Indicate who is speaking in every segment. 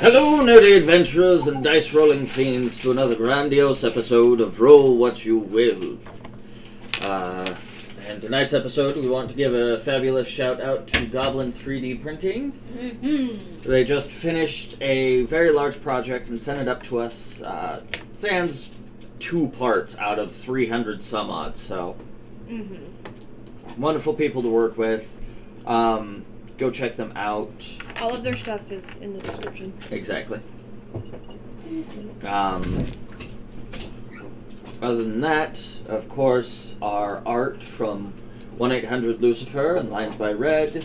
Speaker 1: Hello, nerdy adventurers and dice rolling fiends, to another grandiose episode of Roll What You Will. Uh, and tonight's episode, we want to give a fabulous shout out to Goblin 3D Printing.
Speaker 2: Mm-hmm.
Speaker 1: They just finished a very large project and sent it up to us. Uh, sans two parts out of 300 some odd, so
Speaker 2: Mm-hmm.
Speaker 1: wonderful people to work with. Um, go check them out.
Speaker 2: All of their stuff is in the description. Mm-hmm.
Speaker 1: Exactly. Um, other than that, of course, our art from 1 800 Lucifer and Lines by Red.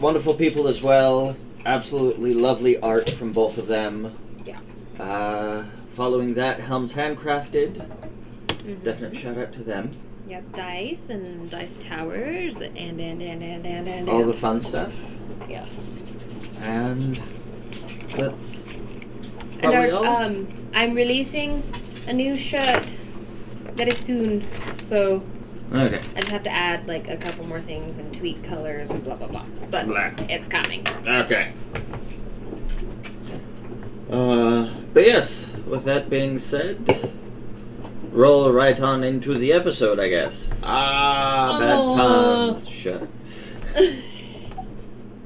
Speaker 1: Wonderful people as well. Absolutely lovely art from both of them.
Speaker 2: Yeah.
Speaker 1: Uh, following that, Helms Handcrafted.
Speaker 2: Mhm.
Speaker 1: Definite shout out to them.
Speaker 2: Yep, dice and dice towers and and and and and and.
Speaker 1: All
Speaker 2: and.
Speaker 1: the fun stuff.
Speaker 2: yes.
Speaker 1: And that's.
Speaker 2: And
Speaker 1: probably
Speaker 2: our,
Speaker 1: all.
Speaker 2: um, I'm releasing a new shirt that is soon, so
Speaker 1: okay.
Speaker 2: I just have to add like a couple more things and tweak colors and blah blah blah. But
Speaker 1: Blah.
Speaker 2: it's coming.
Speaker 1: Okay. Uh, but yes, with that being said, roll right on into the episode, I guess. Ah, bad
Speaker 2: Oh.
Speaker 1: puns. Shut.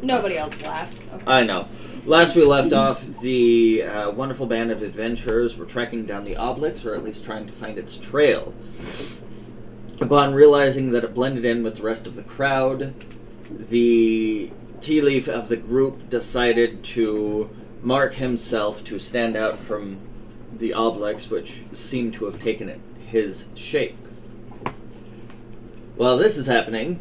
Speaker 2: Nobody else laughs. so.
Speaker 1: I know. Last we left off, the uh, wonderful band of adventurers were tracking down the Oblix, or at least trying to find its trail. Upon realizing that it blended in with the rest of the crowd, the tea leaf of the group decided to mark himself to stand out from the Oblix, which seemed to have taken it, his shape. While this is happening,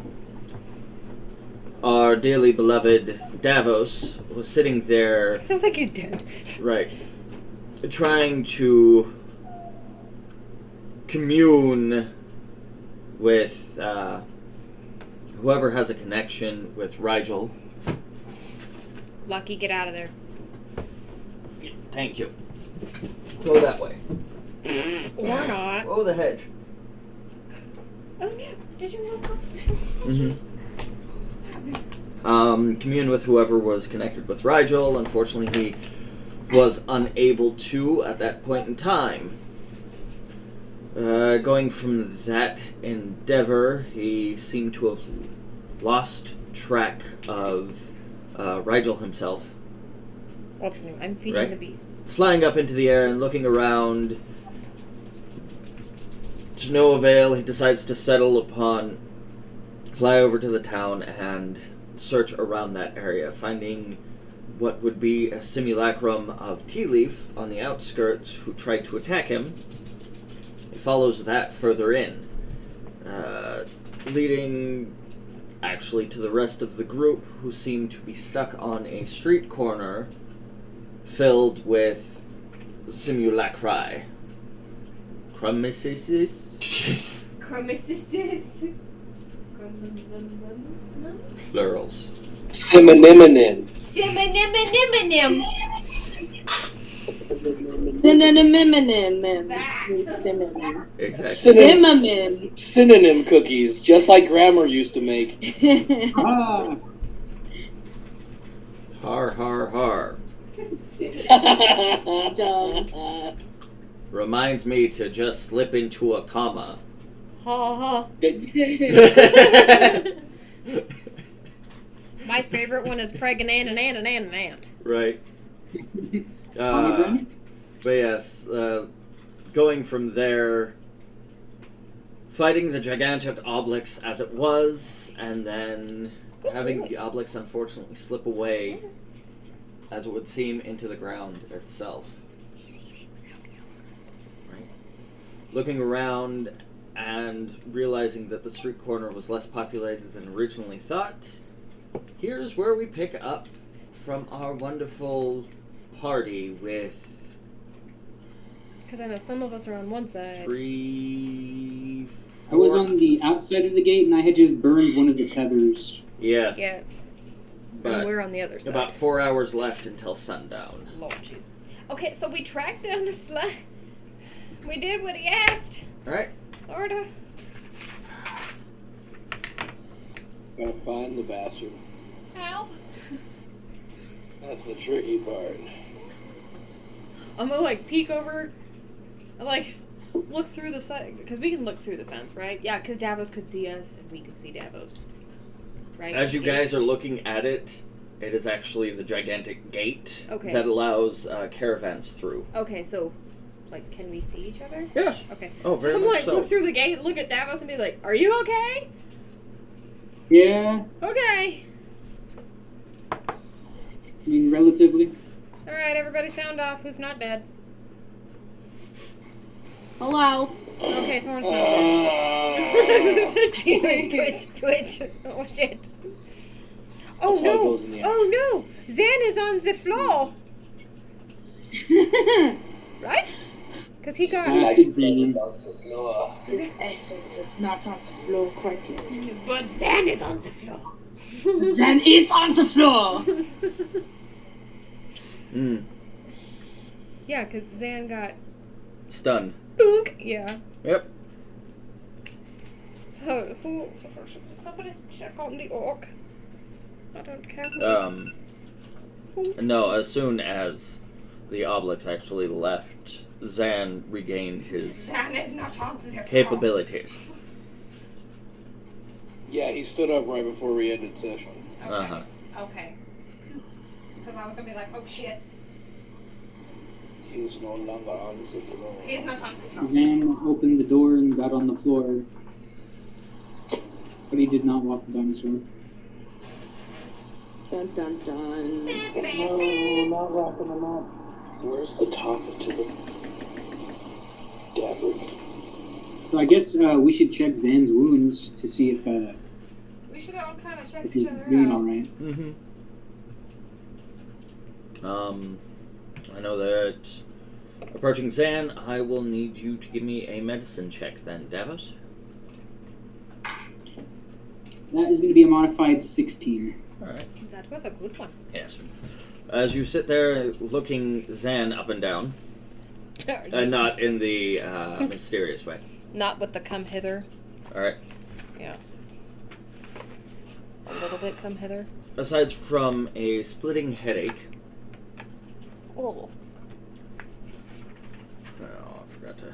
Speaker 1: our dearly beloved Davos was sitting there,
Speaker 2: Sounds like he's dead.
Speaker 1: right, trying to commune with uh, whoever has a connection with Rigel.
Speaker 2: Lucky, get out of there.
Speaker 1: Thank you. Go that way.
Speaker 2: Or not.
Speaker 1: Oh, the hedge.
Speaker 2: Oh no! Did you not go?
Speaker 1: Mm-hmm. Um, commune with whoever was connected with Rigel. Unfortunately, he was unable to at that point in time. Uh, going from that endeavor, he seemed to have lost track of uh, Rigel himself.
Speaker 2: What's new? I'm feeding
Speaker 1: Right.
Speaker 2: the beasts.
Speaker 1: flying up into the air and looking around. To no avail, he decides to settle upon fly over to the town and search around that area, finding what would be a simulacrum of Tea Leaf on the outskirts who tried to attack him. He follows that further in, uh, leading actually to the rest of the group who seem to be stuck on a street corner filled with simulacri. Crumisis?
Speaker 2: Chromisis.
Speaker 1: Plurals.
Speaker 3: Simoniminin.
Speaker 2: Simminimminimminim.
Speaker 4: Synonym.
Speaker 1: Exactly.
Speaker 3: Synonym,
Speaker 4: Synonym.
Speaker 3: synonym cookies, just like grammar used to make. Ah.
Speaker 1: Har har har. Reminds me to just slip into a comma.
Speaker 2: Ha ha.
Speaker 1: right.
Speaker 2: My favorite one is pregnant and and and and and.
Speaker 1: Uh, but yes, uh, going from there, fighting the gigantic obelix as it was, and then having the obelix unfortunately slip away, as it would seem, into the ground itself. Right. Looking around and realizing that the street corner was less populated than originally thought, here's where we pick up from our wonderful party with
Speaker 2: Because I know some of us are on one side.
Speaker 1: three.
Speaker 5: I was
Speaker 1: four-
Speaker 5: on the outside of the gate and I had just burned one of the tethers.
Speaker 1: Yes,
Speaker 2: Yeah, and
Speaker 1: but
Speaker 2: we're on the other side.
Speaker 1: about four hours left until sundown.
Speaker 2: Lord Jesus. Okay, so we tracked down the slut. We did what he asked,
Speaker 1: All right.
Speaker 2: sorta.
Speaker 3: Gotta find the bastard.
Speaker 2: How?
Speaker 3: That's the tricky part.
Speaker 2: I'm gonna like peek over, and, like look through the side because we can look through the fence, right? Yeah, because Davos could see us and we could see Davos, right?
Speaker 1: As you guys are looking at it, it is actually the gigantic gate
Speaker 2: Okay.
Speaker 1: that allows uh, caravans through.
Speaker 2: Okay, so like, can we see each other?
Speaker 1: Yeah.
Speaker 2: Okay.
Speaker 1: Oh,
Speaker 2: so
Speaker 1: very
Speaker 2: I'm
Speaker 1: much
Speaker 2: like
Speaker 1: so.
Speaker 2: look through the gate, look at Davos, and be like, "Are you okay?
Speaker 5: Yeah,
Speaker 2: Okay.
Speaker 5: I mean, relatively.
Speaker 2: All right, everybody, sound off. Who's not dead?
Speaker 4: Hello.
Speaker 2: Okay, Thorn's not dead.
Speaker 3: Ah.
Speaker 2: twitch, twitch. Oh shit. Oh
Speaker 3: That's how it goes in the
Speaker 2: no! Oh no! Zan is on the floor,
Speaker 4: His
Speaker 2: right? Because he got.
Speaker 5: Zan-
Speaker 3: Like feathers on the floor.
Speaker 4: essence is not on the floor quite yet.
Speaker 2: But Zan is on the floor.
Speaker 4: Then is on the floor.
Speaker 1: Mm.
Speaker 2: yeah, because Zan got.
Speaker 1: Stun.
Speaker 2: Boonk. Yeah.
Speaker 1: Yep.
Speaker 2: So who? Somebody's check on the orc. I don't care. Who,
Speaker 1: Um,
Speaker 2: who's-
Speaker 1: no, as soon as the Obelix actually left, Zan regained his
Speaker 2: Zan is not on the floor.
Speaker 1: capabilities.
Speaker 3: Yeah, he stood up right before we ended session.
Speaker 2: Okay.
Speaker 1: Uh huh.
Speaker 2: Okay. Because I was gonna be like, oh shit,
Speaker 3: He was no longer on the floor.
Speaker 2: he's not on the floor.
Speaker 5: Zan opened the door and got on the floor, but he did not walk the dinosaur.
Speaker 4: Dun dun dun.
Speaker 3: No, not wrapping them up. Where's the top to the dagger?
Speaker 5: So I guess uh, we should check Zan's wounds to see if uh,
Speaker 2: We should all kind of check
Speaker 5: if
Speaker 2: each
Speaker 5: he's
Speaker 2: other
Speaker 5: doing all
Speaker 2: out.
Speaker 5: right.
Speaker 1: Mm-hmm. Um, I know that approaching Zan, I will need you to give me a medicine check then, Davos.
Speaker 5: That is going to be a modified 16.
Speaker 1: All right.
Speaker 2: That was a good one.
Speaker 1: Yes. As you sit there looking Zan up and down, uh, not in the uh, mysterious way.
Speaker 2: Not with the come hither.
Speaker 1: All right.
Speaker 2: A little bit come hither.
Speaker 1: Aside from a splitting headache,
Speaker 2: Oh.
Speaker 1: oh, I forgot to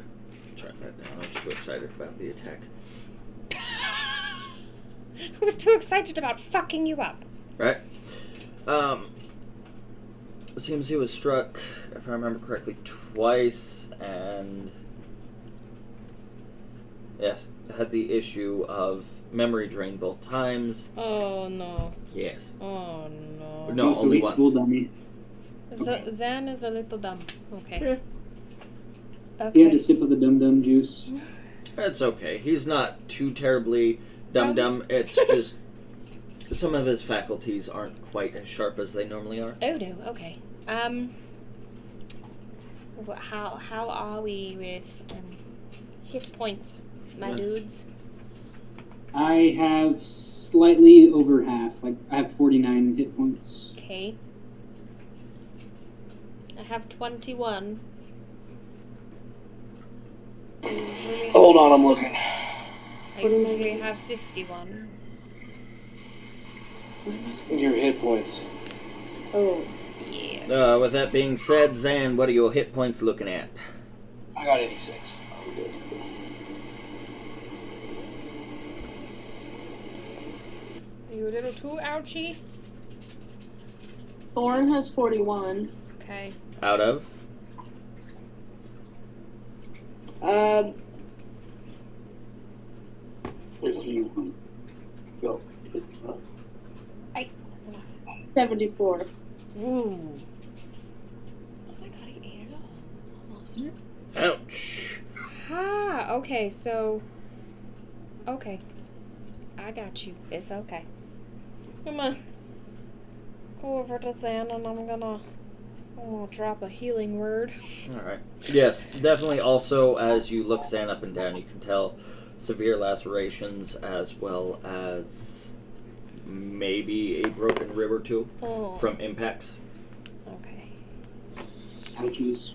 Speaker 1: track that down. I was too excited about the attack.
Speaker 2: I was too excited about fucking you up.
Speaker 1: Right. Um, it seems he was struck, if I remember correctly, twice, and yes, had the issue of memory drain both times.
Speaker 2: Oh no.
Speaker 1: Yes.
Speaker 2: Oh no.
Speaker 1: No,
Speaker 5: also,
Speaker 1: only
Speaker 5: we
Speaker 1: once.
Speaker 5: school dummy.
Speaker 2: Z- Zan is a little dumb. Okay.
Speaker 5: He had a sip of the dum dum juice.
Speaker 1: That's okay. He's not too terribly dum dum. It's just some of his faculties aren't quite as sharp as they normally are.
Speaker 2: Oh no. Okay. Um. wh- How how are we with um, hit points, my
Speaker 1: Yeah.
Speaker 2: dudes?
Speaker 5: I have slightly over half. Like I have 49 hit points.
Speaker 2: Okay. I have twenty-one. I usually-
Speaker 3: Hold on, I'm looking.
Speaker 2: I usually have fifty-one.
Speaker 3: Your hit points.
Speaker 4: Oh.
Speaker 2: Yeah.
Speaker 1: Uh, with that being said, Zan, what are your hit points looking at?
Speaker 3: I got 86. I'm good.
Speaker 2: Are you a little too ouchy?
Speaker 4: Thorn has 41.
Speaker 2: Okay.
Speaker 1: Out of?
Speaker 4: Um,
Speaker 3: If you go.
Speaker 4: 74.
Speaker 2: Woo. Oh my god, he ate it all. Almost.
Speaker 1: Ouch.
Speaker 2: Ah, okay, so. Okay. I got you. It's okay. I'm gonna go over to Zan and I'm gonna. I'm gonna drop a healing word.
Speaker 1: All right. Yes, definitely. Also, as you look Zan up and down, you can tell severe lacerations as well as maybe a broken rib or two
Speaker 2: Oh.
Speaker 1: from impacts.
Speaker 2: Okay.
Speaker 5: Ouchies.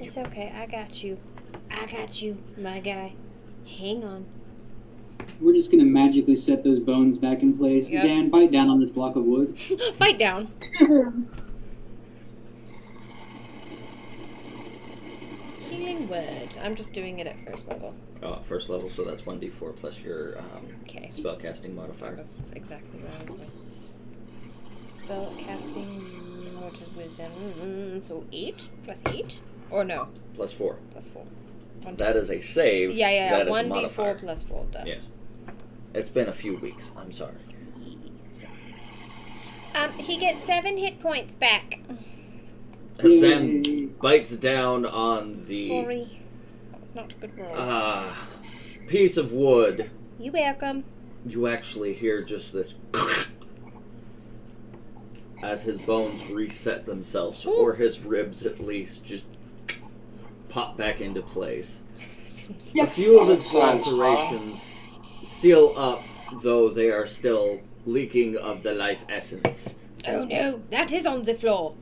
Speaker 2: It's okay. I got you. I got you, my guy. Hang on.
Speaker 5: We're just gonna magically set those bones back in place.
Speaker 2: Yep.
Speaker 5: Zan, bite down on this block of wood.
Speaker 2: Bite down. you would. I'm just doing it at first level.
Speaker 1: Uh, first level, so that's 1d4 plus your um,
Speaker 2: Okay.
Speaker 1: spellcasting modifier.
Speaker 2: That's exactly what I was doing. Spell casting, which is wisdom. Mm, so 8 plus 8? Or no,
Speaker 1: Plus 4.
Speaker 2: plus 4. One
Speaker 1: That is a save.
Speaker 2: yeah, yeah, yeah.
Speaker 1: That is a
Speaker 2: 1d4
Speaker 1: modifier.
Speaker 2: plus 4. Duh.
Speaker 1: Yes. It's been a few weeks. I'm sorry.
Speaker 2: Um, he gets 7 hit points back.
Speaker 1: Zan bites down on the
Speaker 2: Oh, Sorry. That was not a good roll.
Speaker 1: uh, piece of wood.
Speaker 2: you welcome.
Speaker 1: You actually hear just this as his bones reset themselves, or his ribs at least just pop back into place. A few of his lacerations seal up, though they are still leaking of the life essence.
Speaker 2: Oh no, that is on the floor.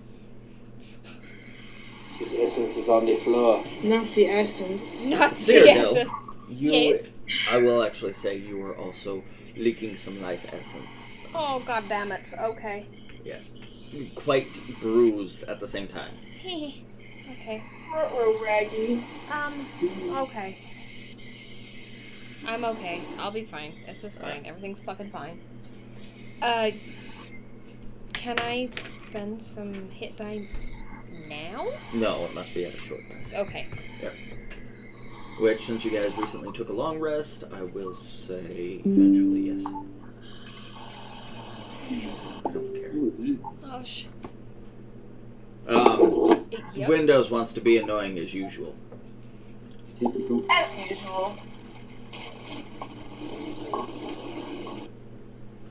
Speaker 6: His essence is on the floor.
Speaker 4: Not the essence.
Speaker 2: Not
Speaker 1: Cyrano.
Speaker 2: yes.
Speaker 1: You,
Speaker 2: Yes.
Speaker 1: I will actually say you are also leaking some life essence.
Speaker 2: Oh god damn it. Okay.
Speaker 1: Yes. Quite bruised at the same time.
Speaker 2: okay.
Speaker 4: Or raggy.
Speaker 2: Um, okay. I'm okay. I'll be fine. This is fine. Everything's fucking fine. Uh, can I spend some hit die now?
Speaker 1: No, it must be at a short rest.
Speaker 2: Okay.
Speaker 1: Which, since you guys recently took a long rest, I will say eventually yes. I don't care.
Speaker 5: What was that?
Speaker 2: Oh, sh-
Speaker 1: Um,
Speaker 2: Yep.
Speaker 1: Windows wants to be annoying as usual.
Speaker 5: Typical.
Speaker 4: As usual.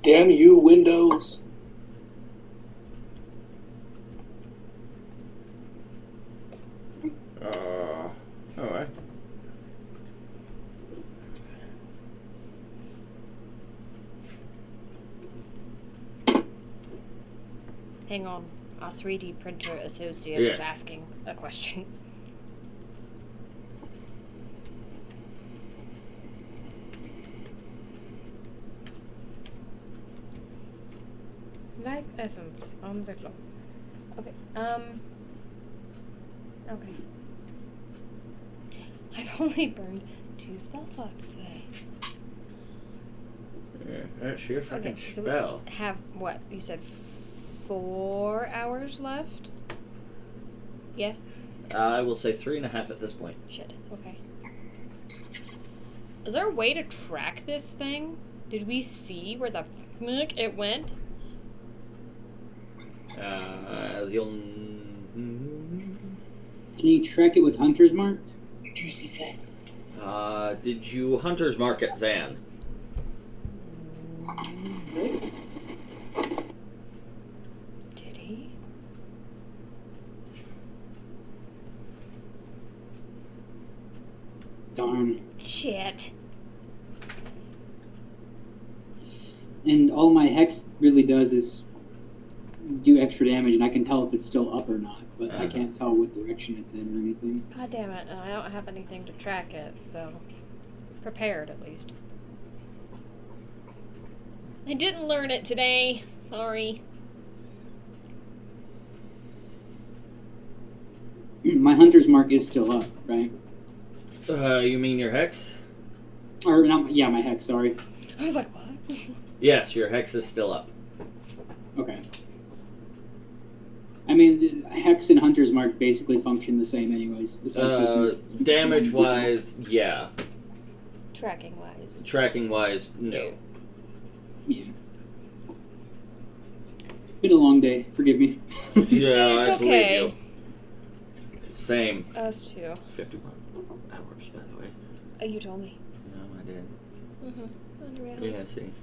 Speaker 3: Damn you, Windows.
Speaker 1: Uh, alright.
Speaker 2: Hang on. Our 3D printer associate is
Speaker 1: Yeah.
Speaker 2: asking a question. Life essence on the floor. Okay. Um. Okay. I've only burned two spell slots today.
Speaker 1: that's your
Speaker 2: fucking so we- Have what? You said four hours left?
Speaker 1: I will say three and a half at this point.
Speaker 2: Shit. Okay. Is there a way to track this thing? Did we see where the fuck it went?
Speaker 1: Uh, you'll. mm,
Speaker 5: Can you track it with Hunter's Mark?
Speaker 1: Uh, did you Hunter's Market Zan?
Speaker 2: Did he?
Speaker 5: Darn.
Speaker 2: Shit.
Speaker 5: And all my hex really does is do extra damage, and I can tell if it's still up or not, but I
Speaker 1: Uh-huh.
Speaker 5: can't tell what direction it's in or anything.
Speaker 2: God damn it. I don't have anything to track it, so. Prepared, at least. I didn't learn it today. Sorry.
Speaker 5: my Hunter's Mark is still up, right?
Speaker 1: Uh, you mean your hex?
Speaker 5: Or not? Yeah, my hex. Sorry.
Speaker 2: I was like, what?
Speaker 1: Yes, your hex is still up.
Speaker 5: Okay. I mean, hex and Hunter's Mark basically function the same, anyways. This one
Speaker 1: Uh,
Speaker 5: person-
Speaker 1: damage wise, yeah.
Speaker 2: Tracking wise.
Speaker 1: Tracking wise, no.
Speaker 5: yeah. Been a long day. Forgive me.
Speaker 1: Yeah,
Speaker 2: It's
Speaker 1: I
Speaker 2: okay.
Speaker 1: believe you. Same.
Speaker 2: Us too.
Speaker 1: 51 hours, by the way.
Speaker 2: Oh, you told me.
Speaker 1: No, I didn't.
Speaker 2: Mm-hmm. Unreal.
Speaker 1: Yeah, I see.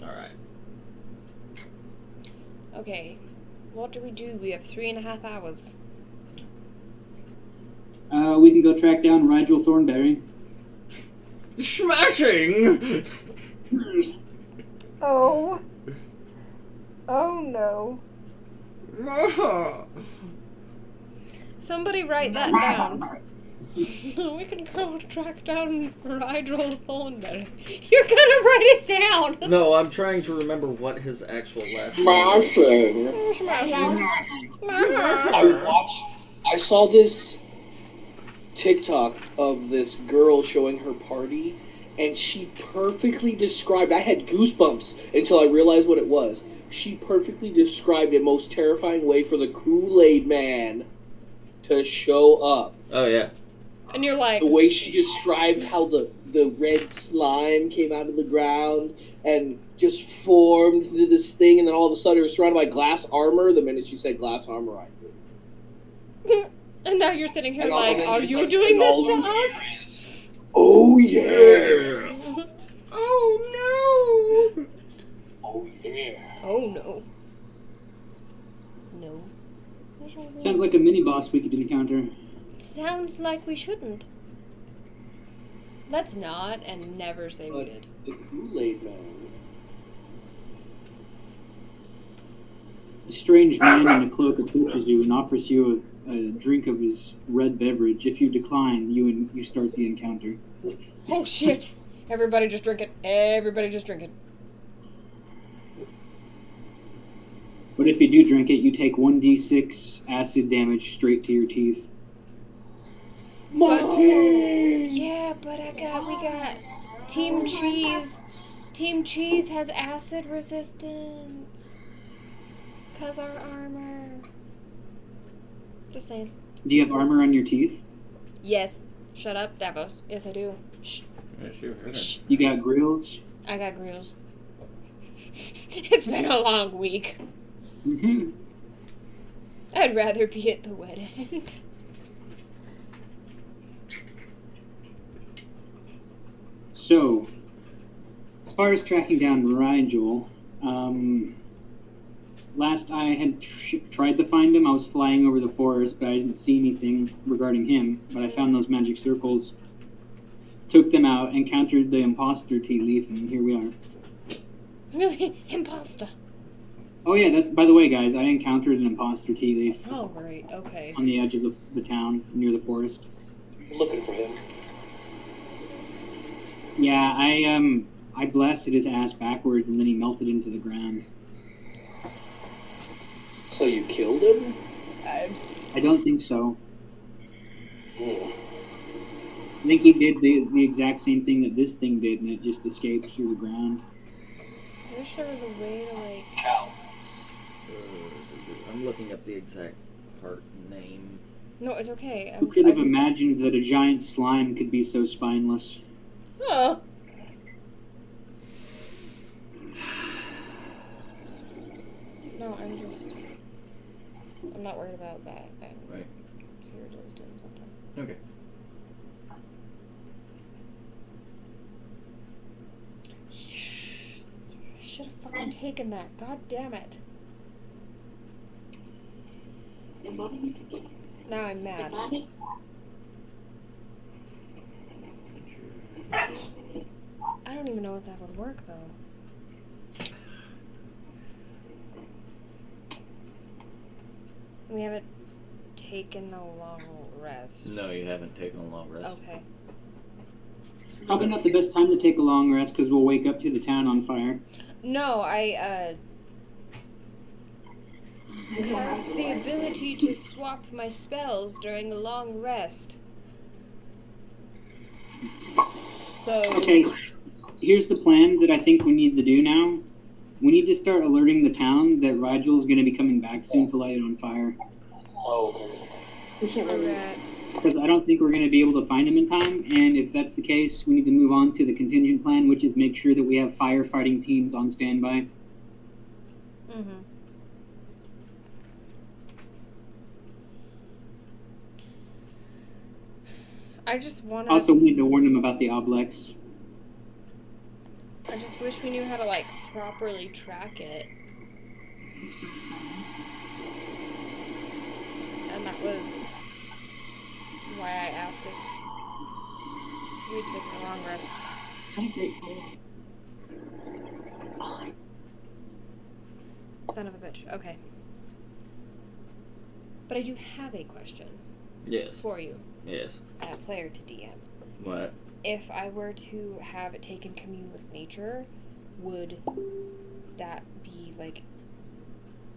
Speaker 1: Alright.
Speaker 2: Okay. What do we do? We have three and a half hours.
Speaker 5: Uh, we can go track down Rigel Thornberry.
Speaker 1: Smashing!
Speaker 2: Oh. Oh no. Somebody write that down. we can go track down Rigel Thornberry. You're gonna write it down!
Speaker 1: no, I'm trying to remember what his actual last name is.
Speaker 3: Smashing.
Speaker 2: Smash it.
Speaker 3: I watched. I saw this TikTok of this girl showing her party, and she perfectly described. I had goosebumps until I realized what it was. She perfectly described a most terrifying way for the Kool Aid Man to show up.
Speaker 1: Oh yeah.
Speaker 2: And you're like,
Speaker 3: The way she described how the the red slime came out of the ground and just formed into this thing, and then all of a sudden it was surrounded by glass armor. The minute she said glass armor, I knew.
Speaker 2: and now you're sitting here
Speaker 3: And all
Speaker 2: like,
Speaker 3: the men
Speaker 2: are
Speaker 3: just,
Speaker 2: you
Speaker 3: like,
Speaker 2: doing
Speaker 3: and all
Speaker 2: this
Speaker 3: of them-
Speaker 2: to us?
Speaker 3: Oh yeah!
Speaker 2: oh no!
Speaker 3: Oh yeah!
Speaker 2: Oh no. No. We shouldn't.
Speaker 5: Sounds like a mini boss we could encounter.
Speaker 2: Sounds like we shouldn't. Let's not and never say we
Speaker 3: Look.
Speaker 2: did.
Speaker 3: The Kool Aid Man.
Speaker 5: A strange man in a cloak approaches you and offers you a, a drink of his red beverage. If you decline, you and you start the encounter.
Speaker 2: Oh shit! Everybody just drink it. Everybody just drink it.
Speaker 5: But if you do drink it, you take 1d6 acid damage straight to your teeth.
Speaker 3: My
Speaker 2: But-
Speaker 3: team!
Speaker 2: Yeah, but I got we got Team Cheese. Team Cheese has acid resistance. Cause our armor. Just saying.
Speaker 5: Do you have armor on your teeth?
Speaker 2: Yes. Shut up, Davos. Yes, I do. Shh. Shh.
Speaker 5: You got grills?
Speaker 2: I got grills. it's been a long week.
Speaker 5: Mm-hmm.
Speaker 2: I'd rather be at the wet end.
Speaker 5: So, as far as tracking down Rigel, um, last I had tr- tried to find him, I was flying over the forest, but I didn't see anything regarding him. But I found those magic circles, took them out, encountered the imposter tea leaf, and here we are.
Speaker 2: Really? Imposter.
Speaker 5: Oh yeah, that's by the way, guys. I encountered an imposter tea leaf
Speaker 2: Oh, right. Okay.
Speaker 5: on the edge of the, the town near the forest.
Speaker 6: Looking for him.
Speaker 5: Yeah, I um, I blasted his ass backwards, and then he melted into the ground.
Speaker 6: So you killed him?
Speaker 5: I don't think so.
Speaker 6: Hmm.
Speaker 5: I think he did the, the exact same thing that this thing did, and it just escaped through the ground.
Speaker 2: I wish there was a way to, like.
Speaker 6: Cow.
Speaker 1: I'm looking up the exact part name.
Speaker 2: No, it's okay. I'm,
Speaker 5: Who could have
Speaker 2: I'm-
Speaker 5: imagined that a giant slime could be so spineless?
Speaker 2: Oh. No, I'm just. I'm not worried about that. I'm
Speaker 1: Right.
Speaker 2: Seriously doing something.
Speaker 1: Okay.
Speaker 2: Should have fucking taken that. God damn it. Now I'm mad. I don't even know if that would work though. We haven't taken a long rest.
Speaker 1: No, you haven't taken a long rest.
Speaker 2: Okay.
Speaker 5: Probably not the best time to take a long rest because we'll wake up to the town on fire.
Speaker 2: No, I uh, have the ability to swap my spells during a long rest. So
Speaker 5: Okay, here's the plan that I think we need to do now. We need to start alerting the town that Rigel's going to be coming back soon to light it on fire.
Speaker 6: Oh, okay.
Speaker 4: We can't
Speaker 2: we're
Speaker 4: really.
Speaker 2: at
Speaker 5: Because I don't think we're going to be able to find him in time, and if that's the case, we need to move on to the contingent plan, which is make sure that we have firefighting teams on standby.
Speaker 2: hmm I just want
Speaker 5: Also, we need to warn them about the oblex.
Speaker 2: I just wish we knew how to like properly track it. And that was why I asked if we took a long rest. Son of a bitch. Okay. But I do have a question
Speaker 1: Yes.
Speaker 2: for you,
Speaker 1: Yes.
Speaker 2: uh, player to DM.
Speaker 1: What?
Speaker 2: If I were to have it taken commune with nature, would that be like?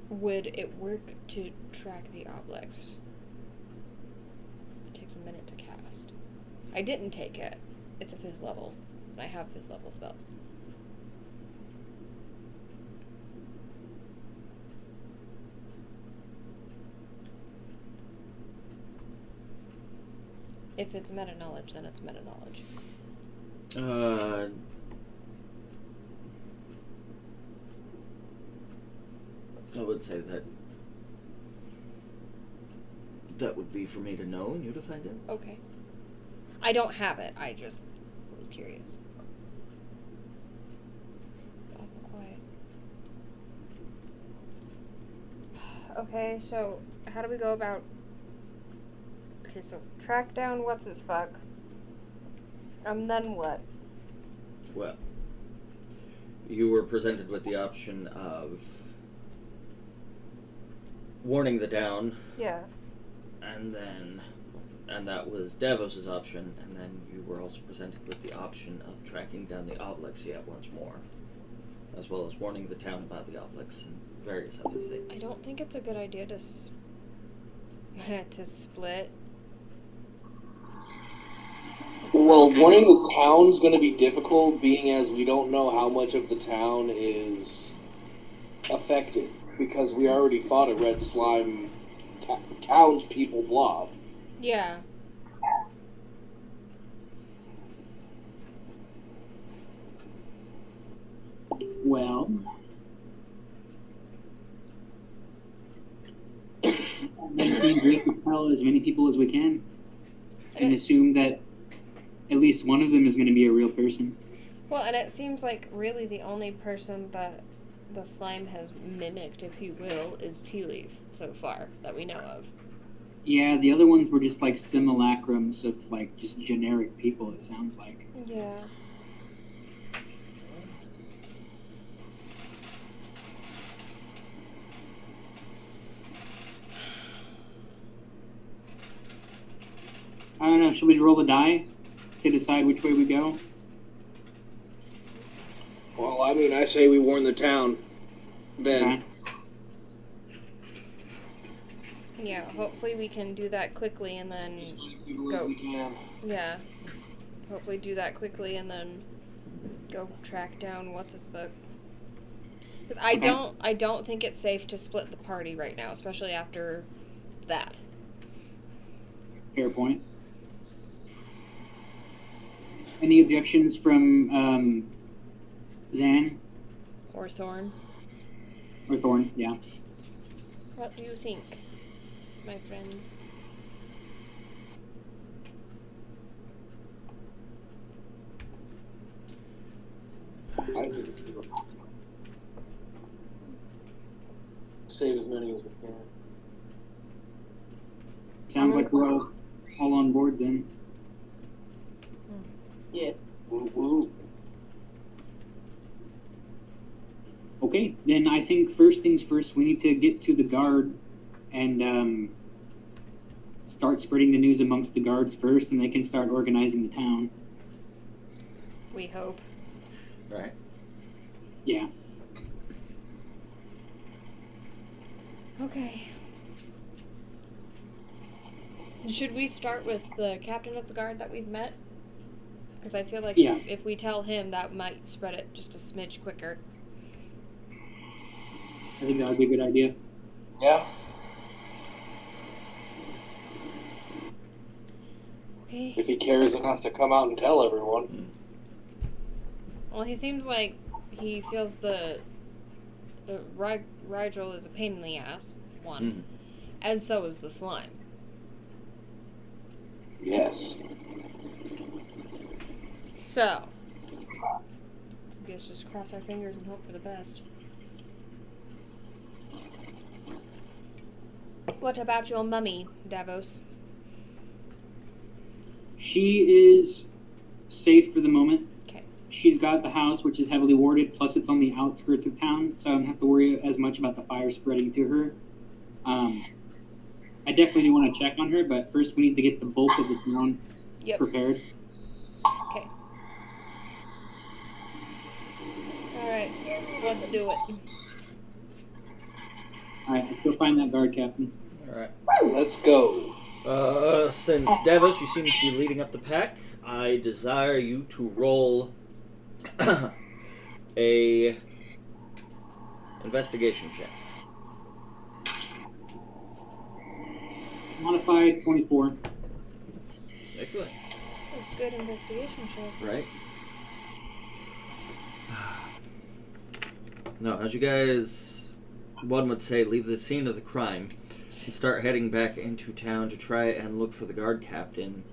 Speaker 2: Would it work to track the obelisk? Take takes a minute to cast. I didn't take it. It's a fifth level, and I have fifth level spells. If it's meta knowledge, then it's meta knowledge.
Speaker 1: Uh, I would say that that would be for me to know and you to find out.
Speaker 2: Okay. I don't have it. I just was curious. It's awful quiet. Okay, so how do we go about? Okay, so track down what's his fuck, and then what?
Speaker 1: Well, you were presented with the option of warning the down,
Speaker 2: Yeah.
Speaker 1: and then, and that was Davos's option, and then you were also presented with the option of tracking down the Obelix yet once more, as well as warning the town about the Obelix and various other things.
Speaker 2: I don't think it's a good idea to s- to split.
Speaker 3: Well, warning the town's going to be difficult, being as we don't know how much of the town is affected because we already fought a red slime ta- townspeople blob.
Speaker 2: Yeah.
Speaker 5: Well, that just means we have to tell as many people as we can and assume that at least one of them is going to be a real person.
Speaker 2: Well, and it seems like really the only person that the slime has mimicked, if you will, is Tea Leaf so far that we know of.
Speaker 5: Yeah, the other ones were just like simulacrums of like just generic people, it sounds like.
Speaker 2: Yeah.
Speaker 5: I don't know, should we roll the die to decide which way we go?
Speaker 3: Well, I mean, I say we warn the town. Then,
Speaker 5: Okay.
Speaker 2: Yeah, hopefully we can do that quickly and then.
Speaker 3: As many people as we can.
Speaker 2: Yeah. Hopefully do that quickly and then go track down what's his book. Because I
Speaker 5: Okay.
Speaker 2: don't, I don't think it's safe to split the party right now, especially after that.
Speaker 5: Fair point. Any objections from um, Zan
Speaker 2: Or Thorn.
Speaker 5: or Thorn? Yeah.
Speaker 2: What do you think, my friends?
Speaker 3: I think we will
Speaker 6: Save as many as we can.
Speaker 5: Sounds like we're all, all on board then.
Speaker 6: Woo woo.
Speaker 5: Okay, then I think first things first, we need to get to the guard and um, start spreading the news amongst the guards first, and they can start organizing the town.
Speaker 2: We hope.
Speaker 1: Right.
Speaker 5: Yeah.
Speaker 2: Okay. Should we start with the captain of the guard that we've met? Because I feel like
Speaker 5: Yeah.
Speaker 2: if we tell him, that might spread it just a smidge quicker.
Speaker 5: I think that would be a good idea.
Speaker 6: Yeah.
Speaker 2: Okay.
Speaker 6: If he cares enough to come out and tell everyone.
Speaker 2: Well, he seems like he feels the. Uh, Rig- Rigel is a pain in the ass, one.
Speaker 6: Mm-hmm.
Speaker 1: Mhm.
Speaker 2: And so is the slime.
Speaker 6: Yes.
Speaker 2: So. I guess just cross our fingers and hope for the best. What about your mummy, Davos?
Speaker 5: She is safe for the moment.
Speaker 2: 'Kay.
Speaker 5: She's got the house, which is heavily warded, plus it's on the outskirts of town, so I don't have to worry as much about the fire spreading to her. Um, I definitely do want to check on her, but first we need to get the bulk of the town
Speaker 2: Yep.
Speaker 5: prepared.
Speaker 2: Alright, let's do it.
Speaker 5: All right, let's go find that guard captain.
Speaker 1: All right.
Speaker 3: Let's go.
Speaker 1: Uh, since Davis, you seem to be leading up the pack, I desire you to roll a investigation check.
Speaker 5: Modified 24.
Speaker 1: Excellent.
Speaker 2: It's a good investigation check.
Speaker 1: Right. No, as you guys, one would say, leave the scene of the crime and start heading back into town to try and look for the guard captain.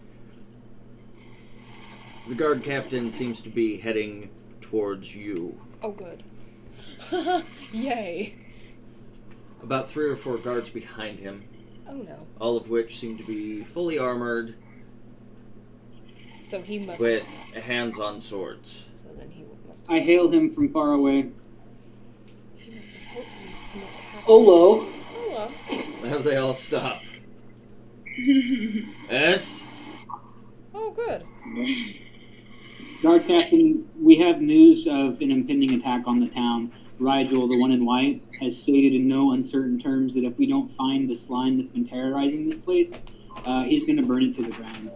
Speaker 1: The guard captain seems to be heading towards you.
Speaker 2: Oh, good. Yay.
Speaker 1: About three or four guards behind him,
Speaker 2: Oh no.
Speaker 1: all of which seem to be fully armored
Speaker 2: So he must.
Speaker 1: with
Speaker 2: Have,
Speaker 1: hands on swords.
Speaker 2: so then he must. Have,
Speaker 5: I hail him from far away.
Speaker 2: He must have hopefully Oh, seen it happen.
Speaker 3: Olo,
Speaker 2: Hello.
Speaker 1: As they all stop. S?
Speaker 2: Oh, good.
Speaker 5: Guard Captain, we have news of an impending attack on the town. Rigel, the one in white, has stated in no uncertain terms that if we don't find the slime that's been terrorizing this place, uh, he's going to burn it to the ground.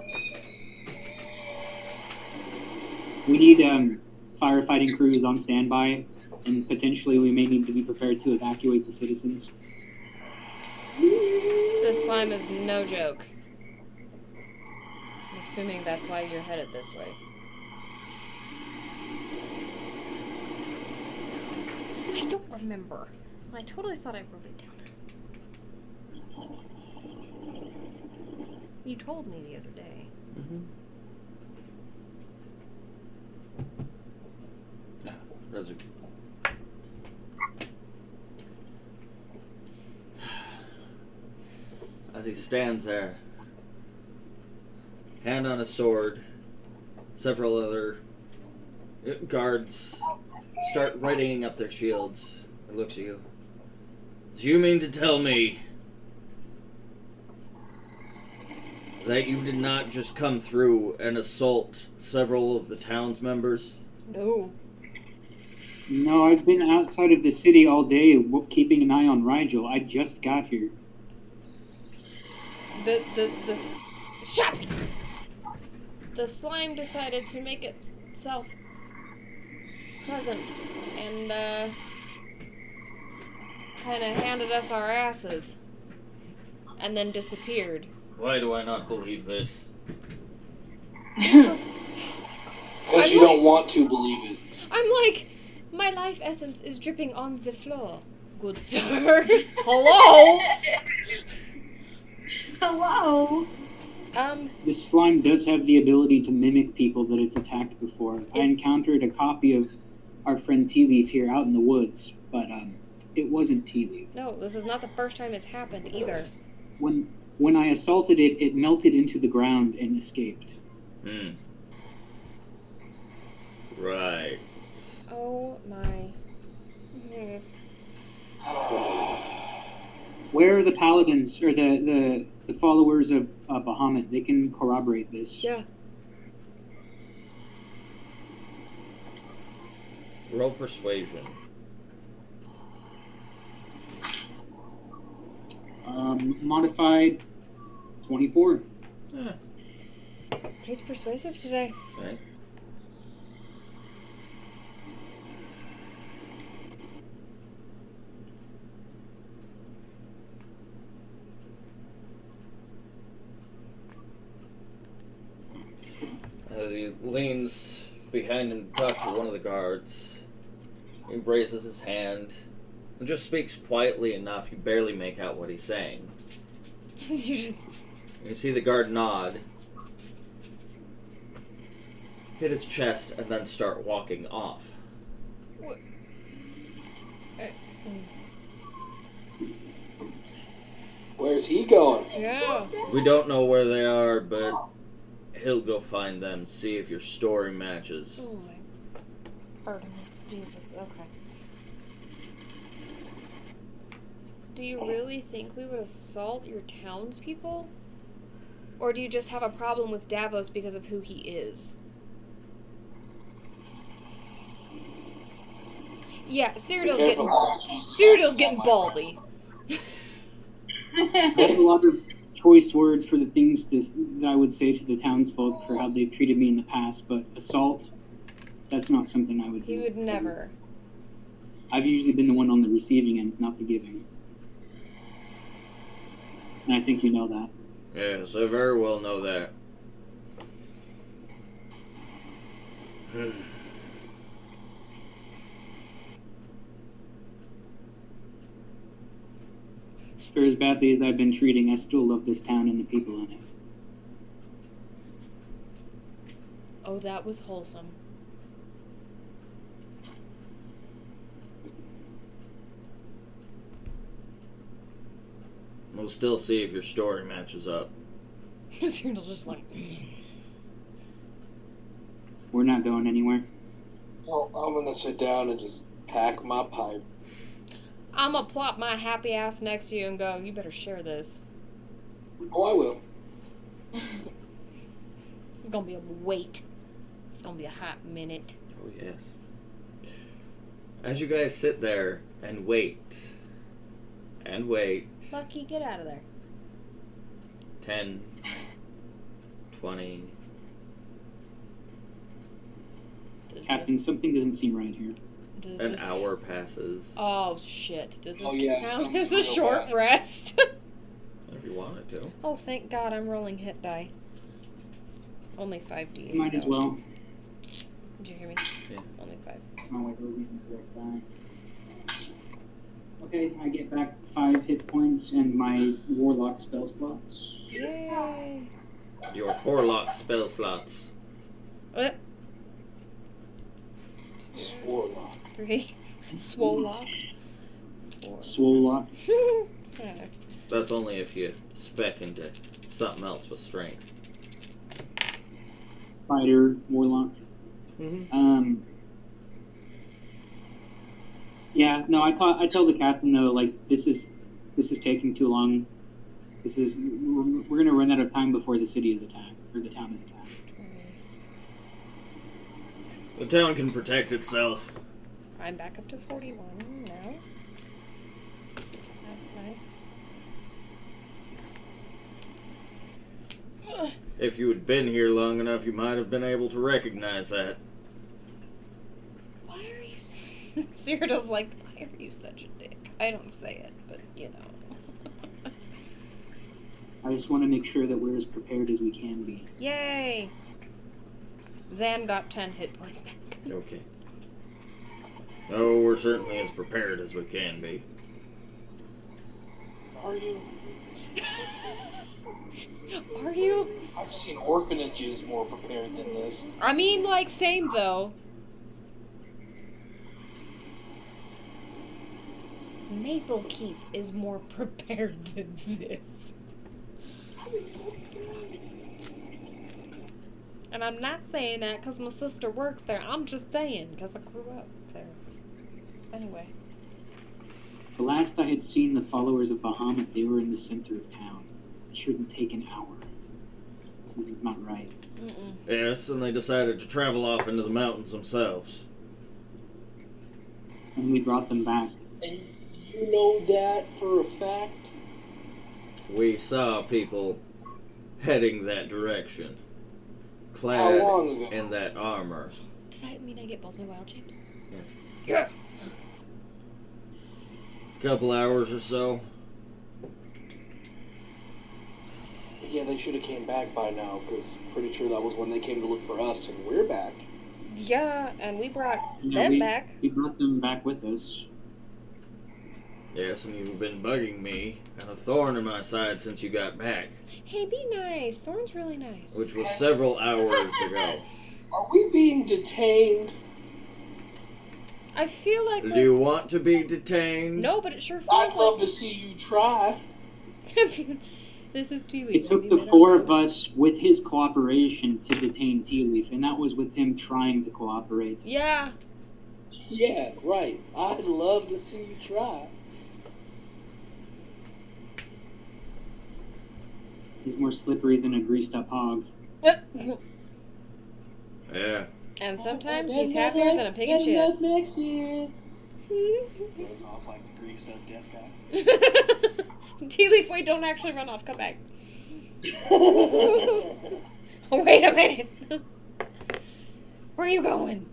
Speaker 5: We need um, firefighting crews on standby, and potentially we may need to be prepared to evacuate the citizens.
Speaker 2: This slime is no joke. I'm assuming that's why you're headed this way. I don't remember. I totally thought I wrote it down. You told me the other day.
Speaker 1: Those are- As he stands there, hand on a sword, several other uh, guards start readying up their shields. It looks at you. Do you mean to tell me that you did not just come through and assault several of the town's members?
Speaker 2: No.
Speaker 5: No, I've been outside of the city all day, w- keeping an eye on Rigel. I just got here.
Speaker 2: The the the shots. The slime decided to make itself pleasant and uh, kind of handed us our asses, and then disappeared.
Speaker 1: Why do I not believe this?
Speaker 6: Because you don't want to believe it.
Speaker 2: I'm like, my life essence is dripping on the floor. Good sir. Hello.
Speaker 4: Hello.
Speaker 2: Um.
Speaker 5: This slime does have the ability to mimic people that it's attacked before. I
Speaker 2: It's-
Speaker 5: encountered a copy of our friend Tea Leaf here out in the woods, but um, it wasn't Tea Leaf.
Speaker 2: No, this is not the first time it's happened either.
Speaker 5: When when I assaulted it, it melted into the ground and escaped.
Speaker 1: Hmm. Right.
Speaker 2: Oh my. Hmm.
Speaker 5: Where are the paladins or the the, the followers of uh, Bahamut? They can corroborate this.
Speaker 2: Yeah.
Speaker 1: Roll persuasion.
Speaker 5: Um, modified twenty four.
Speaker 2: He's persuasive today.
Speaker 1: Right. As he leans behind and talks to one of the guards, he raises his hand and just speaks quietly enough you barely make out what he's saying.
Speaker 2: you just
Speaker 1: You see the guard nod, hit his chest, and then start walking off.
Speaker 6: Where's he going?
Speaker 2: yeah.
Speaker 1: We don't know where they are, but he'll go find them, see if your story matches.
Speaker 2: Oh my. Artemis, Jesus, okay. Do you really think we would assault your townspeople? Or do you just have a problem with Davos because of who he is? Yeah, Cyrodiil's getting
Speaker 6: Careful.
Speaker 2: Cyrodiil's getting ballsy.
Speaker 5: There's a lot of choice words for the things this, that I would say to the townsfolk for how they've treated me in the past, but assault, that's not something I would
Speaker 2: He
Speaker 5: do.
Speaker 2: would never.
Speaker 5: I've usually been the one on the receiving end, not the giving. And I think you know that.
Speaker 1: Yes, I very well know that.
Speaker 5: For as badly as I've been treating, I still love this town and the people in it.
Speaker 2: Oh, that was wholesome.
Speaker 1: We'll still see if your story matches up.
Speaker 2: Cyril just like. "Mm,
Speaker 5: We're not going anywhere.
Speaker 6: Well, I'm gonna sit down and just pack my pipe.
Speaker 2: I'ma plop my happy ass next to you and go. You better share this.
Speaker 6: Oh, I will.
Speaker 2: It's gonna be a wait. It's gonna be a hot minute.
Speaker 1: Oh, yes. As you guys sit there and wait, and wait,
Speaker 2: Lucky, get out of there.
Speaker 1: 10, 20,
Speaker 2: Does
Speaker 5: Captain,
Speaker 2: this,
Speaker 5: something doesn't seem right here.
Speaker 2: does
Speaker 1: an
Speaker 2: this-
Speaker 1: hour passes.
Speaker 2: Oh shit! Does this
Speaker 6: Oh, yeah,
Speaker 2: count
Speaker 6: I'm
Speaker 2: as a
Speaker 6: so
Speaker 2: short
Speaker 6: bad.
Speaker 2: rest?
Speaker 1: If you wanted to.
Speaker 2: oh, thank God, I'm rolling hit die. Only five d.
Speaker 5: Might as well.
Speaker 2: Did you hear me?
Speaker 1: Yeah.
Speaker 2: Only five.
Speaker 5: Oh, wait, those ain't the correct die. Okay, I get back five hit points and my warlock spell slots.
Speaker 2: Yay!
Speaker 1: Your Horlock spell slots.
Speaker 2: Uh,
Speaker 6: Swarlock.
Speaker 2: three. Swolock. Four.
Speaker 5: Swolock.
Speaker 2: Yeah.
Speaker 1: That's only if you spec into something else with strength.
Speaker 5: Fighter, warlock.
Speaker 1: Mhm.
Speaker 5: Um. Yeah, no, I thought I tell the captain though, like this is this is taking too long. This is we're, we're gonna run out of time before the city is attacked or the town is attacked.
Speaker 1: The town can protect itself.
Speaker 2: I'm back up to 41 now. That's nice.
Speaker 1: If you had been here long enough, you might have been able to recognize that.
Speaker 2: Why are you. s- Cyrodiil's like, why are you such a dick? I don't say it, but you know.
Speaker 5: I just want to make sure that we're as prepared as we can be.
Speaker 2: Yay! Zan got 10 hit points back.
Speaker 1: Okay. Oh, we're certainly as prepared as we can be.
Speaker 6: Are you?
Speaker 2: Are you?
Speaker 6: I've seen orphanages more prepared than this.
Speaker 2: I mean, like, same though. Maple Keep is more prepared than this. And I'm not saying that because my sister works there. I'm just saying because I grew up there. Anyway.
Speaker 5: The last I had seen the followers of Bahamut, they were in the center of town. It shouldn't take an hour. Something's not right.
Speaker 2: Mm-mm.
Speaker 1: Yes, and they decided to travel off into the mountains themselves.
Speaker 5: And we brought them back.
Speaker 6: And you know that for a fact.
Speaker 1: We saw people heading that direction,
Speaker 6: How
Speaker 1: clad
Speaker 6: long ago?
Speaker 1: in that armor.
Speaker 2: Does that mean I get both my wild shapes?
Speaker 1: Yes.
Speaker 2: Yeah.
Speaker 1: Couple hours or so.
Speaker 6: Yeah, they should have came back by now, because pretty sure that was when they came to look for us, and we're back.
Speaker 2: Yeah, and we brought
Speaker 1: Mm-hmm.
Speaker 5: You know,
Speaker 2: them
Speaker 5: we,
Speaker 2: back.
Speaker 5: We brought them back with us.
Speaker 1: Yes, and you've been bugging me and a thorn in my side since you got back,
Speaker 2: Hey, be nice. Thorn's really nice.
Speaker 1: which was several hours ago.
Speaker 6: Are we being detained?
Speaker 2: I feel like.
Speaker 1: Do
Speaker 2: we're-
Speaker 1: you want to be detained?
Speaker 2: No, but it sure feels
Speaker 6: I'd love
Speaker 2: like.
Speaker 6: to see you try.
Speaker 2: this is tea
Speaker 5: It
Speaker 2: leaf.
Speaker 5: took the four of us with his cooperation to detain Tea Leaf, and that was with him trying to cooperate.
Speaker 2: Yeah.
Speaker 6: Yeah, right. I'd love to see you try.
Speaker 5: He's more slippery than a greased up hog.
Speaker 1: Yeah.
Speaker 2: And sometimes he's happier than a pig in shit.
Speaker 6: Next year. Runs off like the greased up deaf guy.
Speaker 2: Tea leaf, wait, don't actually run off. Come back. Wait a minute. Where are you going?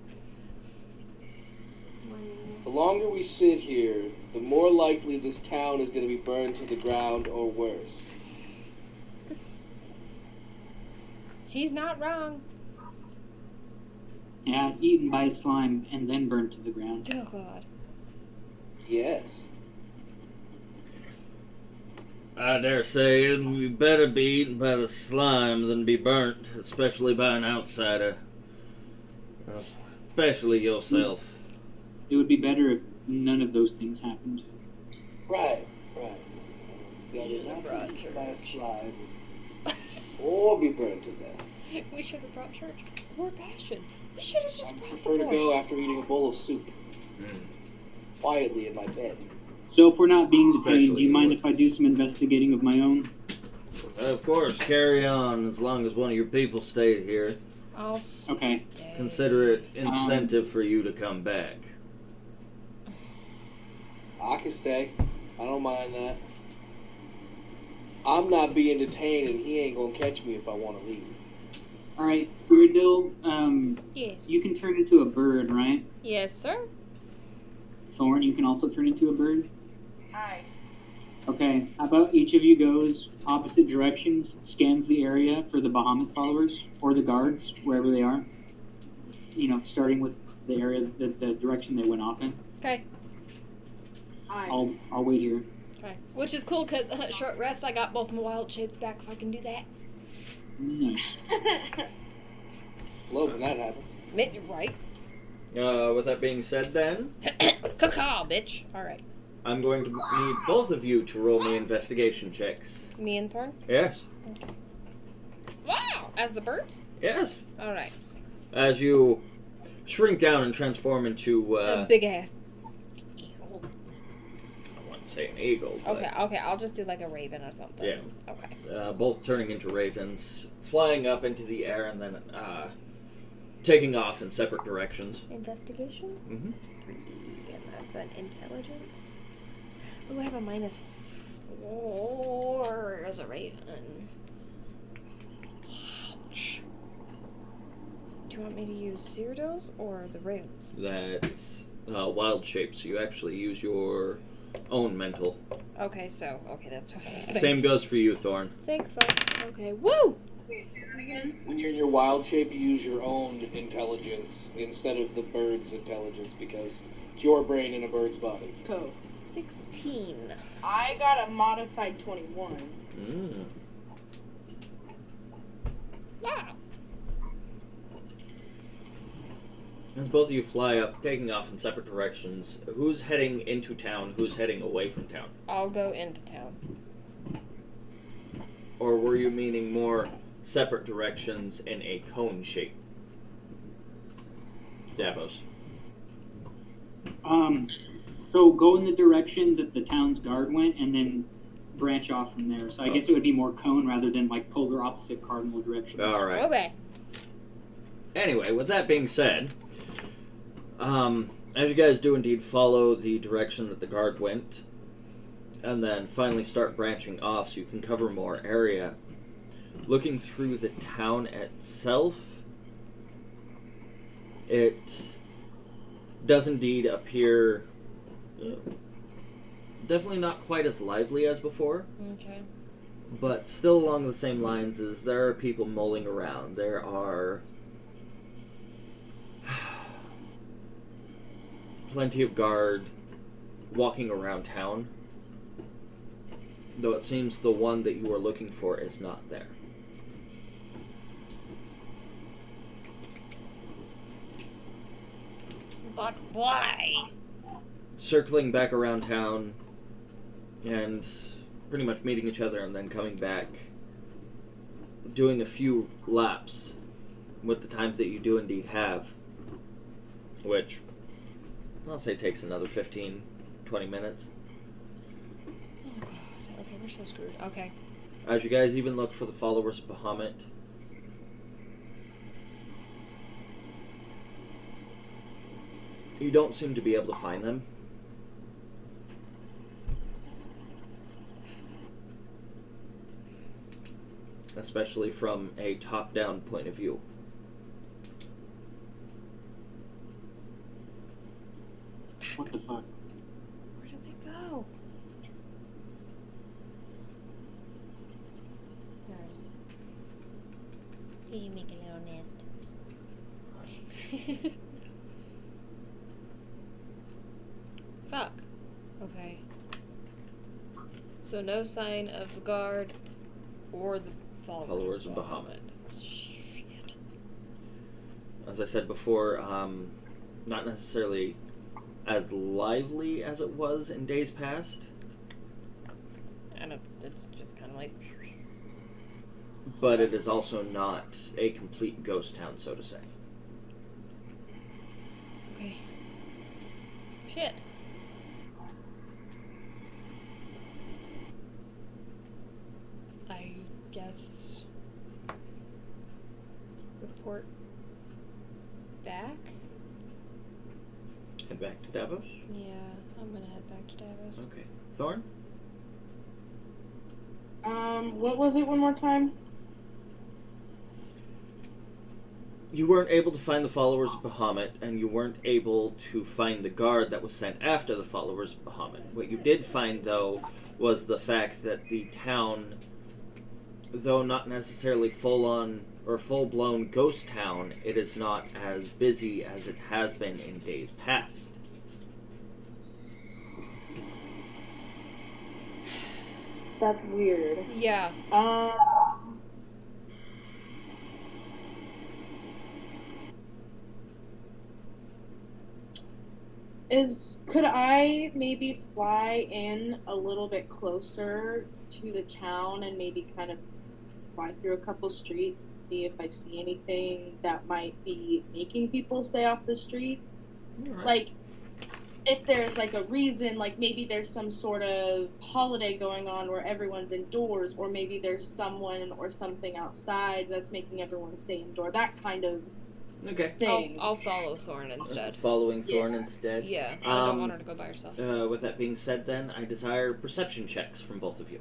Speaker 6: The longer we sit here, the more likely this town is going to be burned to the ground or worse.
Speaker 2: He's not wrong.
Speaker 5: Yeah, eaten by slime and then burned to the ground.
Speaker 2: Oh God.
Speaker 6: Yes.
Speaker 1: I dare say it we better be eaten by the slime than be burnt, especially by an outsider. Especially yourself.
Speaker 5: It would be better if none of those things happened.
Speaker 6: Right, right. Better not be eaten by a slime or be burned to death.
Speaker 2: We should have brought church or passion. We should have just
Speaker 6: I
Speaker 2: brought
Speaker 6: prefer
Speaker 2: the Hmm.
Speaker 6: to go
Speaker 2: boys.
Speaker 6: after eating a bowl of soup quietly in my bed.
Speaker 5: So if we're not being detained, do
Speaker 1: Especially
Speaker 5: you mind
Speaker 1: with-
Speaker 5: if I do some investigating of my own?
Speaker 1: Of course, carry on as long as one of your people stay here.
Speaker 2: I'll stay.
Speaker 5: Okay.
Speaker 1: Consider it incentive for you to come back.
Speaker 6: I can stay. I don't mind that. I'm not being detained, and he ain't gonna catch me if I want to leave.
Speaker 5: All right, Squirtle, um,
Speaker 2: Yes.
Speaker 5: you can turn into a bird, right?
Speaker 2: Yes, sir.
Speaker 5: Thorn, you can also turn into a bird.
Speaker 4: Hi.
Speaker 5: Okay, how about each of you goes opposite directions, scans the area for the Bahamut followers or the guards, wherever they are. You know, starting with the area, the, the direction they went off in.
Speaker 2: Okay.
Speaker 4: Hi.
Speaker 5: I'll, I'll wait here.
Speaker 2: Okay. Which is cool because uh, short rest, I got both my wild shapes back, so I can do that.
Speaker 5: Nice.
Speaker 6: Love when that happens.
Speaker 2: Mitt, you're right.
Speaker 1: Uh, with that being said, then,
Speaker 2: Cacaw, bitch. All right.
Speaker 1: I'm going to need both of you to roll me investigation checks.
Speaker 2: Me and Thorn.
Speaker 1: Yes.
Speaker 2: Wow. As the birds.
Speaker 1: Yes.
Speaker 2: All right.
Speaker 1: As you shrink down and transform into,
Speaker 2: a
Speaker 1: uh,
Speaker 2: big ass. eagle.
Speaker 1: I wouldn't say an eagle, but
Speaker 2: Okay. Okay. I'll just do like a raven or something.
Speaker 1: Yeah.
Speaker 2: Okay.
Speaker 1: uh, both turning into ravens, flying up into the air, and then uh, taking off in separate directions.
Speaker 2: Investigation.
Speaker 1: Mhm.
Speaker 2: And that's an intelligence. Ooh, I have a minus four as a raven. Ouch. Do you want me to use Gyarados or the ravens?
Speaker 1: That's uh, wild shape, so you actually use your own mental.
Speaker 2: Okay, so okay, that's
Speaker 1: Same goes for you, Thorn.
Speaker 2: Thankful. Okay. Woo.
Speaker 4: Wait, say that again?
Speaker 6: When you're in your wild shape, you use your own intelligence instead of the bird's intelligence because it's your brain in a bird's body.
Speaker 4: Cool.
Speaker 2: Sixteen.
Speaker 4: I got a modified 21.
Speaker 1: Mm.
Speaker 2: Wow.
Speaker 1: As both of you fly up, taking off in separate directions, who's heading into town, who's heading away from town?
Speaker 2: I'll go into town.
Speaker 1: Or were you meaning more separate directions in a cone shape? Davos.
Speaker 5: Um, so go in the direction that the town's guard went, and then branch off from there. So I guess it would be more cone rather than like polar opposite cardinal directions.
Speaker 1: Alright.
Speaker 2: Okay.
Speaker 1: Anyway, with that being said, um, as you guys do indeed follow the direction that the guard went, and then finally start branching off so you can cover more area, looking through the town itself, it does indeed appear uh, definitely not quite as lively as before
Speaker 2: Okay.
Speaker 1: but still along the same lines is there are people mulling around there are plenty of guard walking around town though it seems the one that you are looking for is not there
Speaker 2: But why?
Speaker 1: circling back around town and pretty much meeting each other and then coming back doing a few laps with the times that you do indeed have which i'll say takes another 15 20 minutes
Speaker 2: Oh god. Okay, we're so screwed. Okay.
Speaker 1: as you guys even look for the followers of bahamut you don't seem to be able to find them especially from a top down point of view.
Speaker 5: What the fuck?
Speaker 2: Where do we go? Here you make a little nest. Fuck. Okay. So no sign of the guard or the followers,
Speaker 1: Followers of Bahamut.
Speaker 2: Bahamut. Shit.
Speaker 1: As I said before, um, not necessarily as lively as it was in days past,
Speaker 2: I know. It's just kind of like.
Speaker 1: but it is also not a complete ghost town, so to say.
Speaker 2: Okay. Shit. I guess report back.
Speaker 1: Head back to Davos.
Speaker 2: Yeah, I'm gonna head back to Davos.
Speaker 1: Okay. Thorn?
Speaker 4: Um, what was it one more time?
Speaker 1: You weren't able to find the followers of Bahamut, and you weren't able to find the guard that was sent after the followers of Bahamut. What you did find, though, was the fact that the town, though not necessarily full on or full blown ghost town, it is not as busy as it has been in days past.
Speaker 4: That's weird.
Speaker 2: Yeah.
Speaker 4: Um. Is could I maybe fly in a little bit closer to the town and maybe kind of fly through a couple streets and see if I see anything that might be making people stay off the streets? like if there's like a reason like maybe there's some sort of holiday going on where everyone's indoors or maybe there's someone or something outside that's making everyone stay indoor that kind of
Speaker 1: Okay. Uh,
Speaker 2: I'll,
Speaker 4: thing
Speaker 2: I'll follow Thorn instead.
Speaker 1: Following Thorn
Speaker 4: Yeah.
Speaker 1: instead.
Speaker 2: Yeah. I don't
Speaker 1: Um,
Speaker 2: want her to go by herself.
Speaker 1: Uh, with that being said, then, I desire perception checks from both of you.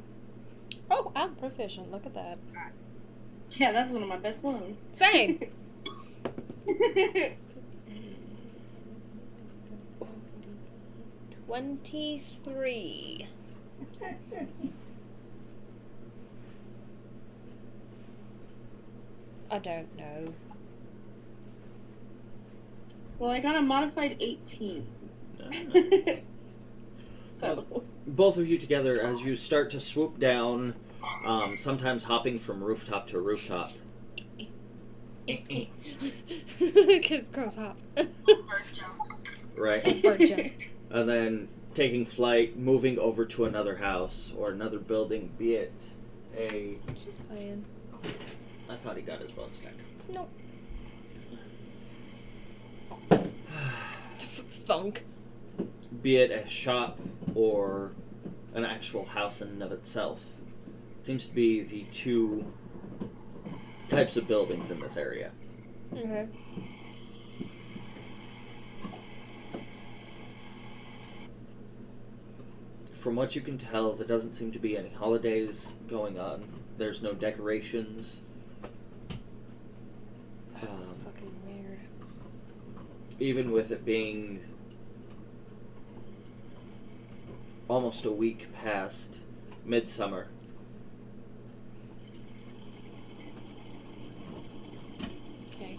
Speaker 2: Oh, I'm proficient. Look at that.
Speaker 4: yeah that's one of my best ones
Speaker 2: Same. Twenty-three. I don't know.
Speaker 4: well i got a modified 18
Speaker 1: Uh,
Speaker 4: so
Speaker 1: both of you together as you start to swoop down, um, sometimes hopping from rooftop to rooftop.
Speaker 2: Kids cross hop.
Speaker 1: Oh. Right.
Speaker 2: Bird jumps.
Speaker 1: And then taking flight, moving over to another house or another building, be it a.
Speaker 2: She's playing.
Speaker 1: I thought he got his bone stack.
Speaker 2: Nope. Thunk.
Speaker 1: Be it a shop or an actual house in and of itself. Seems to be the two types of buildings in this area.
Speaker 2: Okay.
Speaker 1: From what you can tell, there doesn't seem to be any holidays going on. There's no decorations.
Speaker 2: That's
Speaker 1: Um,
Speaker 2: fucking weird.
Speaker 1: even with it being almost a week past midsummer.
Speaker 2: Okay.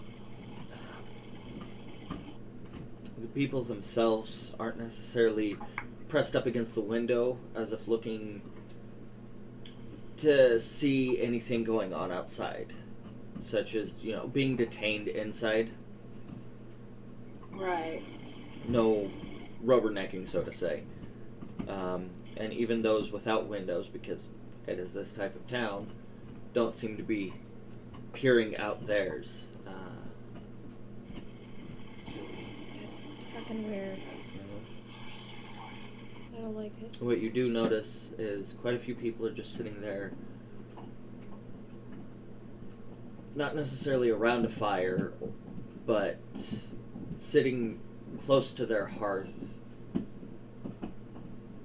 Speaker 1: The people themselves aren't necessarily pressed up against the window as if looking to see anything going on outside, such as, you know, being detained inside.
Speaker 4: right
Speaker 1: no rubbernecking, so to say. Um, and even those without windows, because it is this type of town, don't seem to be peering out theirs. Uh,
Speaker 2: That's fucking weird. I don't like it.
Speaker 1: what you do notice is quite a few people are just sitting there, not necessarily around a fire, but sitting close to their hearth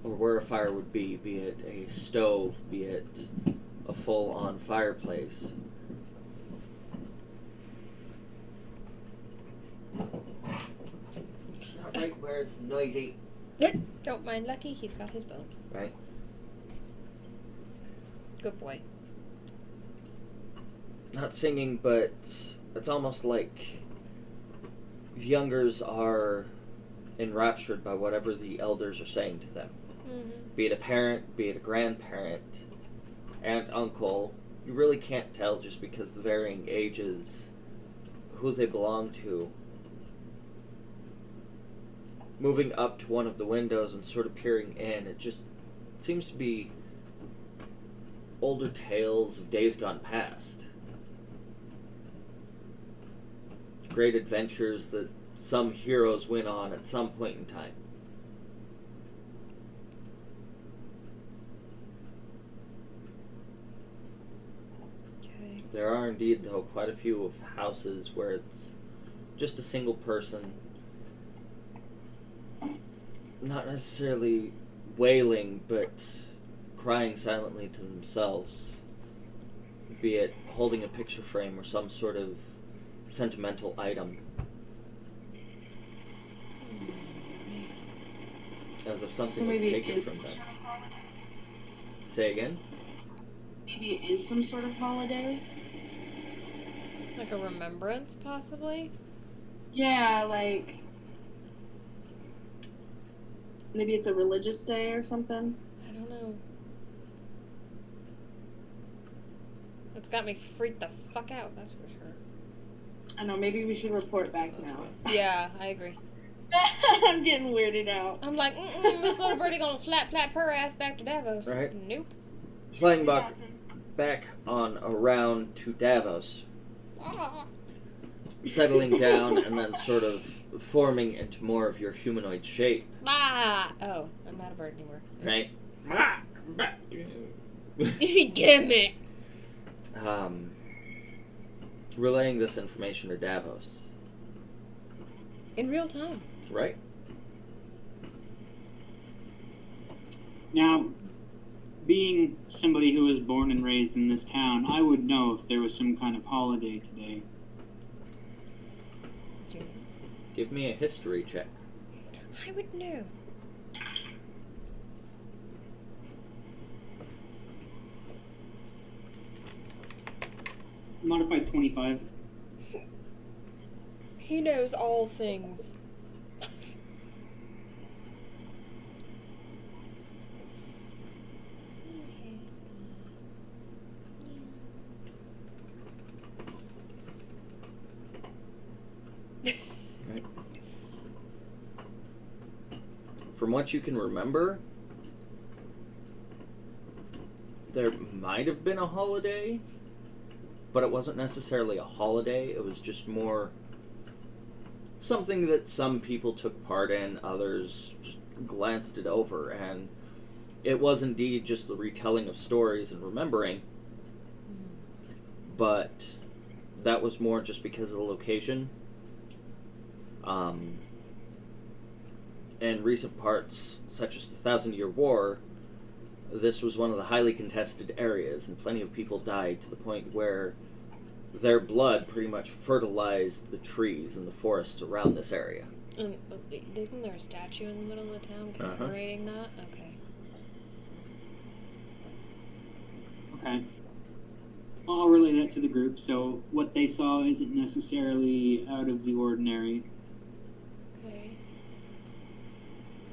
Speaker 1: or where a fire would be, be it a stove, be it a full on fireplace. Right where it's noisy.
Speaker 2: Don't mind Lucky, he's got his bone.
Speaker 1: Right.
Speaker 2: Good boy.
Speaker 1: Not singing, but it's almost like the youngers are enraptured by whatever the elders are saying to them.
Speaker 2: Mm-hmm.
Speaker 1: be it a parent, be it a grandparent, aunt, uncle, you really can't tell just because the varying ages who they belong to. Moving up to one of the windows and sort of peering in, it just seems to be older tales of days gone past. Great adventures that some heroes went on at some point in time.
Speaker 2: Okay.
Speaker 1: There are indeed, though, quite a few of houses where it's just a single person, not necessarily wailing, but crying silently to themselves, be it holding a picture frame or some sort of sentimental item, as if something
Speaker 4: so
Speaker 1: was
Speaker 4: maybe
Speaker 1: taken
Speaker 4: it is
Speaker 1: from
Speaker 4: some
Speaker 1: them.
Speaker 4: sort of holiday.
Speaker 1: Say again?
Speaker 4: Maybe it is some sort of holiday.
Speaker 2: Like a remembrance, possibly?
Speaker 4: Yeah, like maybe it's a religious day or something.
Speaker 2: I don't know. It's got me freaked the fuck out, that's for sure.
Speaker 4: I know. Maybe we should report back now.
Speaker 2: Yeah, I agree.
Speaker 4: I'm getting weirded out.
Speaker 2: I'm like, mm-mm, this little birdie gonna flap flap her ass back to Davos.
Speaker 1: Right.
Speaker 2: Nope.
Speaker 1: Flying back, back on around to Davos.
Speaker 2: Ah.
Speaker 1: settling down and then sort of forming into more of your humanoid shape,
Speaker 2: Ah. Oh, I'm not a bird anymore.
Speaker 1: right?
Speaker 2: Give me.
Speaker 1: Um, relaying this information to Davos,
Speaker 2: In real time.
Speaker 1: right?
Speaker 5: Now, being somebody who was born and raised in this town, I would know if there was some kind of holiday today.
Speaker 1: Give me a history check.
Speaker 2: I would know.
Speaker 5: Modified 25.
Speaker 2: He knows all things.
Speaker 1: From what you can remember, there might have been a holiday, but it wasn't necessarily a holiday. It was just more something that some people took part in, others just glanced it over, and it was indeed just the retelling of stories and remembering. But that was more just because of the location. Um, in recent parts, such as the Thousand Year War, this was one of the highly contested areas, and plenty of people died to the point where their blood pretty much fertilized the trees and the forests around this area.
Speaker 2: Um, oh, isn't there a statue in the middle of the town
Speaker 1: Uh-huh.
Speaker 2: commemorating that? Okay.
Speaker 5: Okay. Well, I'll relay that to the group. So, what they saw isn't necessarily out of the ordinary.
Speaker 2: Okay.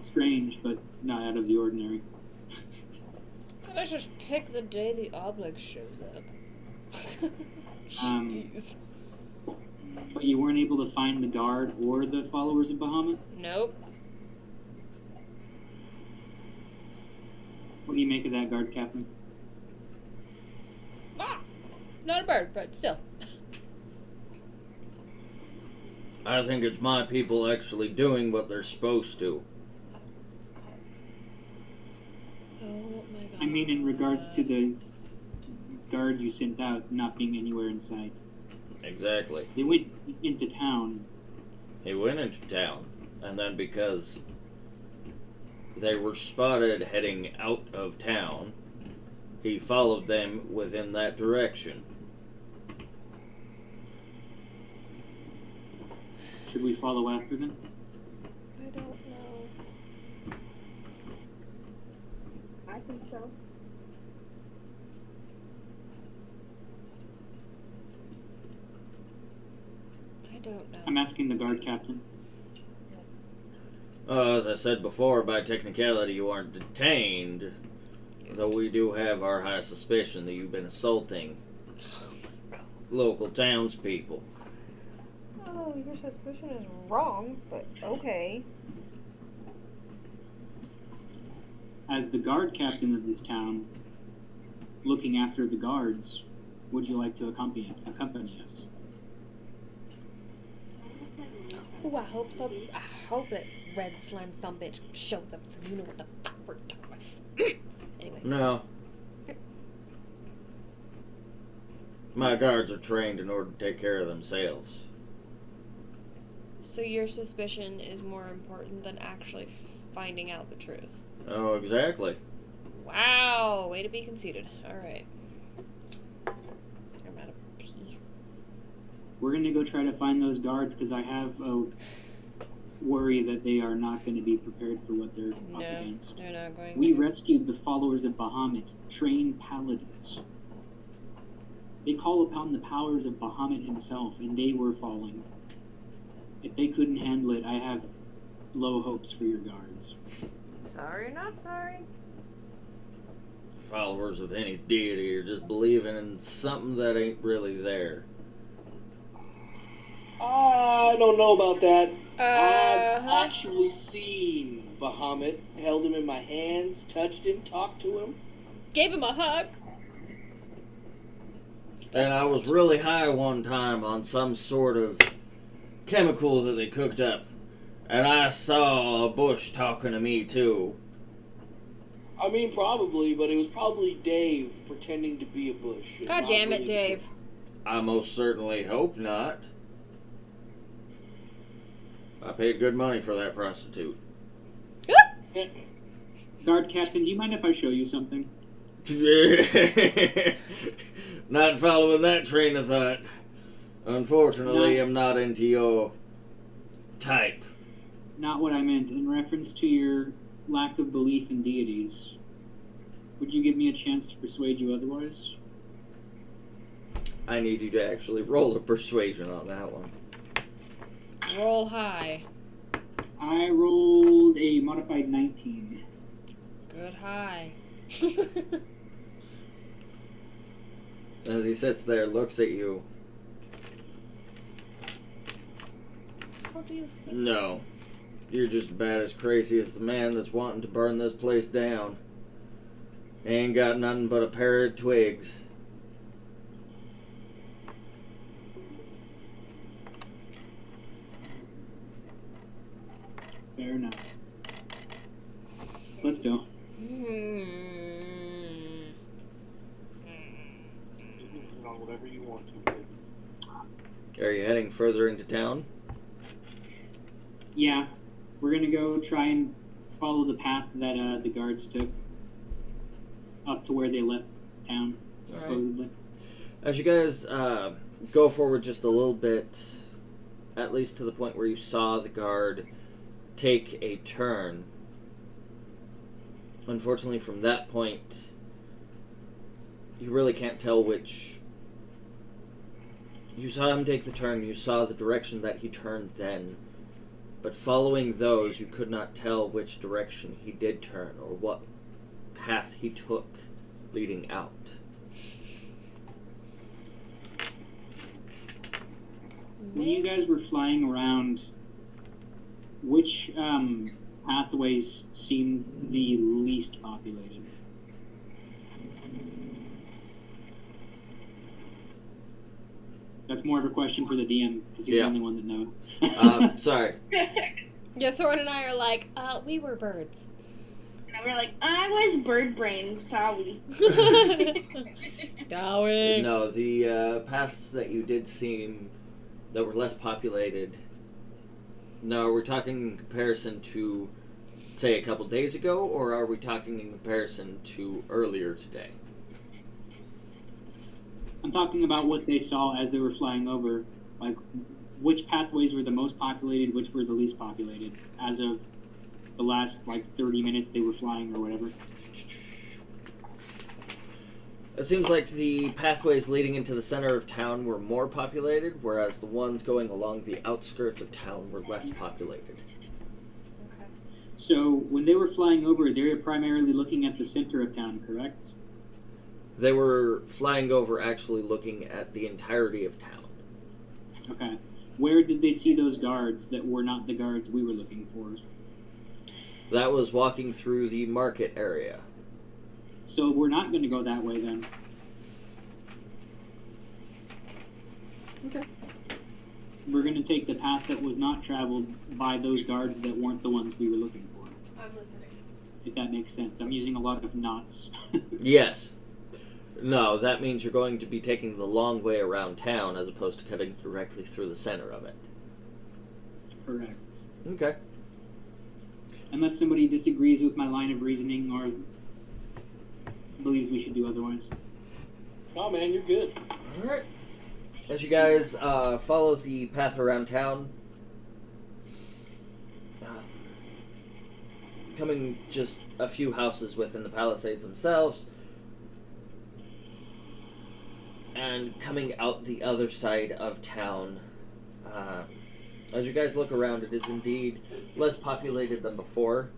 Speaker 5: Strange, but not out of the ordinary.
Speaker 2: Can I just pick the day the obelisk shows up?
Speaker 5: Um,
Speaker 2: Jeez.
Speaker 5: But you weren't able to find the guard or the followers of Bahamut?
Speaker 2: nope.
Speaker 5: What do you make of that guard, Captain?
Speaker 2: Ah! Not a bird, but still.
Speaker 1: I think it's my people actually doing what they're supposed to.
Speaker 2: Oh my god.
Speaker 5: I mean, in regards to the guard you sent out not being anywhere in sight.
Speaker 1: Exactly.
Speaker 5: They went into town.
Speaker 1: He went into town, and then because they were spotted heading out of town, He followed them within that direction.
Speaker 5: Should we follow after them?
Speaker 2: I don't know.
Speaker 4: I think so.
Speaker 2: I don't know.
Speaker 5: I'm asking the guard captain.
Speaker 1: Uh, as I said before, by technicality, you aren't detained, though we do have our high suspicion that you've been assaulting local townspeople.
Speaker 7: Oh, your suspicion is wrong, but okay.
Speaker 5: As the guard captain of this town, looking after the guards, would you like to accompany accompany us?
Speaker 2: Ooh, I hope so. I hope that red slime thumb bitch shows up so you know what the fuck we're talking about. anyway,
Speaker 1: No. My guards are trained in order to take care of themselves.
Speaker 2: so your suspicion is more important than actually finding out the truth.
Speaker 1: Oh, exactly.
Speaker 2: Wow, way to be conceited. All right. I'm out of pee.
Speaker 5: We're gonna go try to find those guards because I have a worry that they are not gonna be prepared for what they're
Speaker 2: No.
Speaker 5: up against.
Speaker 2: They're not going.
Speaker 5: We
Speaker 2: to.
Speaker 5: rescued the followers of Bahamut, trained paladins. They call upon the powers of Bahamut himself, and they were falling. If they couldn't handle it, I have low hopes for your guards.
Speaker 7: Sorry, not sorry.
Speaker 1: Followers of any deity are just believing in something that ain't really there.
Speaker 6: I don't know about that.
Speaker 2: Uh,
Speaker 6: I've
Speaker 2: Uh-huh.
Speaker 6: actually seen Bahamut, held him in my hands, touched him, talked to him.
Speaker 2: Gave him a hug.
Speaker 1: And I was really high one time on some sort of chemical that they cooked up. And I saw a bush talking to me too.
Speaker 6: I mean, probably, but it was probably Dave pretending to be a bush. and
Speaker 2: God
Speaker 6: not
Speaker 2: damn
Speaker 6: really
Speaker 2: it,
Speaker 6: the
Speaker 2: Dave.
Speaker 6: bush.
Speaker 1: I most certainly hope not. I paid good money for that prostitute.
Speaker 5: Guard captain, do you mind if I show you something?
Speaker 1: not following that train of thought. Unfortunately,
Speaker 5: Not-
Speaker 1: I'm not into your type.
Speaker 5: Not what I meant. In reference to your lack of belief in deities, would you give me a chance to persuade you otherwise?
Speaker 1: I need you to actually roll a persuasion on that one.
Speaker 2: Roll high.
Speaker 5: I rolled a modified 19.
Speaker 2: Good high. Hmm.
Speaker 1: As he sits there, looks at you.
Speaker 2: How do you think?
Speaker 1: No. You're just about as crazy as the man that's wanting to burn this place down. Ain't got nothing but a pair of twigs.
Speaker 5: Fair enough. Let's go.
Speaker 2: Hmm.
Speaker 6: You can put on whatever you want to. Dave.
Speaker 1: Are you heading further into town?
Speaker 5: Yeah, we're gonna go try and follow the path that uh, the guards took up to where they left town, supposedly.
Speaker 1: As you guys uh, go forward just a little bit, at least to the point where you saw the guard take a turn, unfortunately, from that point, you really can't tell which. You saw him take the turn, you saw the direction that he turned then, but following those, you could not tell which direction he did turn or what path he took leading out.
Speaker 5: When you guys were flying around, which um, pathways seemed the least populated? That's more of a question for the DM because he's
Speaker 1: Yeah.
Speaker 5: the only one that knows.
Speaker 1: Um, sorry.
Speaker 2: Yeah, Thorin and I are like, uh, we were birds.
Speaker 4: And we're like, I was bird brain, sorry.
Speaker 2: Darwin.
Speaker 1: No, the uh, paths that you did seem that were less populated. No, we're talking in comparison to, say, a couple days ago, or are we talking in comparison to earlier today?
Speaker 5: I'm talking about what they saw as they were flying over. Like, which pathways were the most populated, which were the least populated as of the last, like, 30 minutes they were flying or whatever.
Speaker 1: It seems like the pathways leading into the center of town were more populated, whereas the ones going along the outskirts of town were less populated.
Speaker 7: Okay.
Speaker 5: So, when they were flying over, they were primarily looking at the center of town, correct?
Speaker 1: They were flying over, actually looking at the entirety of town.
Speaker 5: Okay. Where did they see those guards that were not the guards we were looking for?
Speaker 1: That was walking through the market area.
Speaker 5: So we're not going to go that way then.
Speaker 1: Okay.
Speaker 5: We're going to take the path that was not traveled by those guards that weren't the ones we were looking for.
Speaker 8: I'm listening.
Speaker 5: If that makes sense. I'm using a lot of knots.
Speaker 1: Yes. No, that means you're going to be taking the long way around town as opposed to cutting directly through the center of it.
Speaker 5: Correct.
Speaker 1: Okay.
Speaker 5: Unless somebody disagrees with my line of reasoning or believes we should do otherwise.
Speaker 6: Oh man, you're good.
Speaker 1: Alright. As you guys uh, follow the path around town, uh, coming just a few houses within the Palisades themselves, and coming out the other side of town, uh, as you guys look around, it is indeed less populated than before,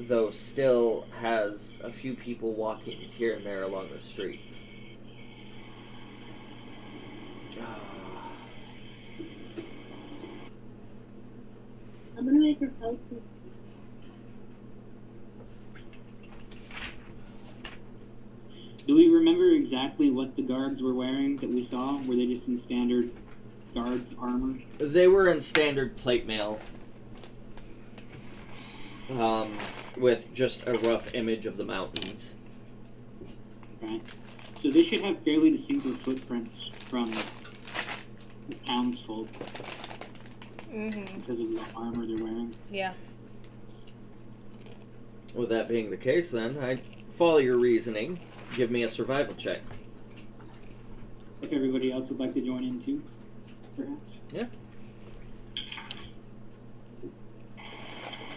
Speaker 1: though still has a few people walking here and there along the streets.
Speaker 4: I'm gonna make her post. it.
Speaker 5: Do we remember exactly what the guards were wearing that we saw? Were they just in standard guards armor?
Speaker 1: They were in standard plate mail. Um, with just a rough image of the mountains.
Speaker 5: So they should have fairly distinctive footprints from the townsfolk
Speaker 7: Mm-hmm.
Speaker 5: because of the armor they're wearing.
Speaker 2: Yeah.
Speaker 1: With that being the case, then, I follow your reasoning. Give me a survival check.
Speaker 5: If everybody else would like to join in too, perhaps.
Speaker 1: Yeah.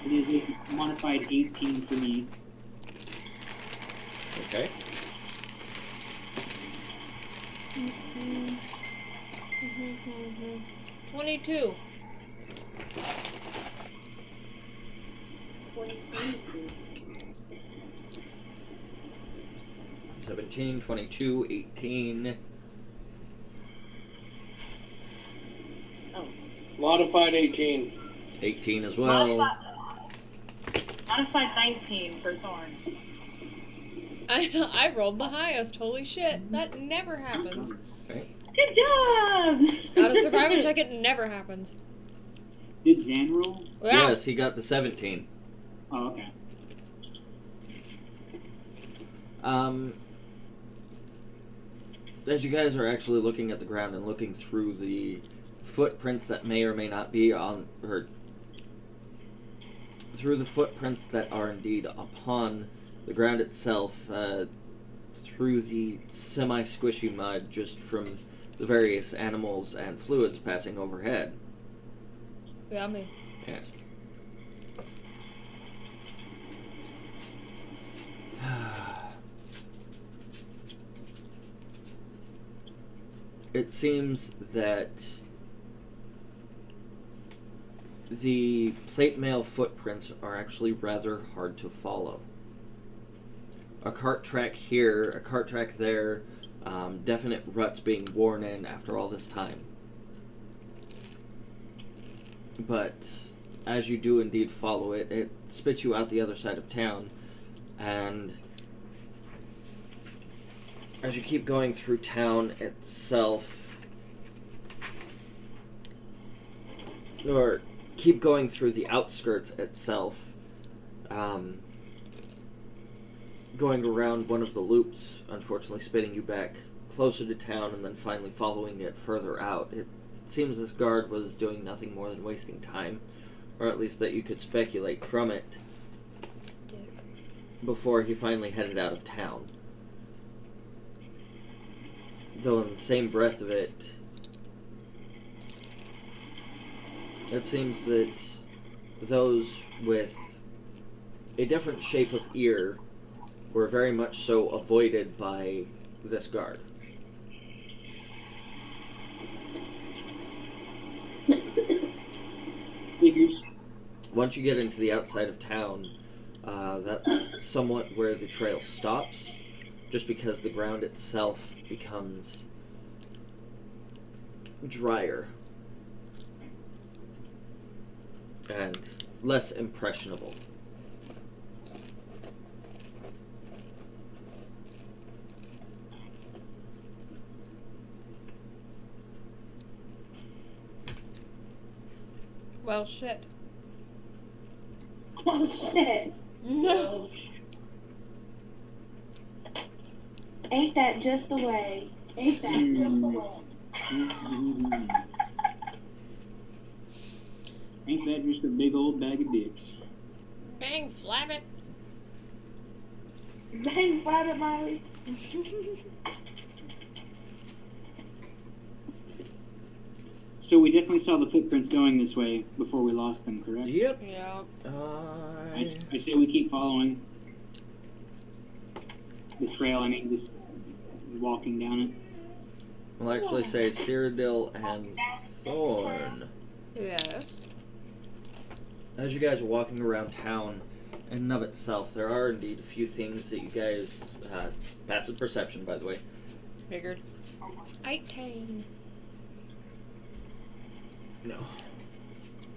Speaker 5: It is a modified 18 for me.
Speaker 1: Okay.
Speaker 2: Twenty-two.
Speaker 1: 17, 22, 18.
Speaker 6: Modified 18.
Speaker 1: 18 as well.
Speaker 4: Modified- Modified 19 for Thorn.
Speaker 2: I I rolled the highest. Holy shit! That never happens.
Speaker 4: Good job!
Speaker 2: Out of survival check, it never happens.
Speaker 5: Did Zan roll?
Speaker 2: Yeah.
Speaker 1: Yes, he got the 17.
Speaker 5: Oh, okay.
Speaker 1: Um, as you guys are actually looking at the ground and looking through the footprints that may or may not be on, or through the footprints that are indeed upon the ground itself, uh, through the semi squishy mud just from the various animals and fluids passing overhead.
Speaker 2: Yeah, I mean,
Speaker 1: Yes. It seems that the plate mail footprints are actually rather hard to follow. A cart track here, a cart track there, um, definite ruts being worn in after all this time. But as you do indeed follow it, it spits you out the other side of town. And as you keep going through town itself, or keep going through the outskirts itself, um, going around one of the loops, unfortunately spitting you back closer to town and then finally following it further out, it seems this guard was doing nothing more than wasting time, or at least that you could speculate from it, before he finally headed out of town. though, in the same breath of it, it seems that those with a different shape of ear were very much so avoided by this guard.
Speaker 5: Figures.
Speaker 1: Once you get into the outside of town, uh, that's somewhat where the trail stops, just because the ground itself becomes drier and less impressionable.
Speaker 2: Well, shit.
Speaker 4: Oh shit!
Speaker 2: No.
Speaker 4: Ain't that just the way? Ain't that just the way?
Speaker 5: Mm. Ain't that just a big old bag of dicks?
Speaker 2: Bang, flab it.
Speaker 4: Bang, flab it, Molly.
Speaker 5: So we definitely saw the footprints going this way before we lost them, correct?
Speaker 1: Yep.
Speaker 2: yeah.
Speaker 5: I, s-
Speaker 1: I
Speaker 5: I say we keep following the trail. I mean, just walking down it.
Speaker 1: will actually say Cyrodiil and Thorn.
Speaker 2: Yes.
Speaker 1: As you guys are walking around town, in and of itself, there are indeed a few things that you guys uh, passive perception, by the way.
Speaker 2: Figured. 18.
Speaker 1: No.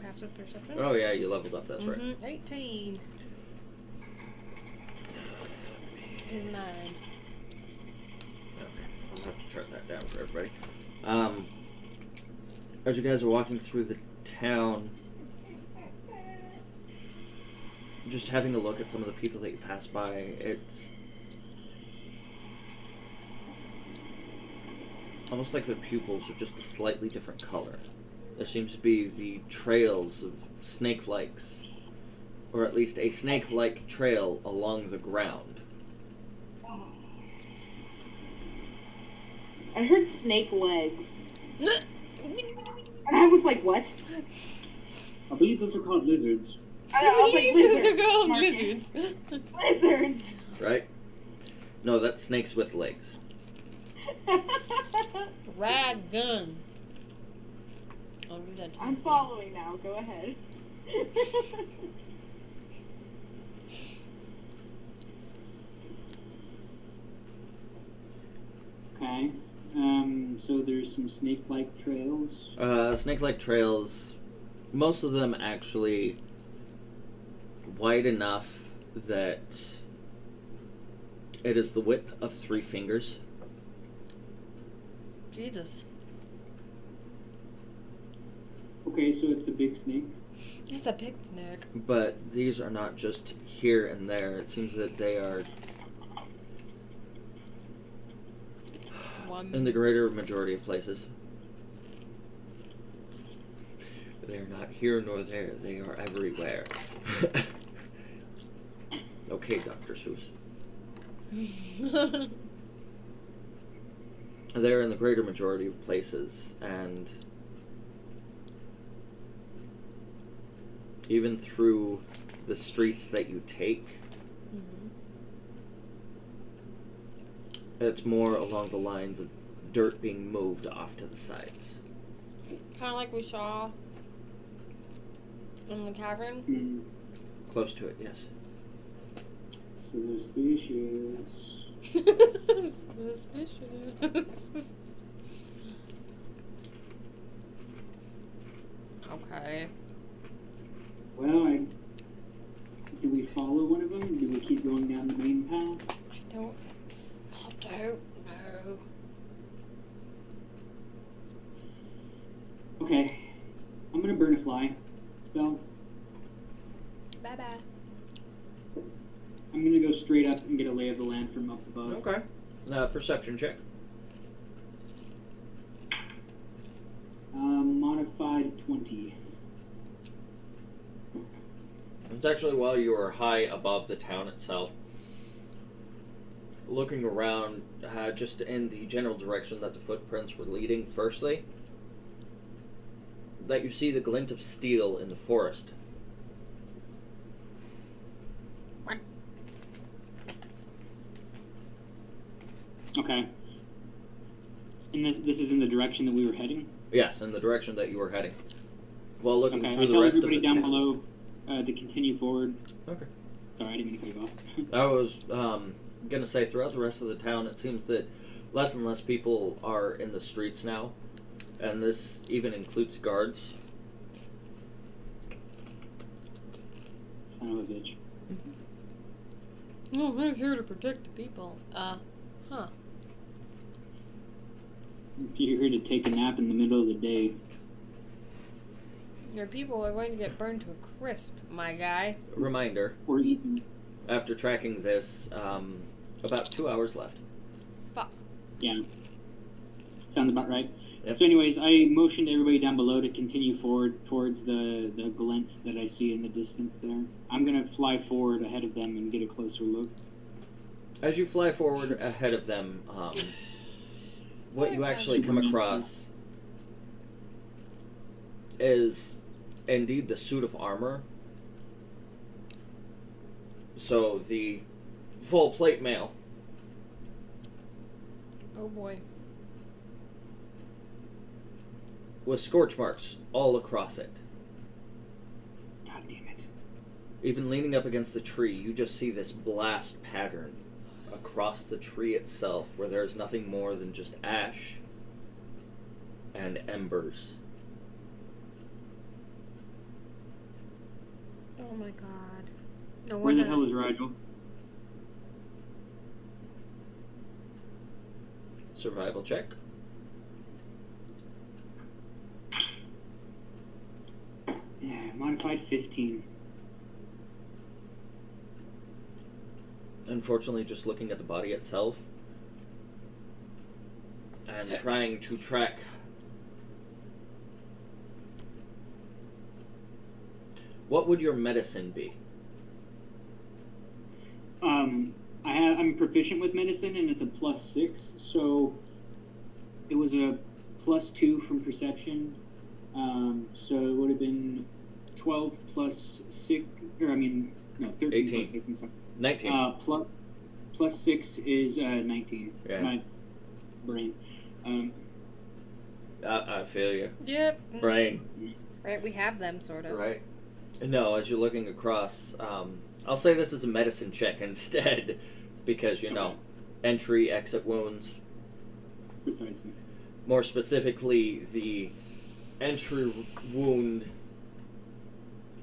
Speaker 2: Passive perception.
Speaker 1: Oh yeah, you leveled up. That's right.
Speaker 2: Mhm, 18. Is mine.
Speaker 1: Okay, I'm gonna have to turn that down for everybody. Um, as you guys are walking through the town, just having a look at some of the people that you pass by, it's almost like their pupils are just a slightly different color. There seems to be the trails of snake likes, or at least a snake like trail along the ground.
Speaker 4: I heard snake legs, and I was like, "What?"
Speaker 5: I believe those are called lizards.
Speaker 4: I, I was like,
Speaker 2: Lizards are
Speaker 4: "Lizards,
Speaker 2: called
Speaker 4: Marcus.
Speaker 2: lizards.
Speaker 4: lizards."
Speaker 1: right? No, that's snakes with legs.
Speaker 2: Rag gun. I'll do that.
Speaker 4: I'm following now. Go ahead.
Speaker 5: Okay. Um, so there's some snake-like trails.
Speaker 1: Uh, snake-like trails, most of them actually wide enough that it is the width of three fingers.
Speaker 2: Jesus.
Speaker 5: Okay, so it's a big snake.
Speaker 2: It's a pig snack.
Speaker 1: But these are not just here and there. It seems that they are
Speaker 2: One.
Speaker 1: in the greater majority of places. They are not here nor there. They are everywhere. okay, Dr. Seuss. they're in the greater majority of places and even through the streets that you take it's more along the lines of dirt being moved off to the sides
Speaker 2: kind of like we saw in the cavern.
Speaker 5: Hmm.
Speaker 1: close to it yes
Speaker 5: So they're species.
Speaker 2: Suspicious. okay.
Speaker 5: Well, I, do we follow one of them? Do we keep going down the main path?
Speaker 2: I don't. I don't know.
Speaker 5: Okay. I'm gonna burn a fly spell.
Speaker 2: Bye bye.
Speaker 5: I'm gonna go straight up and get a lay of the land from up above.
Speaker 1: okay uh, perception check
Speaker 5: Um, modified 20.
Speaker 1: it's actually while you are high above the town itself looking around uh, just in the general direction that the footprints were leading, firstly, that you see the glint of steel in the forest.
Speaker 5: Okay. And this, this is in the direction that we were heading.
Speaker 1: Yes, in the direction that you were heading. While looking
Speaker 5: Okay.
Speaker 1: through
Speaker 5: I
Speaker 1: the
Speaker 5: tell
Speaker 1: rest of
Speaker 5: everybody
Speaker 1: the
Speaker 5: down
Speaker 1: town-
Speaker 5: below uh, to continue forward.
Speaker 1: Okay.
Speaker 5: Sorry, I didn't mean to cut you off.
Speaker 1: I was um, gonna say throughout the rest of the town, it seems that less and less people are in the streets now, and this even includes guards.
Speaker 5: Son of a bitch.
Speaker 2: No, we're here to protect the people. Uh,
Speaker 5: If you're here to take a nap in the middle of the day,
Speaker 2: your people are going to get burned to a crisp, my guy.
Speaker 1: Reminder:
Speaker 5: or eaten.
Speaker 1: after tracking this, um, about two hours left.
Speaker 5: Sounds about right.
Speaker 1: Yep.
Speaker 5: So, anyways, I motioned everybody down below to continue forward towards the the glint that I see in the distance there. I'm gonna fly forward ahead of them and get a closer look.
Speaker 1: As you fly forward ahead of them, um, what you actually come across is indeed the suit of armor. So the full plate mail
Speaker 2: Oh boy.
Speaker 1: with scorch marks all across it.
Speaker 5: God damn it!
Speaker 1: Even leaning up against the tree, you just see this blast pattern across the tree itself, where there is nothing more than just ash and embers.
Speaker 2: Oh my god. No
Speaker 5: Where
Speaker 2: wonder.
Speaker 5: the hell is Rigel?
Speaker 1: Survival check.
Speaker 5: Yeah, modified 15.
Speaker 1: Unfortunately, just looking at the body itself and trying to track. What would your medicine be?
Speaker 5: Um, I have, I'm proficient with medicine, and it's a plus six, so it was a plus two from perception. Um, so it would have been 12 plus six, or I mean, no, 13
Speaker 1: 18.
Speaker 5: plus six. I'm sorry.
Speaker 1: 19.
Speaker 5: Uh, plus plus six is uh, 19.
Speaker 1: Yeah.
Speaker 5: My brain. Um,
Speaker 1: Uh, I, I feel you.
Speaker 2: Mm-hmm. Yep.
Speaker 1: Brain.
Speaker 2: Right, we have them sort of.
Speaker 1: Right. No, as you're looking across, um, I'll say this is a medicine check instead, because you know,
Speaker 5: Okay.
Speaker 1: entry, exit wounds.
Speaker 5: precisely.
Speaker 1: More specifically, the entry wound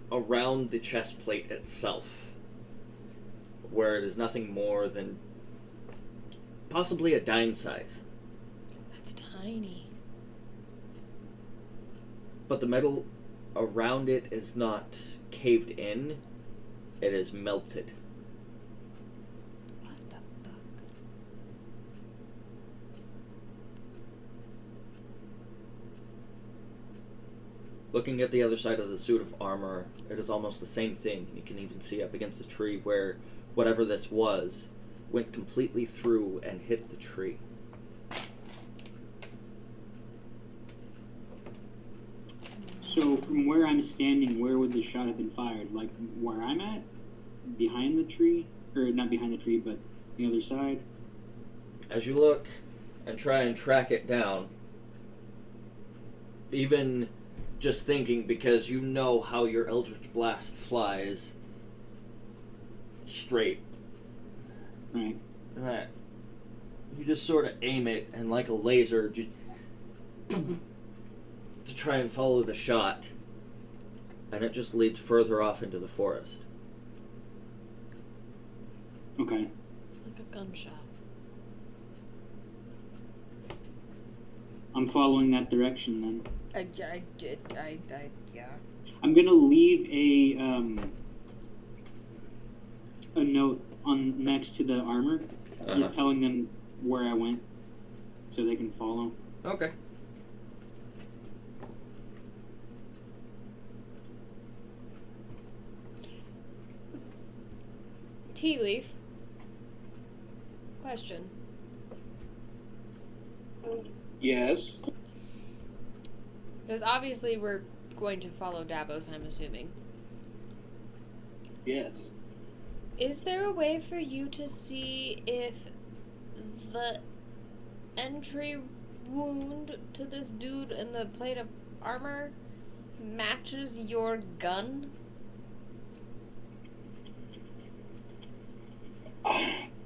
Speaker 1: around the chest plate itself, where it is nothing more than possibly a dime size.
Speaker 2: That's tiny.
Speaker 1: but the metal around it is not caved in it is melted
Speaker 2: What the fuck?
Speaker 1: looking at the other side of the suit of armor it is almost the same thing you can even see up against the tree where whatever this was went completely through and hit the tree
Speaker 5: So from where I'm standing, where would the shot have been fired? Like where I'm at, behind the tree, or not behind the tree, but the other side.
Speaker 1: as you look and try and track it down, even just thinking because you know how your Eldritch Blast flies straight.
Speaker 5: Right.
Speaker 1: And that you just sort of aim it and like a laser just to try and follow the shot. And it just leads further off into the forest.
Speaker 5: Okay.
Speaker 2: It's like a gunshot.
Speaker 5: I'm following that direction then.
Speaker 2: I, I did. I, I, yeah.
Speaker 5: I'm gonna leave a um, a note on next to the armor,
Speaker 1: Uh-huh.
Speaker 5: just telling them where I went, so they can follow.
Speaker 1: Okay.
Speaker 2: Tea leaf. What question.
Speaker 6: Yes.
Speaker 2: Because obviously we're going to follow Davos, I'm assuming.
Speaker 6: Yes.
Speaker 2: Is there a way for you to see if the entry wound to this dude in the plate of armor matches your gun?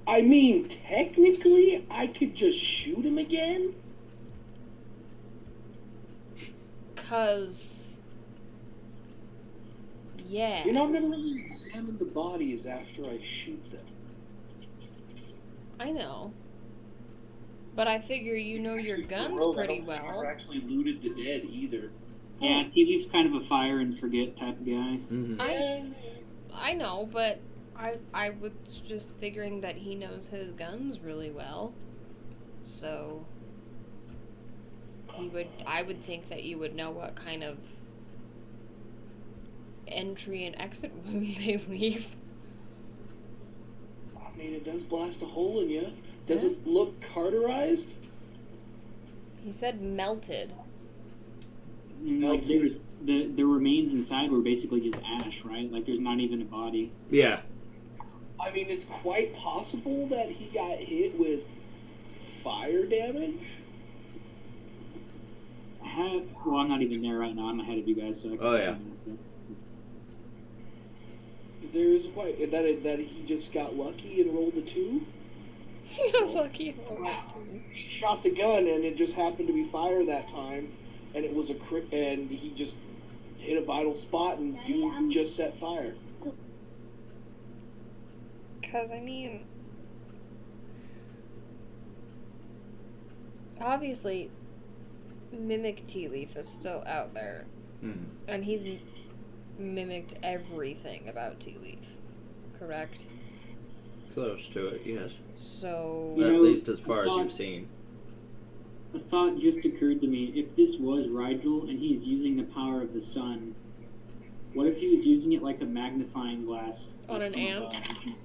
Speaker 6: I mean, technically, I could just shoot him again.
Speaker 2: Cause. Yeah.
Speaker 6: You know, I've never really examined the bodies after I shoot them.
Speaker 2: I know. But I figure you know your
Speaker 6: Actually,
Speaker 2: guns
Speaker 6: Rogue, I
Speaker 2: pretty
Speaker 6: don't think I've ever
Speaker 2: well.
Speaker 6: actually looted the dead either.
Speaker 5: Yeah, Tea Leaf's kind of a fire and forget type of guy.
Speaker 1: Mm-hmm.
Speaker 2: I I know, but I I was just figuring that he knows his guns really well. So he would I would think that you would know what kind of entry and exit wound they leave.
Speaker 6: I mean, it does blast a hole in you. Does it look carterized?
Speaker 2: He said melted.
Speaker 5: And, Like there was the the remains inside were basically just ash, right? Like there's not even a body.
Speaker 1: Yeah.
Speaker 6: I mean, it's quite possible that he got hit with fire damage.
Speaker 5: I have well, I'm not even there right now. I'm ahead of you guys, so I
Speaker 1: Oh, yeah.
Speaker 5: miss that.
Speaker 6: There is quite that that he just got lucky and rolled a two.
Speaker 2: You're lucky.
Speaker 6: Wow. He shot the gun and it just happened to be fire that time, and it was a crit, and he just hit a vital spot and
Speaker 4: Daddy,
Speaker 6: dude
Speaker 4: I'm-
Speaker 6: just set fire.
Speaker 2: Because, I mean. Obviously, Mimic Tea Leaf is still out there.
Speaker 1: Mhm.
Speaker 2: And he's m- mimicked everything about Tea Leaf, correct?
Speaker 1: Close to it, yes.
Speaker 2: So.
Speaker 5: Yeah.
Speaker 1: At
Speaker 5: know,
Speaker 1: least as far as
Speaker 5: uh,
Speaker 1: you've seen.
Speaker 5: A thought just occurred to me. If this was Rigel and he's using the power of the sun, what if he was using it like a magnifying glass?
Speaker 2: On
Speaker 5: like,
Speaker 2: an
Speaker 5: from
Speaker 2: ant?
Speaker 5: above?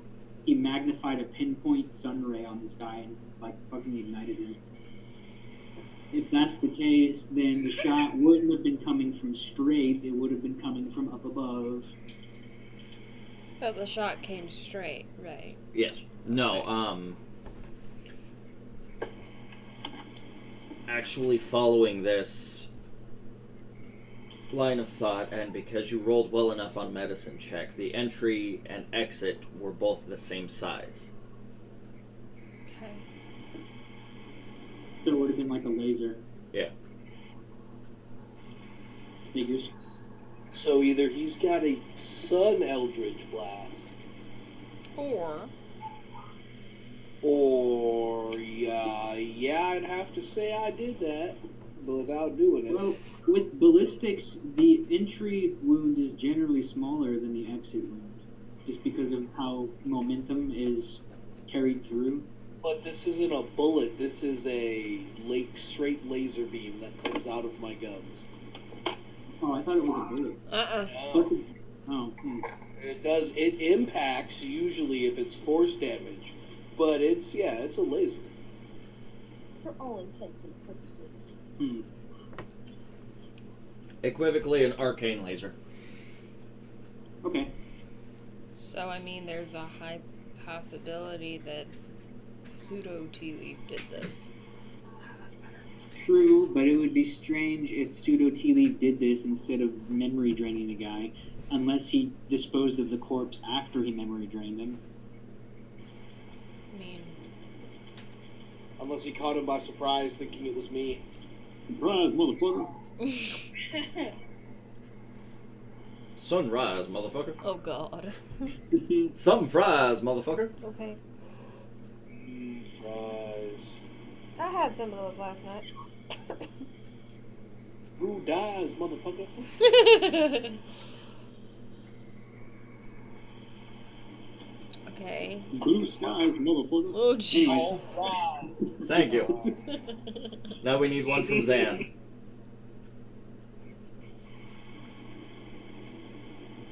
Speaker 5: He magnified a pinpoint sun ray on this guy and like fucking ignited him. If that's the case, then the shot wouldn't have been coming from straight. It would have been coming from up above.
Speaker 2: But the shot came straight, right?
Speaker 1: Yes. No, um. Actually, following this line of thought, and because you rolled well enough on medicine check, the entry and exit were both the same size.
Speaker 2: Okay.
Speaker 5: So it would have been like a laser.
Speaker 1: Yeah.
Speaker 5: Figures.
Speaker 6: So either he's got a sun eldritch blast,
Speaker 2: Or.
Speaker 6: or yeah, yeah, I'd have to say I did that, but without doing it.
Speaker 5: Well, with ballistics, the entry wound is generally smaller than the exit wound, just because of how momentum is carried through.
Speaker 6: But this isn't a bullet. This is a lake straight laser beam that comes out of my gums.
Speaker 5: Oh, I thought it was a bullet.
Speaker 2: Uh uh
Speaker 5: What's
Speaker 6: No,
Speaker 5: it? Oh, hmm.
Speaker 6: it does. It impacts usually if it's force damage, but it's yeah, it's a laser.
Speaker 4: For all intents and purposes.
Speaker 1: Equivocally, an arcane laser.
Speaker 5: okay.
Speaker 2: So, I mean, there's a high possibility that pseudo Tea Leaf did this.
Speaker 5: True, but it would be strange if pseudo Tea Leaf did this instead of memory draining the guy, unless he disposed of the corpse after he memory drained him.
Speaker 2: I mean.
Speaker 6: Unless he caught him by surprise, thinking it was me.
Speaker 5: Surprise, motherfucker!
Speaker 1: Sunrise, motherfucker.
Speaker 2: oh god.
Speaker 1: Some fries, motherfucker.
Speaker 7: Okay.
Speaker 6: Mm, fries.
Speaker 7: I had some of those last night.
Speaker 6: Who dies, motherfucker?
Speaker 2: okay.
Speaker 5: Blue skies, motherfucker!
Speaker 2: Oh
Speaker 5: Anyways.
Speaker 2: jeez.
Speaker 6: All right.
Speaker 1: Thank you. Now we need one from Zan.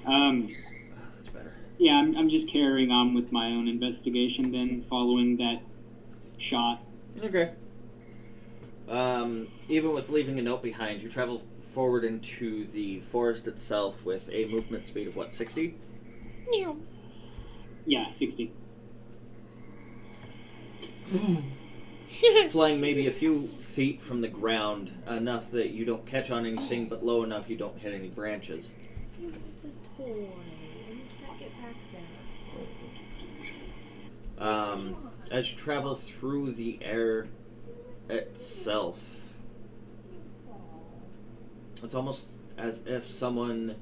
Speaker 5: Um,
Speaker 1: That's better.
Speaker 5: Yeah, I'm, I'm just carrying on with my own investigation then, following that shot.
Speaker 1: Okay. Um, even with leaving a note behind, you travel forward into the forest itself with a movement speed of what, 60?
Speaker 5: Yeah, 60.
Speaker 1: Flying maybe a few feet from the ground, enough that you don't catch on anything, but low enough you don't hit any branches.
Speaker 2: It's a toy. Let get back there.
Speaker 1: Um, as you travel through the air itself, it's almost as if someone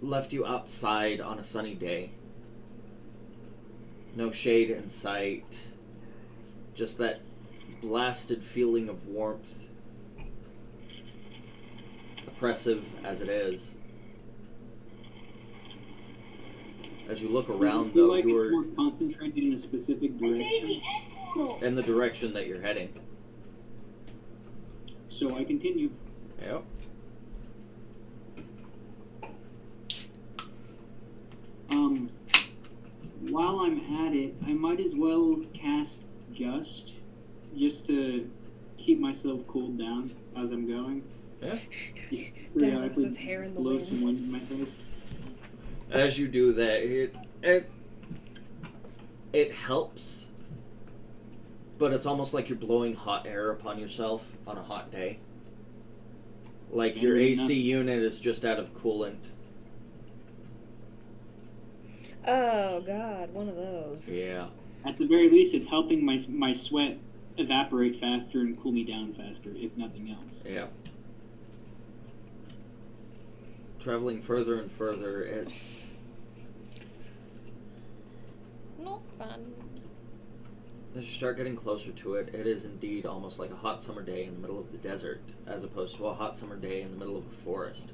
Speaker 1: left you outside on a sunny day. No shade in sight, just that blasted feeling of warmth, oppressive as it is. As you look
Speaker 5: Does
Speaker 1: around,
Speaker 5: it feel
Speaker 1: though,
Speaker 5: like
Speaker 1: you're
Speaker 5: it's more concentrated in a specific direction.
Speaker 1: in the direction that you're heading.
Speaker 5: So I continue.
Speaker 1: Yep.
Speaker 5: Um, while I'm at it, I might as well cast Gust, just to keep myself cooled down as I'm going.
Speaker 1: Yeah.
Speaker 5: Just
Speaker 2: Daphne's
Speaker 5: periodically
Speaker 2: hair in the
Speaker 5: blow
Speaker 2: wind.
Speaker 5: some wind in my face.
Speaker 1: As you do that, it it it helps, but it's almost like you're blowing hot air upon yourself on a hot day. Like your
Speaker 5: Mm,
Speaker 1: AC
Speaker 5: nothing.
Speaker 1: unit is just out of coolant.
Speaker 2: Oh God, one of those.
Speaker 1: Yeah.
Speaker 5: At the very least, it's helping my my sweat evaporate faster and cool me down faster, if nothing else.
Speaker 1: Yeah. Traveling further and further, it's
Speaker 2: Not fun.
Speaker 1: As you start getting closer to it, it is indeed almost like a hot summer day in the middle of the desert, as opposed to a hot summer day in the middle of a forest.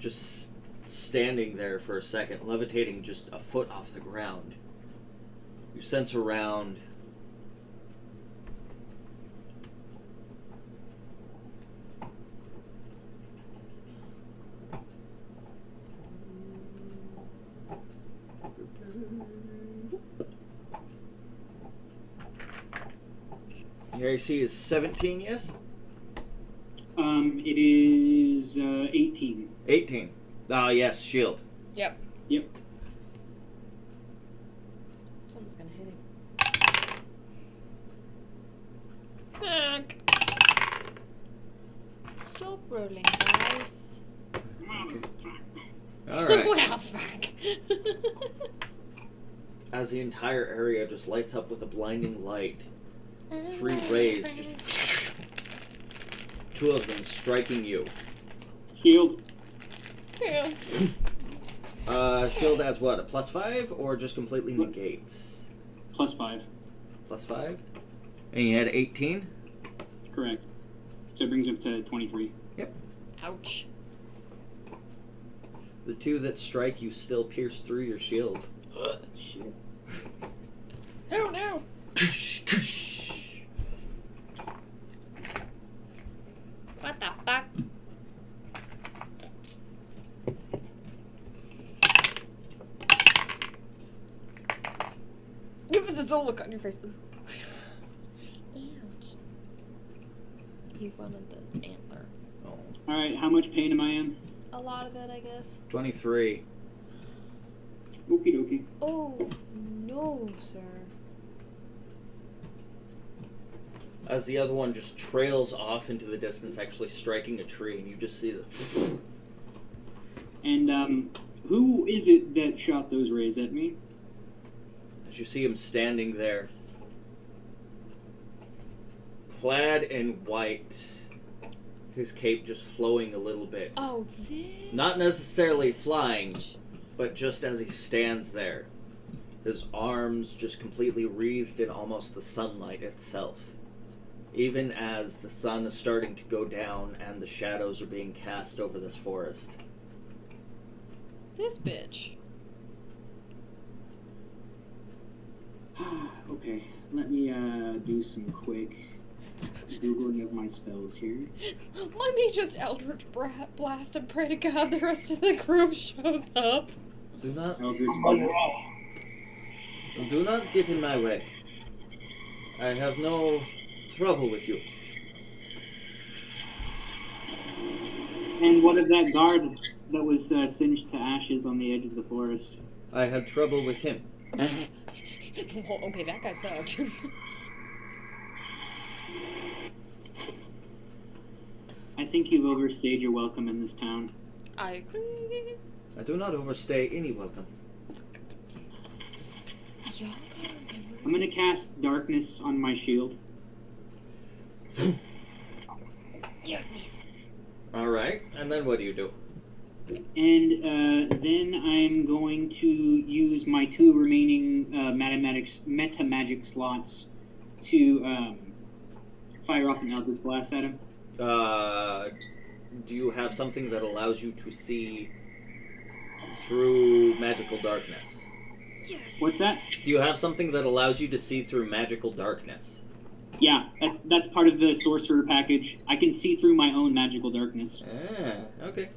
Speaker 1: Just standing there for a second, levitating just a foot off the ground. You sense around. Your AC is 17, yes?
Speaker 5: Um, it is uh, 18.
Speaker 1: 18. Ah, yes, shield.
Speaker 2: Someone's gonna hit him. Fuck. Stop rolling dice.
Speaker 1: Alright.
Speaker 2: well, fuck.
Speaker 1: as the entire area just lights up with a blinding light. Three rays just two of them striking you.
Speaker 5: Shield.
Speaker 2: Yeah.
Speaker 1: Uh, shield adds what? A plus five or just completely negates?
Speaker 5: Plus five.
Speaker 1: Plus five. And you had eighteen.
Speaker 5: Correct. So it brings up to 23.
Speaker 2: Ouch.
Speaker 1: The two that strike you still pierce through your shield.
Speaker 5: Shit.
Speaker 2: Oh no. What the fuck? Give us a dull look on your face. Ooh. Ouch. You wanted the antler.
Speaker 1: Oh,
Speaker 5: Alright, how much pain am I in?
Speaker 2: A lot of it, I guess.
Speaker 1: Twenty-three.
Speaker 5: Okie dokie.
Speaker 2: Oh, no, sir.
Speaker 1: As the other one just trails off into the distance, actually striking a tree, and you just see the.
Speaker 5: And, um, who is it that shot those rays at me?
Speaker 1: As you see him standing there, clad in white, his cape just flowing a little bit.
Speaker 2: Oh, this.
Speaker 1: Not necessarily flying, but just as he stands there, his arms just completely wreathed in almost the sunlight itself. Even as the sun is starting to go down and the shadows are being cast over this forest.
Speaker 2: This bitch.
Speaker 5: okay, let me, uh, do some quick Googling of my spells here.
Speaker 2: Let me just Eldritch bra- Blast and pray to God the rest of the group shows up.
Speaker 1: Do not
Speaker 5: Eldritch
Speaker 6: Oh, Monroe.
Speaker 1: do not get in my way. I have no trouble with you.
Speaker 5: And what of that guard that was uh, singed to ashes on the edge of the forest?
Speaker 1: I had trouble with him.
Speaker 2: well, okay, that guy sucked.
Speaker 5: I think you've overstayed your welcome in this town.
Speaker 2: I agree.
Speaker 1: I do not overstay any welcome.
Speaker 2: Y'all gotta remember.
Speaker 5: I'm gonna cast darkness on my shield.
Speaker 2: Yeah,
Speaker 1: All right, and then what do you do?
Speaker 5: And uh, then I'm going to use my two remaining uh, mathematics meta magic slots to um, fire off an eldritch blast at him.
Speaker 1: Uh, do you have something that allows you to see through magical darkness?
Speaker 5: What's that?
Speaker 1: Do you have something that allows you to see through magical darkness?
Speaker 5: Yeah, that's, that's part of the sorcerer package. I can see through my own magical darkness,
Speaker 1: Ah, okay.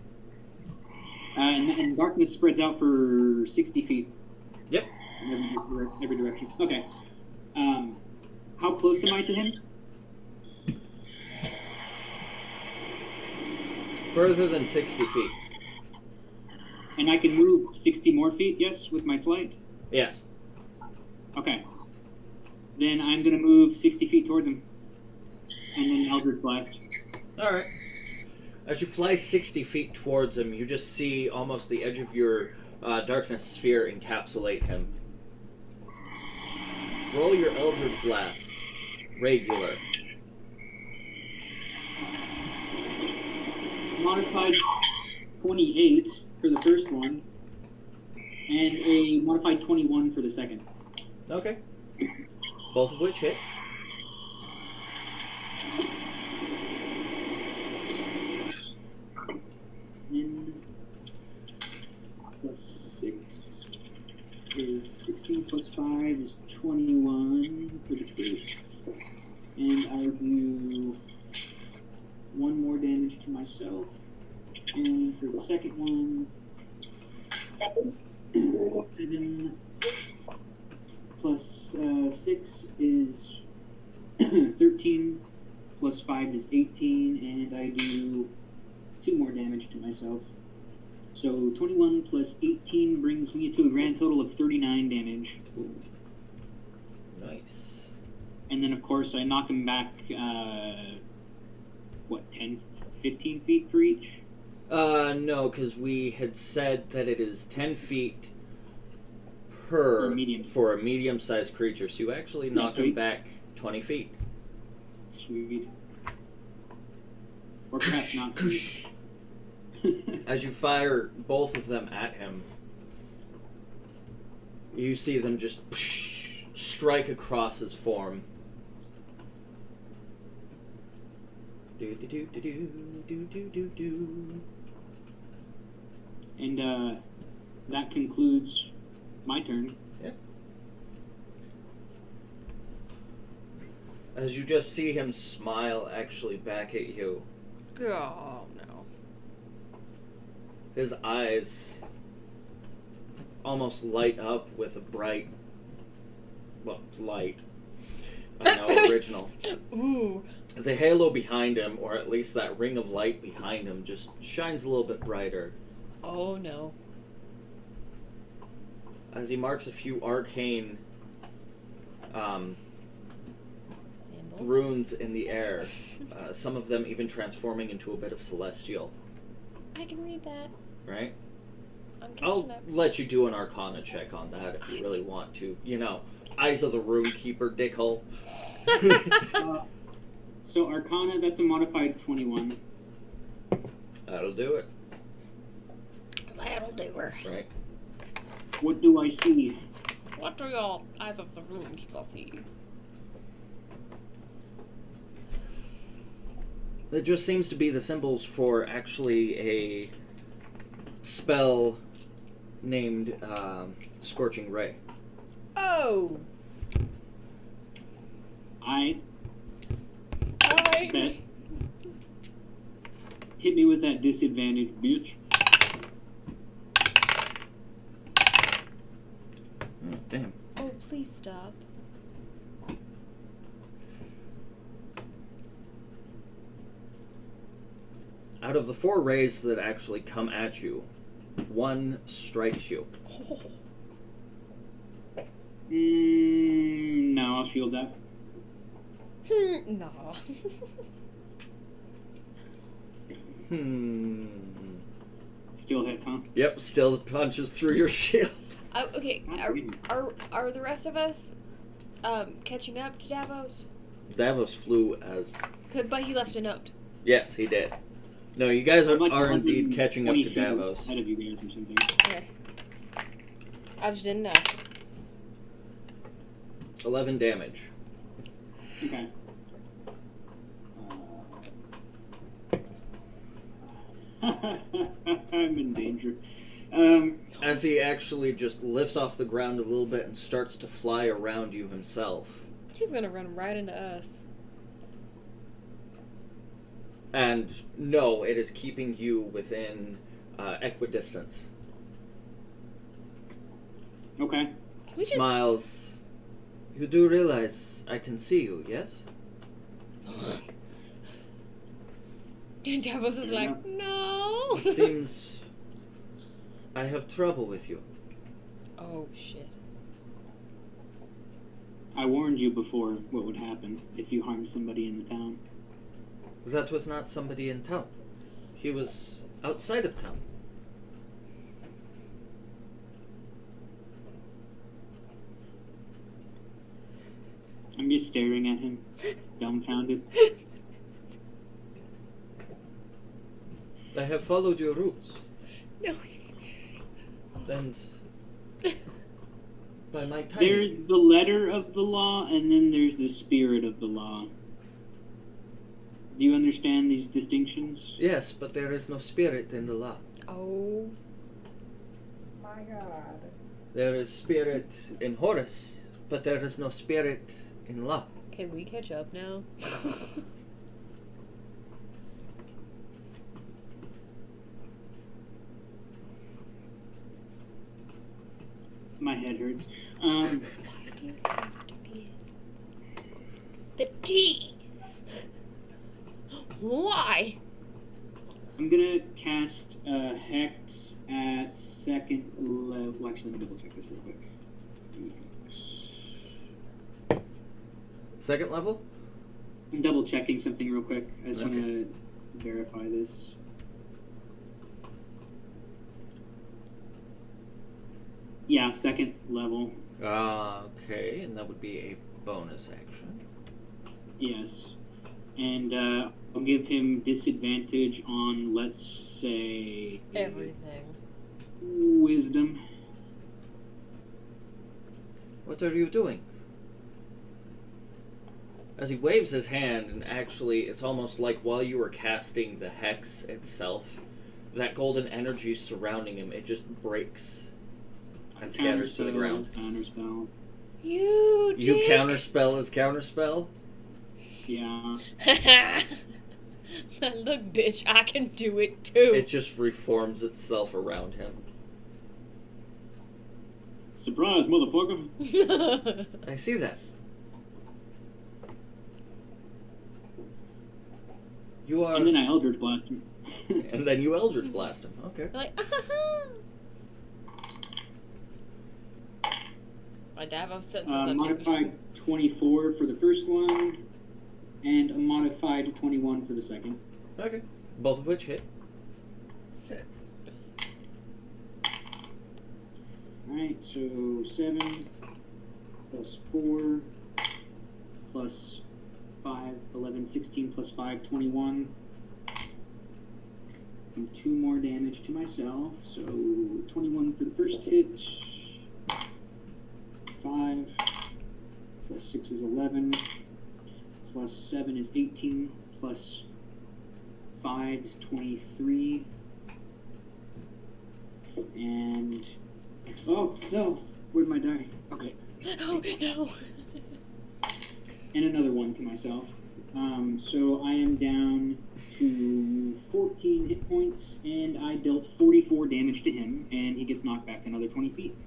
Speaker 5: uh, and, and darkness spreads out for sixty feet.
Speaker 1: Yep.
Speaker 5: In every, dire- every direction. Okay. Um, how close am I to him?
Speaker 1: Further than 60 feet.
Speaker 5: And I can move sixty more feet. Yes, with my flight.
Speaker 1: Yes.
Speaker 5: Okay. Then I'm gonna move sixty feet towards him, and then Eldritch Blast.
Speaker 1: All right. As you fly 60 feet towards him, you just see almost the edge of your uh, darkness sphere encapsulate him. Roll your Eldritch Blast. Regular.
Speaker 5: Modified twenty-eight for the first one, and a modified twenty-one for the second.
Speaker 1: Okay. Both of which hit.
Speaker 5: And plus six is sixteen. Plus five is twenty-one for the first, and I do one more damage to myself. And for the second one, seven plus uh, six is thirteen. Plus five is eighteen, and I do two more damage to myself. So 21 plus 18 brings me to a grand total of 39 damage.
Speaker 1: Nice.
Speaker 5: And then, of course, I knock him back, uh, what, 10, 15 feet for each?
Speaker 1: Uh, no, because we had said that it is 10 feet per
Speaker 5: For medium-
Speaker 1: for a medium sized creature, so you actually
Speaker 5: Yeah,
Speaker 1: knock
Speaker 5: so
Speaker 1: him
Speaker 5: he-
Speaker 1: back 20 feet.
Speaker 5: Sweet. Or perhaps not sweet.
Speaker 1: As you fire both of them at him, you see them just strike across his form. Do do do do do do do do.
Speaker 5: and uh, that concludes my turn.
Speaker 1: As you just see him smile actually back at you,
Speaker 2: Oh no.
Speaker 1: his eyes almost light up with a bright, well, it's light. I know, original.
Speaker 2: Ooh.
Speaker 1: the halo behind him, or at least that ring of light behind him, just shines a little bit brighter
Speaker 2: Oh no.
Speaker 1: as he marks a few arcane um,
Speaker 2: Sandals.
Speaker 1: runes in the air. Uh, some of them even transforming into a bit of celestial.
Speaker 2: I can read that.
Speaker 1: Right?
Speaker 2: I'm catching
Speaker 1: I'll
Speaker 2: up.
Speaker 1: let you do an arcana check on that if you really want to. You know, eyes of the room keeper, dickhole.
Speaker 5: Uh, so, Arcana, that's a modified 21.
Speaker 1: That'll do it.
Speaker 2: That'll do her.
Speaker 1: Right?
Speaker 5: What do I see?
Speaker 2: What do y'all eyes of the room keep us see?
Speaker 1: It just seems to be the symbols for actually a spell named um, Scorching Ray.
Speaker 2: Oh.
Speaker 5: I
Speaker 2: Alright.
Speaker 5: bet. Hit me with that disadvantage, bitch.
Speaker 1: Mm, damn.
Speaker 2: Oh, please stop.
Speaker 1: Out of the four rays that actually come at you, one strikes you.
Speaker 5: Mm, no, I'll shield that.
Speaker 2: Hmm, no.
Speaker 1: Hmm.
Speaker 5: Still hits, huh?
Speaker 1: Yep, still punches through your shield.
Speaker 2: uh, okay,
Speaker 5: God
Speaker 2: are,
Speaker 5: damn.
Speaker 2: are are the rest of us um, catching up to Davos?
Speaker 1: Davos flew as.
Speaker 2: 'Cause- But he left a note.
Speaker 1: Yes, he did. No, you guys are,
Speaker 5: I'm like
Speaker 1: are indeed
Speaker 5: 120
Speaker 1: catching up to
Speaker 5: feet
Speaker 1: Davos.
Speaker 5: Ahead of you guys or something.
Speaker 2: Okay. I just didn't know.
Speaker 1: 11 damage.
Speaker 5: Okay. Uh, I'm in danger. Um,
Speaker 1: As he actually just lifts off the ground a little bit and starts to fly around you himself.
Speaker 2: He's gonna run right into us.
Speaker 1: And no, it is keeping you within uh, equidistance.
Speaker 5: okay.
Speaker 2: Can we just
Speaker 1: Smiles. You do realize I can see you, yes?
Speaker 2: And Davos is
Speaker 5: Fair
Speaker 2: like, no.
Speaker 1: It seems I have trouble with you.
Speaker 2: oh shit.
Speaker 5: I warned you before what would happen if you harmed somebody in the town.
Speaker 1: That was not somebody in town. He was outside of town.
Speaker 5: I'm just staring at him, dumbfounded.
Speaker 1: I have followed your rules,
Speaker 2: No.
Speaker 1: and by my time.
Speaker 5: There's the letter of the law, and then there's the spirit of the law. Do you understand these distinctions?
Speaker 1: Yes, but there is no spirit in the law.
Speaker 2: Oh.
Speaker 7: My God.
Speaker 1: There is spirit in Horus, but there is no spirit in law.
Speaker 2: Can we catch up now?
Speaker 5: My head hurts. Um,
Speaker 2: Why do you have to be the T? Why?
Speaker 5: I'm gonna cast uh, Hex at second level. Well, actually, let me double check this real quick.
Speaker 1: Second level?
Speaker 5: I'm double checking something real quick. I just want
Speaker 1: Okay.
Speaker 5: to verify this. Yeah, second level.
Speaker 1: Ah, okay, and that would be a bonus action.
Speaker 5: Yes. And uh, I'll give him disadvantage on, let's say,
Speaker 2: Everything.
Speaker 5: wisdom.
Speaker 1: What are you doing? As he waves his hand, and actually, it's almost like while you were casting the hex itself, that golden energy surrounding him, it just breaks and scatters to the
Speaker 5: Counterspell,
Speaker 1: ground.
Speaker 5: Counterspell.
Speaker 2: You
Speaker 1: You
Speaker 2: dick.
Speaker 1: counterspell his counterspell?
Speaker 5: Yeah.
Speaker 2: Look, bitch, I can do it too.
Speaker 1: It just reforms itself around him.
Speaker 5: Surprise, motherfucker.
Speaker 1: I see that. You are.
Speaker 5: And then I Eldritch Blast him. Uh,
Speaker 1: And then you Eldritch Blast him. Okay.
Speaker 2: like, ah My Davos senses
Speaker 5: uh,
Speaker 2: are
Speaker 5: modified 24 for the first one, and a modified 21 for the second.
Speaker 1: Okay. Both of which hit.
Speaker 5: Alright, so 7 plus 4 plus 5, 11, 16 plus 5, 21. And 2 more damage to myself, so 21 for the first hit. 5 plus 6 is 11, plus 7 is 18, plus 5 is 23. And Oh no! Where'd my die? Okay,
Speaker 2: Oh no!
Speaker 5: and another one to myself. Um, so I am down to 14 hit points, and I dealt 44 damage to him, and he gets knocked back another 20 feet.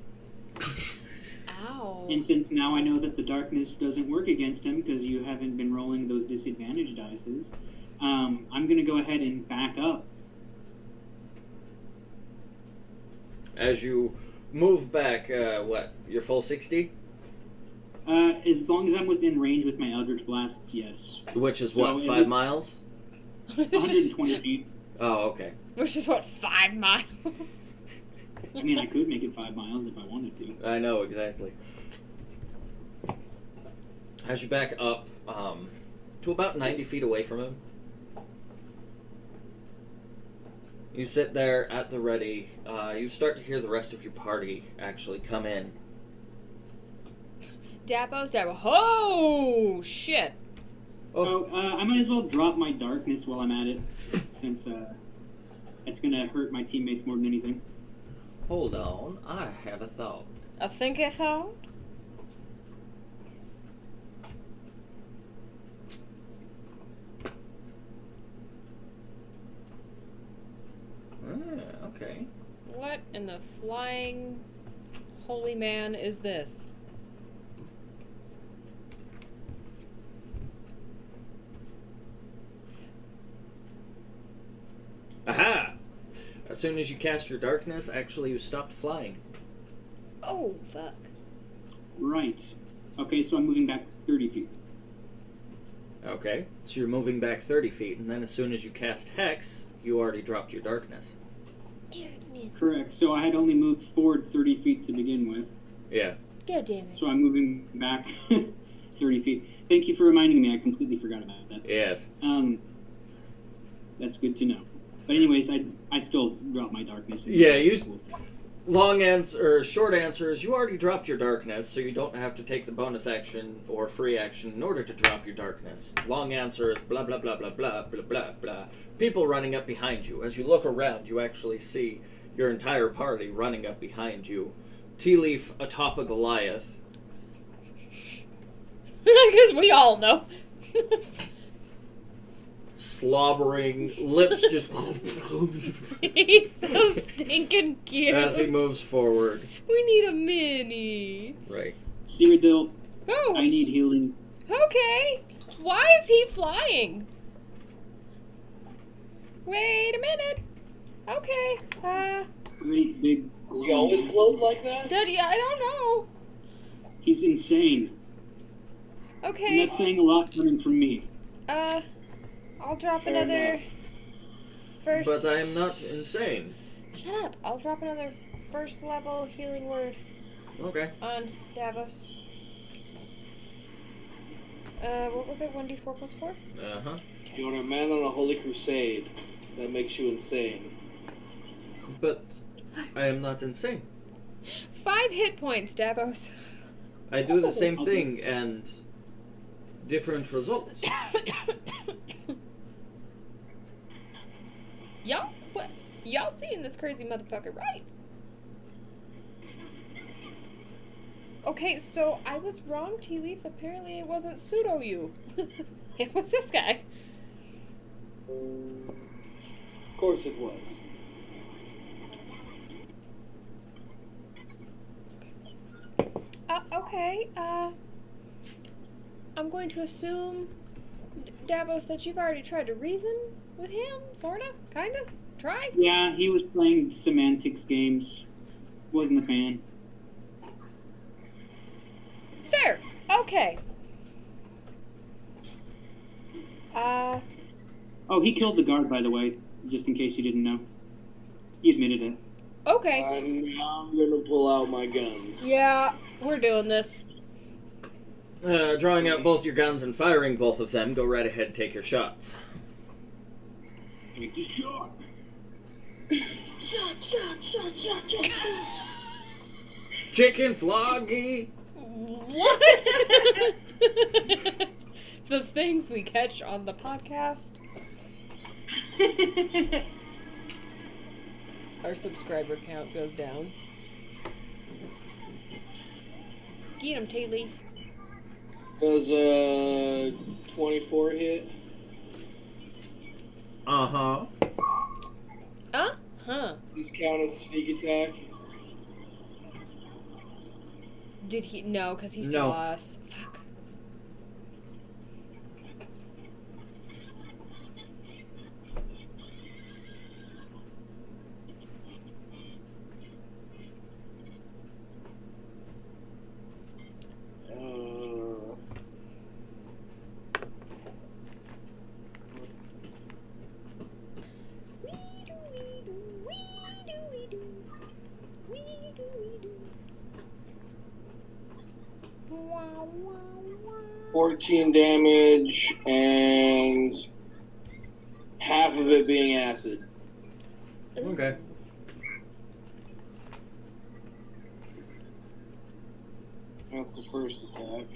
Speaker 2: Wow.
Speaker 5: And since now I know that the darkness doesn't work against him because you haven't been rolling those disadvantage dices, um, I'm going to go ahead and back up.
Speaker 1: As you move back, uh, what, your full 60?
Speaker 5: Uh, as long as I'm within range with my Eldritch Blasts, yes.
Speaker 1: Which is
Speaker 5: So
Speaker 1: what,
Speaker 5: it
Speaker 1: five
Speaker 5: was-
Speaker 1: miles?
Speaker 5: 120 feet.
Speaker 1: Oh, okay.
Speaker 2: Which is what, five miles?
Speaker 5: I mean, I could make it five miles if I wanted to.
Speaker 1: I know exactly. As you back up um, to about 90 feet away from him, you sit there at the ready. Uh, you start to hear the rest of your party actually come in.
Speaker 2: Dappo, Dappo. Oh, shit.
Speaker 5: Oh, uh, I might as well drop my darkness while I'm at it, since uh, it's gonna hurt my teammates more than anything.
Speaker 1: Hold on, I have a thought.
Speaker 2: I think I thought.
Speaker 1: Ah, okay.
Speaker 2: What in the flying holy man is this?
Speaker 1: Aha! As soon as you cast your darkness, actually, you stopped flying.
Speaker 2: Oh, fuck.
Speaker 5: Right. Okay, so I'm moving back 30 feet.
Speaker 1: Okay. So you're moving back 30 feet, and then as soon as you cast Hex, you already dropped your darkness.
Speaker 5: Correct. So I had only moved forward 30 feet to begin with,
Speaker 1: Yeah.
Speaker 2: God damn it.
Speaker 5: so I'm moving back 30 feet. Thank you for reminding me. I completely forgot about that.
Speaker 1: Yes.
Speaker 5: Um, that's good to know. But anyways, I I still drop my darkness. and-
Speaker 1: Yeah, you- Long answer, or short answer is you already dropped your darkness, so you don't have to take the bonus action or free action in order to drop your darkness. Long answer is blah blah blah blah blah blah blah blah. People running up behind you. As you look around, you actually see your entire party running up behind you. Tea leaf atop a Goliath.
Speaker 2: Because we all know.
Speaker 1: slobbering lips just
Speaker 2: He's so stinking cute.
Speaker 1: as he moves forward.
Speaker 2: We need a mini.
Speaker 1: Right.
Speaker 5: Cyrodiil,
Speaker 2: Oh,
Speaker 5: I need healing.
Speaker 2: okay. Why is he flying? Wait a minute. Okay. Uh,
Speaker 5: Great big.
Speaker 6: Does he always gloat like that?
Speaker 2: Daddy, I don't
Speaker 5: He's insane.
Speaker 2: know.
Speaker 5: And
Speaker 2: Okay.
Speaker 5: that's saying a lot coming from me.
Speaker 2: Uh, I'll drop
Speaker 6: Fair
Speaker 2: another
Speaker 6: enough.
Speaker 2: first.
Speaker 1: But I am not insane.
Speaker 2: Shut up. I'll drop another first level healing word
Speaker 1: Okay.
Speaker 2: on Davos. Uh, what was it? 1d4 plus 4?
Speaker 1: Uh huh.
Speaker 6: You're a man on a holy crusade. That makes you insane.
Speaker 1: But I am not insane.
Speaker 2: Five hit points, Davos.
Speaker 1: I do the same thing and different results.
Speaker 2: y'all, what? Y'all seeing this crazy motherfucker, right? Okay, so I was wrong, Tea Leaf. Apparently, it wasn't pseudo you. it was this guy.
Speaker 6: Of course it was.
Speaker 2: Uh, okay, uh, I'm going to assume, D- Davos, that you've already tried to reason with him, sorta, kinda, try.
Speaker 5: Yeah, he was playing semantics games. Wasn't a fan.
Speaker 2: Fair. Okay. Uh,
Speaker 5: Oh, he killed the guard, by the way, just in case you didn't know. He admitted it.
Speaker 2: okay.
Speaker 6: And now I'm gonna pull out my guns.
Speaker 2: Yeah, we're doing this.
Speaker 1: Uh, drawing out both your guns and firing both of them, go right ahead, take your shots.
Speaker 5: Take the shot.
Speaker 4: Shot, shot, shot, shot, shot, shot.
Speaker 1: Chicken floggy!
Speaker 2: What? the things we catch on the podcast. Our subscriber count goes down. Get him, Tea Leaf.
Speaker 6: Does uh 24 hit?
Speaker 1: Uh huh.
Speaker 2: Uh huh.
Speaker 6: Does this count as sneak attack?
Speaker 9: Did he? No, because he
Speaker 1: No.
Speaker 9: saw us. Fuck.
Speaker 6: Uh,
Speaker 9: Wow, wow, wow.
Speaker 6: 14 damage and half of it being acid.
Speaker 1: Okay.
Speaker 6: That's the first attack.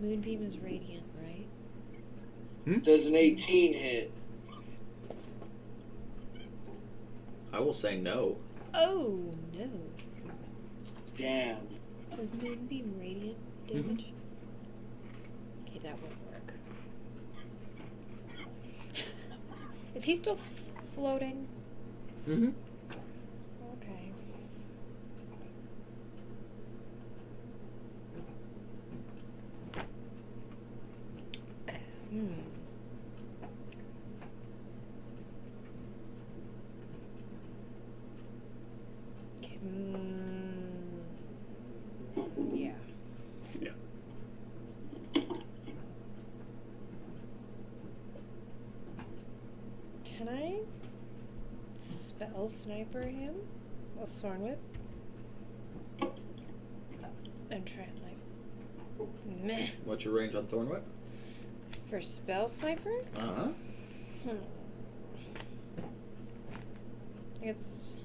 Speaker 9: Moonbeam is radiant, right?
Speaker 6: Does an 18 hit?
Speaker 1: I will say no.
Speaker 9: Oh no.
Speaker 6: Damn.
Speaker 9: Was Moonbeam radiant
Speaker 2: Mm-hmm.
Speaker 9: damage? Okay, that won't work. Is he still floating?
Speaker 1: Mm-hmm.
Speaker 9: Okay. Hmm. Okay, mm, Yeah.
Speaker 5: Yeah.
Speaker 9: Can I spell sniper him with Thorn Whip? And try and like meh
Speaker 1: What's your range on Thorn Whip?
Speaker 9: for spell sniper?
Speaker 1: Uh huh.
Speaker 9: Hmm. It's.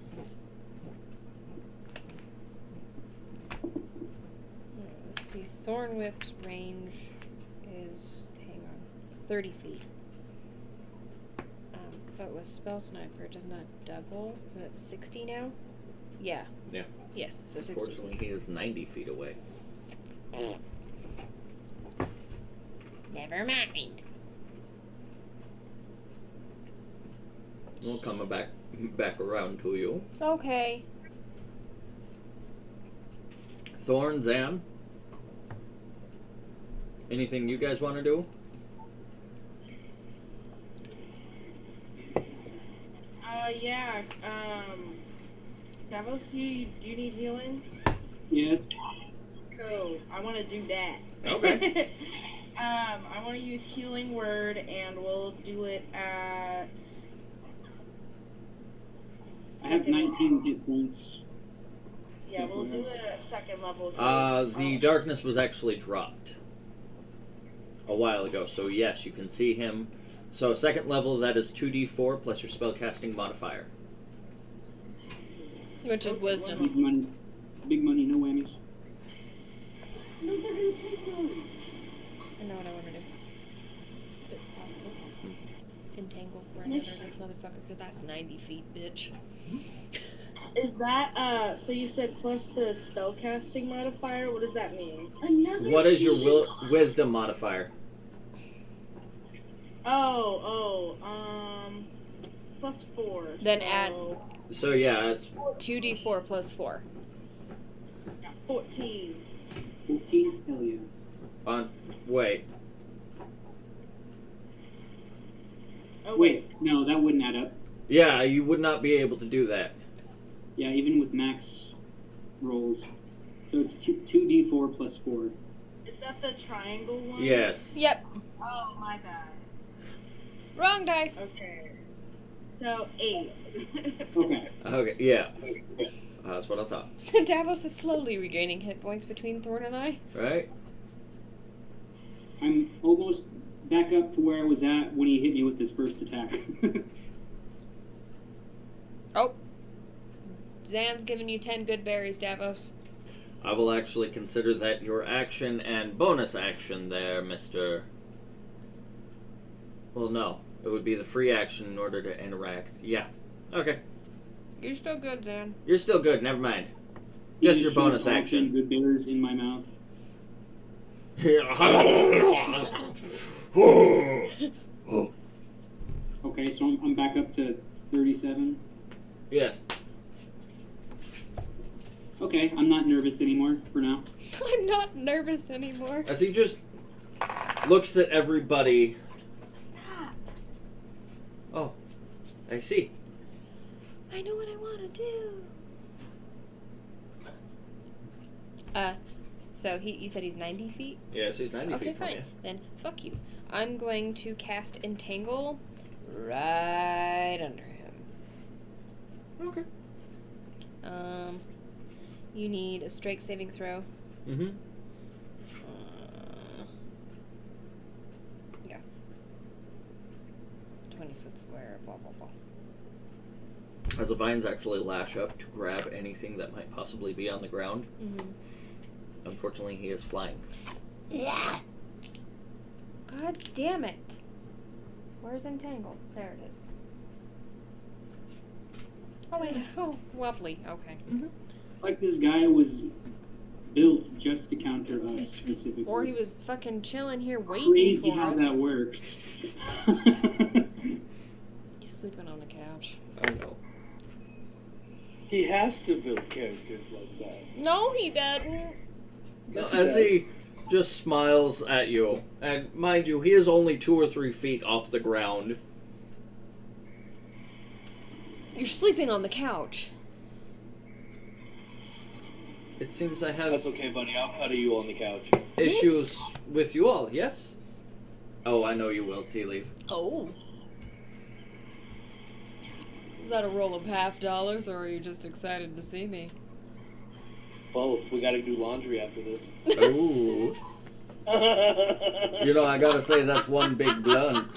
Speaker 9: Alright, Let's see. Thorn Whip's range is. Hang on. 30 feet. Um, but with Spell Sniper, it does not double. Isn't it 60 now? Yeah.
Speaker 1: Yeah.
Speaker 9: Yes, so 60 feet.
Speaker 1: Fortunately, he is 90 feet away.
Speaker 9: Never mind.
Speaker 1: We'll come back back around to you.
Speaker 9: Okay.
Speaker 1: Thorn, Zan. Anything you guys want to do?
Speaker 4: Uh, yeah. Um, Davos, you do you need healing?
Speaker 5: Yes.
Speaker 4: Cool. I want to do that. um, I want to use healing word, and we'll do it at.
Speaker 5: I have
Speaker 4: second-
Speaker 5: 19 hit points.
Speaker 4: Yeah, we'll do it at second level.
Speaker 1: Uh, the
Speaker 4: Oh.
Speaker 1: darkness was actually dropped a while ago, so yes, you can see him. So second level, that is two d four plus your spellcasting modifier.
Speaker 9: Which is wisdom.
Speaker 5: Big money. Big money, no whammies.
Speaker 9: I know what I want to do. If it's possible. Entangle right under this motherfucker, because that's 90 feet, bitch.
Speaker 4: Is that uh? So you said plus the spellcasting modifier. What does that mean?
Speaker 1: What is your will- wisdom modifier?
Speaker 4: Oh, oh, um, plus four.
Speaker 9: Then
Speaker 4: so
Speaker 9: add-
Speaker 1: So yeah, it's
Speaker 9: 2d4 plus 4.
Speaker 4: fourteen.
Speaker 5: 14? Hell yeah.
Speaker 1: on. Wait,
Speaker 4: Oh wait.
Speaker 5: Wait, no, that wouldn't add up.
Speaker 1: yeah, you would not be able to do that.
Speaker 5: Yeah, even with max rolls. So it's 2, 2d4 plus 4.
Speaker 4: is that the triangle one?
Speaker 1: Yes.
Speaker 9: Yep.
Speaker 4: Oh my bad.
Speaker 9: Wrong dice.
Speaker 4: Okay. So eight.
Speaker 5: Okay.
Speaker 1: Okay. Yeah. That's what I thought.
Speaker 9: Davos is slowly regaining hit points between Thorn and I.
Speaker 1: Right?
Speaker 5: I'm almost back up to where I was at when he hit me with this first attack.
Speaker 9: Zan's giving you 10 good berries, Davos.
Speaker 1: I will actually consider that your action and bonus action there, Mister. Well, no, it would be the free action in order to interact. Yeah. Okay.
Speaker 9: You're still good, Zan.
Speaker 1: You're still good. Never mind.
Speaker 5: He
Speaker 1: Just your
Speaker 5: shoves
Speaker 1: bonus
Speaker 5: all ten
Speaker 1: action.
Speaker 5: Good bears in my mouth.
Speaker 1: oh,
Speaker 5: Okay, so I'm, I'm back up to 37.
Speaker 1: Yes.
Speaker 5: Okay, I'm not nervous anymore for now.
Speaker 9: I'm not nervous anymore.
Speaker 1: As he just looks at everybody, Oh.
Speaker 9: What's that?
Speaker 1: I see.
Speaker 9: I know what I want to do. Uh, so he, you said he's 90 feet?
Speaker 1: Yes, he's 90
Speaker 9: Okay,
Speaker 1: feet from
Speaker 9: fine.
Speaker 1: you.
Speaker 9: Then fuck you. I'm going to cast Entangle right under him.
Speaker 1: Okay.
Speaker 9: Um, you need a strike saving throw.
Speaker 1: Mm-hmm.
Speaker 9: Uh, yeah. 20 foot square, blah, blah, blah.
Speaker 1: As the vines actually lash up to grab anything that might possibly be on the ground.
Speaker 9: Mm-hmm.
Speaker 1: Unfortunately, he is flying.
Speaker 9: Yeah. God damn it. Where's Entangle? There it is.
Speaker 10: Oh my god.
Speaker 9: Oh, lovely. Okay.
Speaker 5: It's like this guy was built just to counter us specifically.
Speaker 9: Or he was fucking chilling here waiting
Speaker 5: Crazy
Speaker 9: for
Speaker 5: how
Speaker 9: us.
Speaker 5: that works.
Speaker 9: He's sleeping on the couch.
Speaker 1: I know.
Speaker 6: He has to build characters like that.
Speaker 9: No, he doesn't.
Speaker 6: Yes,
Speaker 1: as
Speaker 6: does.
Speaker 1: he just smiles at you, and mind you, he is only two or three feet off the ground.
Speaker 9: You're sleeping on the couch.
Speaker 1: It seems I have
Speaker 6: That's okay, buddy. I'll cuddle you on the couch.
Speaker 1: issues with you all, yes? Oh, I know you will, Tea Leaf.
Speaker 9: Oh. Is that a roll of half dollars, or are you just excited to see me?
Speaker 6: Both. We gotta do laundry after this.
Speaker 1: Ooh. You know, I gotta say, that's one big blunt.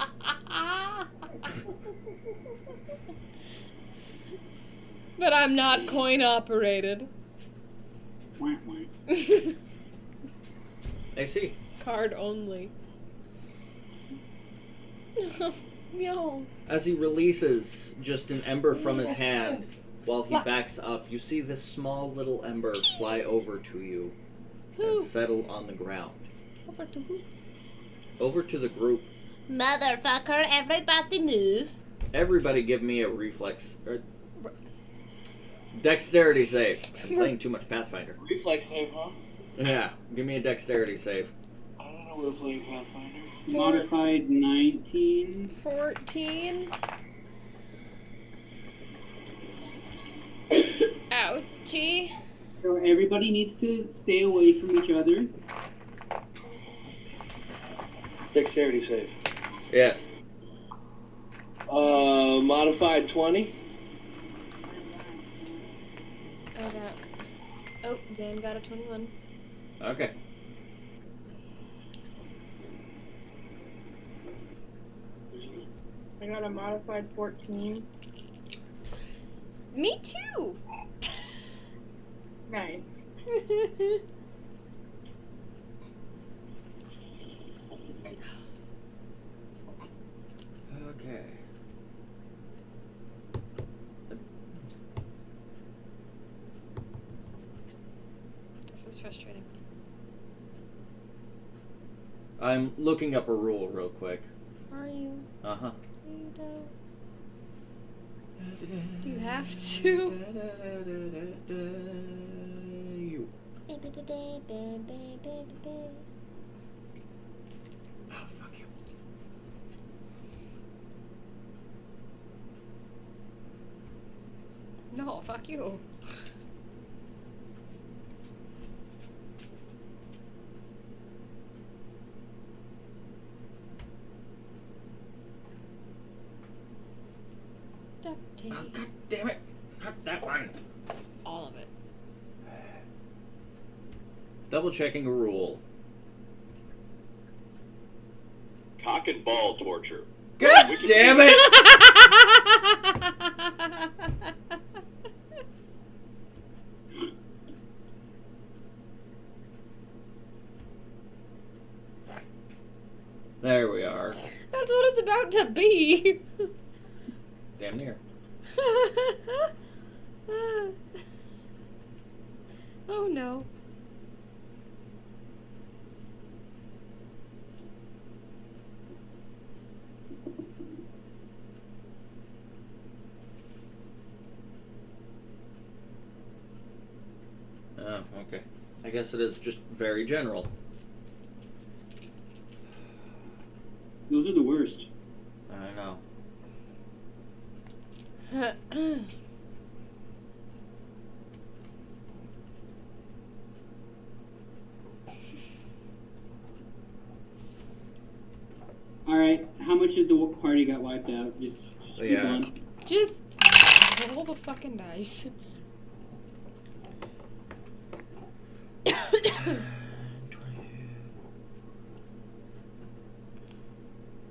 Speaker 9: but I'm not coin operated.
Speaker 5: Wah, wah.
Speaker 1: I see.
Speaker 9: Card only. no.
Speaker 1: As he releases just an ember from his hand while he backs up, you see this small little ember fly over to you and
Speaker 9: Who?
Speaker 1: settle on the ground.
Speaker 9: Over to who?
Speaker 1: Over to the group.
Speaker 9: Motherfucker, everybody move.
Speaker 1: Everybody give me a reflex. Or dexterity save. I'm playing too much Pathfinder.
Speaker 6: Reflex save, huh?
Speaker 1: Yeah, give me a dexterity save.
Speaker 6: I don't know we're playing Pathfinder.
Speaker 5: Modified 19.
Speaker 9: 14. Ouchie.
Speaker 5: So everybody needs to stay away from each other.
Speaker 6: Dexterity save.
Speaker 1: Yes.
Speaker 6: Uh, modified 20.
Speaker 9: I got. Oh, Dan got a 21.
Speaker 1: Okay.
Speaker 4: I got a modified 14.
Speaker 9: Me too!
Speaker 4: Nice.
Speaker 1: Okay.
Speaker 9: this is frustrating.
Speaker 1: I'm looking up a rule real quick.
Speaker 9: Are you?
Speaker 1: Uh huh.
Speaker 9: You don't. Do you have to?
Speaker 1: You. Oh, fuck you.
Speaker 9: No, fuck you. Duct tape.
Speaker 1: Oh, God damn it. Not that one.
Speaker 9: All of it.
Speaker 1: Double checking a rule.
Speaker 11: Cock and ball torture.
Speaker 1: God damn it! There we are.
Speaker 9: That's what it's about to be.
Speaker 1: Damn near.
Speaker 9: oh no.
Speaker 1: Oh, okay. I guess it is just very general.
Speaker 5: Those are the worst.
Speaker 1: I know.
Speaker 5: All right, how much did the w- party got wiped out? Just, just keep
Speaker 1: Yeah.
Speaker 5: on.
Speaker 2: Just roll the fucking dice.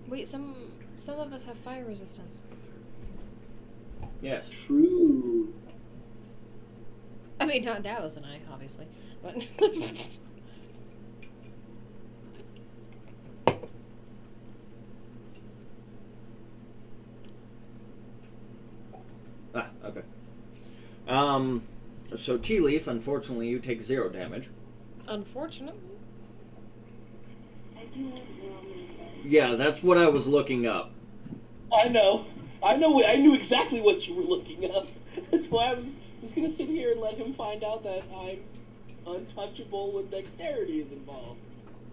Speaker 2: Wait, some some of us have fire resistance.
Speaker 1: Yes.
Speaker 5: True.
Speaker 2: I mean, not Dallas and I, obviously, but
Speaker 1: Ah, okay. Um, so Tea Leaf, unfortunately, you take zero damage.
Speaker 2: unfortunately,
Speaker 1: Yeah, that's what I was looking up.
Speaker 6: I know. I know. I knew exactly what you were looking up. That's why I was was gonna sit here and let him find out that I'm untouchable when dexterity is involved.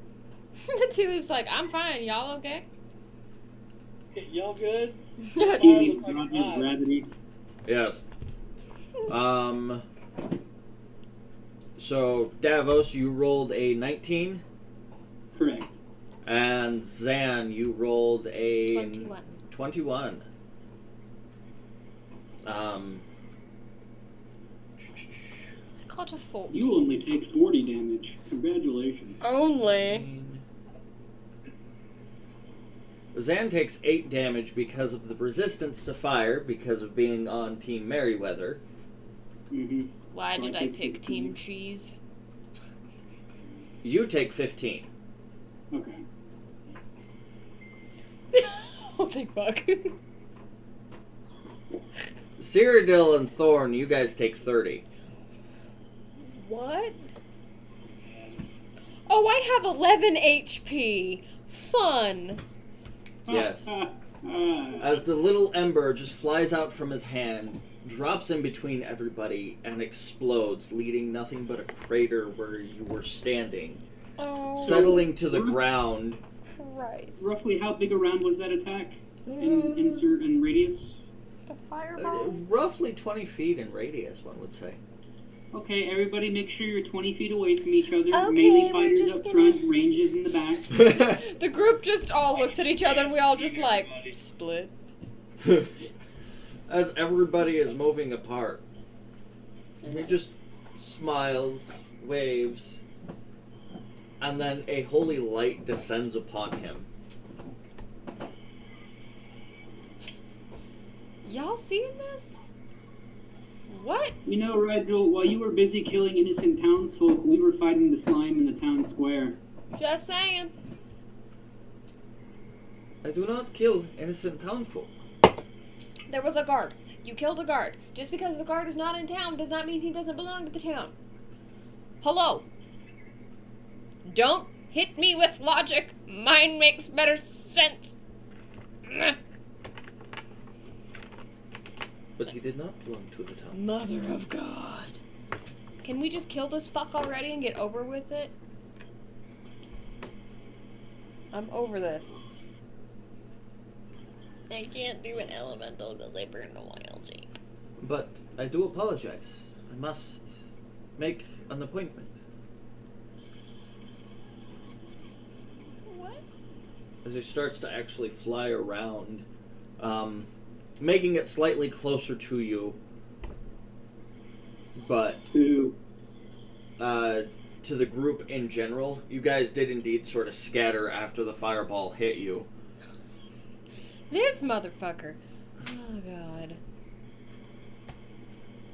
Speaker 2: the tea leaf's like, "I'm fine, y'all okay?"
Speaker 6: Y'all good?
Speaker 5: Tea
Speaker 6: Fire
Speaker 5: leaf
Speaker 6: looks like
Speaker 5: draws
Speaker 6: a
Speaker 5: his
Speaker 6: eye.
Speaker 5: gravity.
Speaker 1: Yes. Um. So Davos, you rolled a 19,
Speaker 5: Correct.
Speaker 1: and Zan, you rolled a
Speaker 2: Twenty-one.
Speaker 1: 21. Um.
Speaker 2: I caught a fourteen.
Speaker 5: You only take 40 damage. Congratulations.
Speaker 2: Oh. Only.
Speaker 1: Zan takes 8 damage because of the resistance to fire, because of being on Team Merryweather.
Speaker 5: Mm-hmm.
Speaker 2: Why
Speaker 5: So I
Speaker 2: did I,
Speaker 5: take
Speaker 2: pick
Speaker 5: 16.
Speaker 2: Team Cheese?
Speaker 1: You take 15.
Speaker 5: Okay.
Speaker 2: oh, big fuck.
Speaker 1: Cyrodiil and Thorn, you guys take 30.
Speaker 2: what? Oh, I have 11 HP. Fun.
Speaker 1: Yes.
Speaker 5: Uh,
Speaker 1: As the little ember just flies out from his hand, drops in between everybody, and explodes, leading nothing but a crater where you were standing,
Speaker 2: Oh,
Speaker 1: settling to the ground.
Speaker 2: Christ.
Speaker 5: Roughly how big around was that attack
Speaker 2: Uh,
Speaker 5: in, in, cer- in radius?
Speaker 7: Just a
Speaker 1: uh,
Speaker 7: fireball.
Speaker 1: roughly 20 feet in radius, one would say.
Speaker 5: Okay, everybody make sure you're 20 feet away from each other.
Speaker 2: Okay,
Speaker 5: Melee
Speaker 2: we're
Speaker 5: fighters
Speaker 2: just
Speaker 5: up
Speaker 2: gonna-
Speaker 5: front, ranges in the back.
Speaker 2: The group just all looks at each other and we all just like split.
Speaker 1: As everybody is moving apart, he just smiles, waves, and then a holy light descends upon him.
Speaker 2: Y'all seeing this? What?
Speaker 5: You know, Rigel, while you were busy killing innocent townsfolk, we were fighting the slime in the town square.
Speaker 2: Just saying.
Speaker 1: I do not kill innocent townfolk.
Speaker 2: There was a guard. You killed a guard. Just because the guard is not in town does not mean he doesn't belong to the town. Hello. Don't hit me with logic. Mine makes better sense.
Speaker 1: But he did not belong to the town.
Speaker 2: Mother of God. Can we just kill this fuck already and get over with it? I'm over this. I can't do an elemental because I burned a wild ape.
Speaker 1: But I do apologize. I must make an appointment.
Speaker 2: What?
Speaker 1: as it starts to actually fly around, um, making it slightly closer to you. But
Speaker 5: Two.
Speaker 1: uh, to the group in general, you guys did indeed sort of scatter after the fireball hit you.
Speaker 2: This motherfucker. Oh god.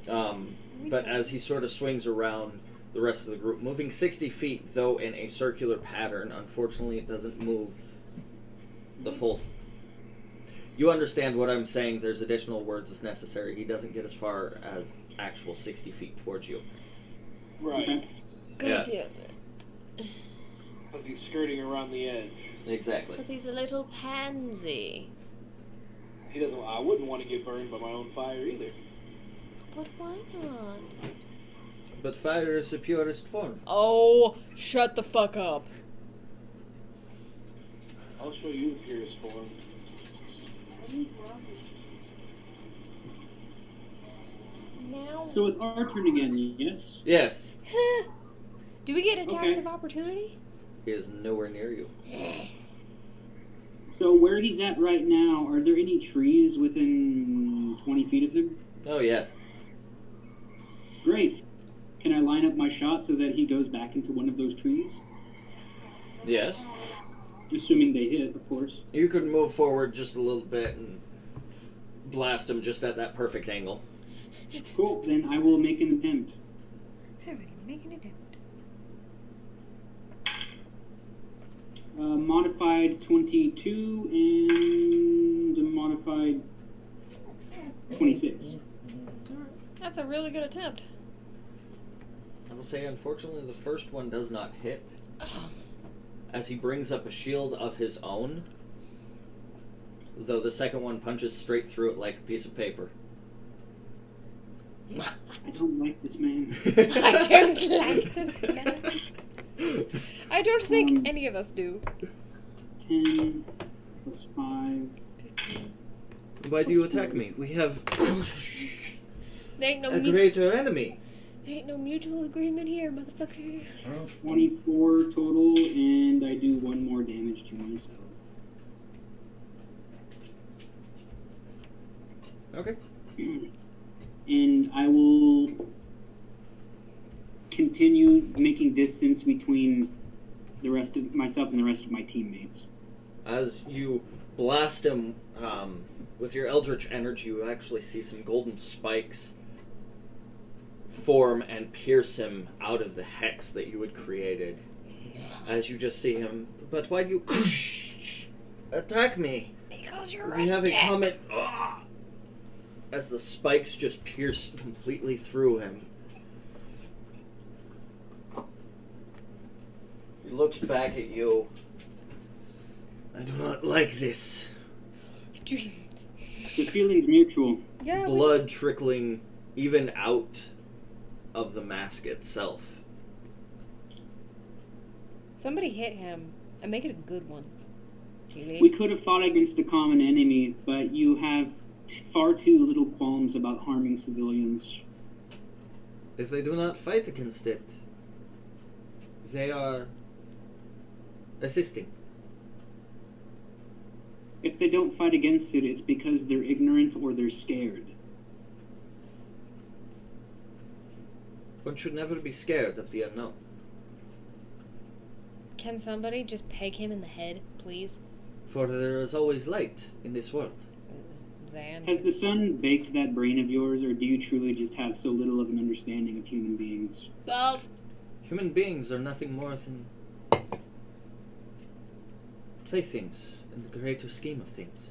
Speaker 1: Um, but as he sort of swings around the rest of the group, moving 60 feet, though in a circular pattern, unfortunately it doesn't move the full. s- You understand what I'm saying. There's additional words as necessary. He doesn't get as far as actual 60 feet towards you.
Speaker 6: Right.
Speaker 2: God
Speaker 1: Yes.
Speaker 2: damn it.
Speaker 6: Because he's skirting around the edge.
Speaker 1: Exactly.
Speaker 2: Because he's a little pansy.
Speaker 6: He doesn't. I wouldn't want to get burned by my own fire either.
Speaker 2: But why not?
Speaker 1: But fire is the purest form.
Speaker 2: Oh, shut the fuck up.
Speaker 6: I'll show you the purest form.
Speaker 2: Now.
Speaker 5: So it's our turn again, yes?
Speaker 1: Yes.
Speaker 2: Do we get attacks
Speaker 5: Okay.
Speaker 2: of opportunity?
Speaker 1: He is nowhere near you.
Speaker 5: So where he's at right now, are there any trees within 20 feet of him?
Speaker 1: Oh, yes.
Speaker 5: Great. Can I line up my shot so that he goes back into one of those trees?
Speaker 1: Yes.
Speaker 5: Assuming they hit, of course.
Speaker 1: You could move forward just a little bit and blast him just at that perfect angle.
Speaker 5: Cool, then I will make an attempt.
Speaker 2: Alright, making it down.
Speaker 5: Uh, modified 22 and a modified 26.
Speaker 2: That's a really good attempt.
Speaker 1: I will say, unfortunately, the first one does not hit.
Speaker 2: Oh.
Speaker 1: As he brings up a shield of his own, though the second one punches straight through it like a piece of paper.
Speaker 5: I don't like this man.
Speaker 2: I don't like this
Speaker 1: guy.
Speaker 2: I don't think
Speaker 5: Um,
Speaker 2: any of us do.
Speaker 5: 10 plus 5.
Speaker 1: Why do you attack me? We have
Speaker 2: There ain't no
Speaker 1: a
Speaker 2: mu-
Speaker 1: greater enemy.
Speaker 2: there ain't no mutual agreement here, motherfucker.
Speaker 5: 24 total, and I do one more damage to myself.
Speaker 1: Okay.
Speaker 5: and I will continue making distance between the rest of myself and the rest of my teammates.
Speaker 1: As you blast him um, with your eldritch energy, you actually see some golden spikes form and pierce him out of the hex that you had created. As you just see him, but why do you attack me?
Speaker 7: Because you're
Speaker 1: We have a comment. As the spikes just pierce completely through him. He looks back at you. I do not like this.
Speaker 2: Do-
Speaker 5: The feeling's mutual.
Speaker 2: Yeah, we-
Speaker 1: Blood trickling even out of the mask itself.
Speaker 2: somebody hit him. And make it a good one. Julie.
Speaker 5: We could have fought against the common enemy, but you have t- far too little qualms about harming civilians.
Speaker 1: If they do not fight against it, they are assisting.
Speaker 5: If they don't fight against it, it's because they're ignorant or they're scared.
Speaker 1: One should never be scared of the unknown.
Speaker 2: Can somebody just peg him in the head, please?
Speaker 1: For there is always light in this world.
Speaker 2: Zan.
Speaker 5: Has the sun baked that brain of yours, or do you truly just have so little of an understanding of human beings?
Speaker 2: Well,
Speaker 1: Human beings are nothing more than playthings in the greater scheme of things.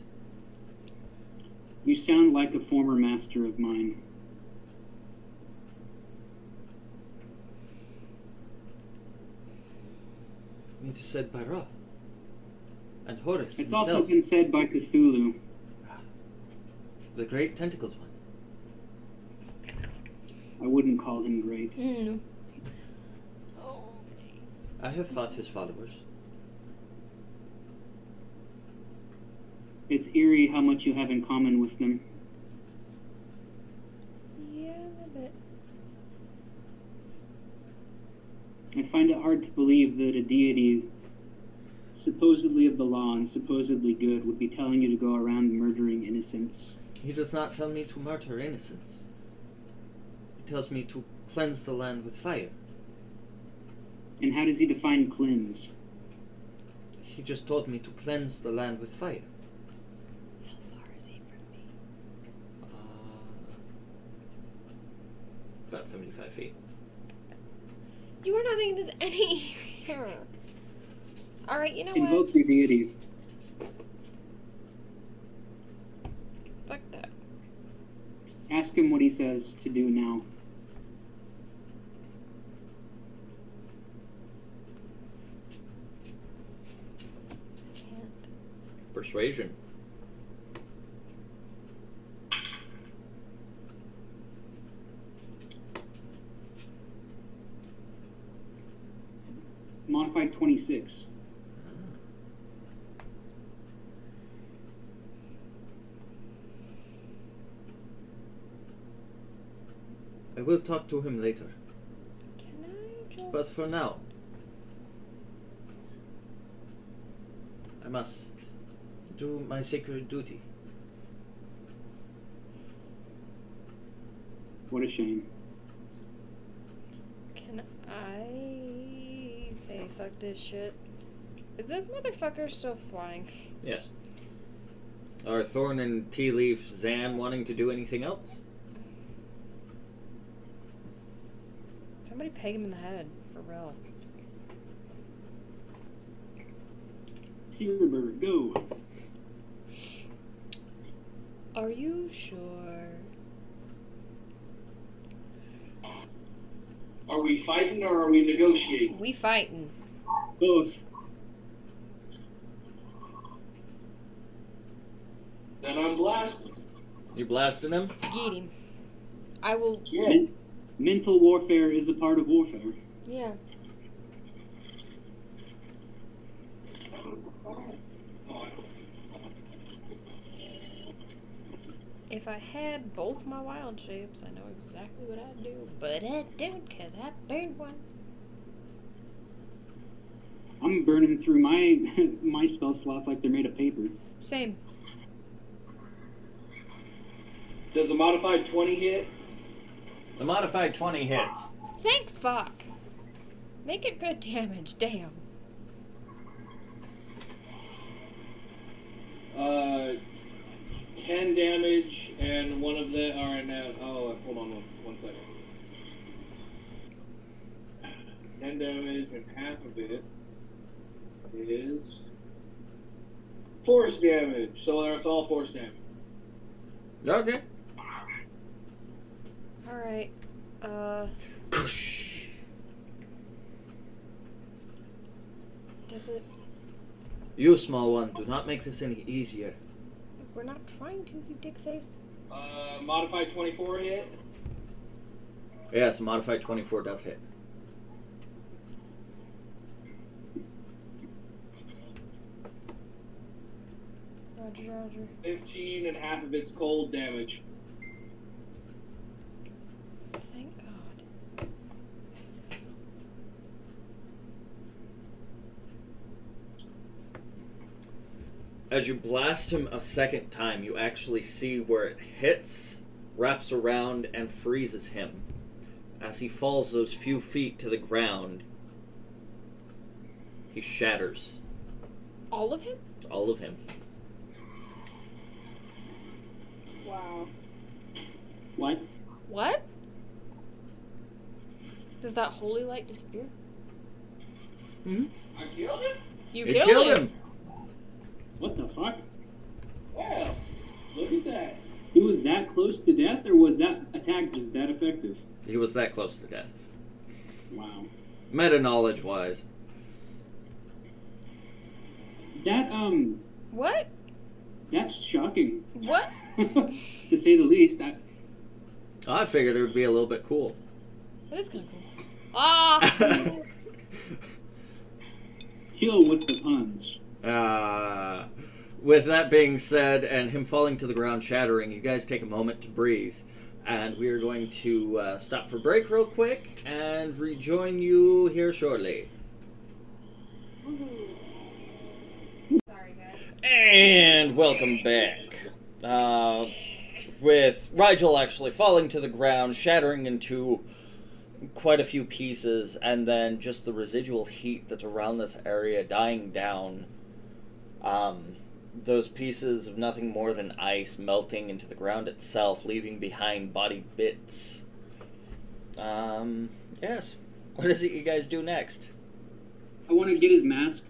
Speaker 5: You sound like a former master of mine.
Speaker 1: It is said by Ra and Horus
Speaker 5: It's
Speaker 1: himself,
Speaker 5: also been said by Cthulhu.
Speaker 1: the great tentacled one.
Speaker 5: I wouldn't call him great.
Speaker 2: mm. oh,
Speaker 1: I have fought his followers.
Speaker 5: It's eerie how much you have in common with them.
Speaker 2: yeah, a bit.
Speaker 5: I find it hard to believe that a deity supposedly of the law and supposedly good would be telling you to go around murdering innocents.
Speaker 1: He does not tell me to murder innocents. He tells me to cleanse the land with fire.
Speaker 5: And how does he define cleanse?
Speaker 1: He just told me to cleanse the land with fire.
Speaker 2: How far is he from me?
Speaker 1: Uh, about 75 feet.
Speaker 2: You are not making this any easier. All right, you know what?
Speaker 5: Invoke your deity.
Speaker 2: Fuck that.
Speaker 5: Ask him what he says to do now.
Speaker 2: Can't.
Speaker 1: Persuasion.
Speaker 5: modified 26.
Speaker 1: I will talk to him later.
Speaker 2: Can I just?
Speaker 1: But for now, I must do my sacred duty.
Speaker 5: What a shame.
Speaker 2: Can I say fuck this shit? Is this motherfucker still flying?
Speaker 1: Yes. Are Thorn and Tea Leaf Zan wanting to do anything else?
Speaker 2: Somebody peg him in the head, for real.
Speaker 5: Searbird, go.
Speaker 2: Are you sure?
Speaker 6: Are we fighting or are we negotiating?
Speaker 2: We fighting.
Speaker 5: Both.
Speaker 6: Then I'm blasting.
Speaker 1: You blasting him?
Speaker 2: Get him. I will.
Speaker 6: Yeah.
Speaker 5: Mental warfare is a part of warfare.
Speaker 2: Yeah. If I had both my wild shapes, I know exactly what I'd do, but I don't, cause I burned one.
Speaker 5: I'm burning through my my spell slots like they're made of paper.
Speaker 2: Same.
Speaker 6: Does a modified 20 hit?
Speaker 1: The modified 20 hits.
Speaker 2: Thank fuck. Make it good damage, damn.
Speaker 6: Uh, 10 damage, and one of the. Alright, now. Oh, hold on one, one second. 10 damage, and half of it is. Force damage. So that's all force damage.
Speaker 1: Okay.
Speaker 2: Alright. Uh. Does it.
Speaker 1: You, small one, do not make this any easier.
Speaker 2: We're not trying to, you dickface.
Speaker 6: Uh, modified 24 hit.
Speaker 1: Yes, modified 24 does hit.
Speaker 2: Roger, Roger.
Speaker 6: 15 and half of its cold damage.
Speaker 2: Thank God.
Speaker 1: As you blast him a second time, you actually see where it hits, wraps around, and freezes him. As he falls those few feet to the ground, he shatters.
Speaker 2: All of him?
Speaker 1: All of him.
Speaker 4: Wow.
Speaker 5: What?
Speaker 2: What? Does that holy light disappear?
Speaker 6: I killed him?
Speaker 2: You
Speaker 1: It
Speaker 2: killed, him.
Speaker 5: What the fuck?
Speaker 6: Wow. Look at that.
Speaker 5: He was that close to death, or was that attack just that effective?
Speaker 1: He was that close to death.
Speaker 5: Wow.
Speaker 1: Meta knowledge wise.
Speaker 5: That um,
Speaker 2: What?
Speaker 5: that's shocking,
Speaker 2: What?
Speaker 5: to say the least. I,
Speaker 1: I figured it would be a little bit cool.
Speaker 2: That is kind of cool. Ah!
Speaker 5: kill with the puns.
Speaker 1: Uh, with that being said, and him falling to the ground, shattering, you guys take a moment to breathe. And we are going to uh, stop for break real quick and rejoin you here shortly.
Speaker 4: Sorry, guys.
Speaker 1: And welcome back. Uh, with Rigel actually falling to the ground, shattering into quite a few pieces, and then just the residual heat that's around this area dying down. Um, those pieces of nothing more than ice melting into the ground itself, leaving behind body bits. Um, yes. What is it you guys do next?
Speaker 5: I want to get his mask.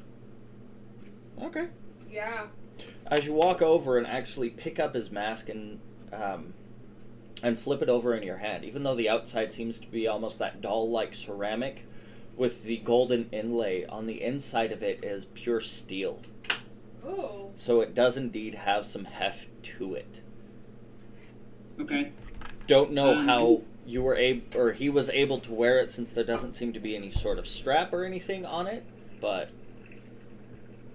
Speaker 1: Okay.
Speaker 4: Yeah.
Speaker 1: as you walk over and actually pick up his mask and um, and flip it over in your hand, even though the outside seems to be almost that doll-like ceramic with the golden inlay on the inside of it is pure steel.
Speaker 4: Oh.
Speaker 1: So it does indeed have some heft to it.
Speaker 5: Okay.
Speaker 1: Don't know
Speaker 5: Um,
Speaker 1: how you were able or he was able to wear it since there doesn't seem to be any sort of strap or anything on it. but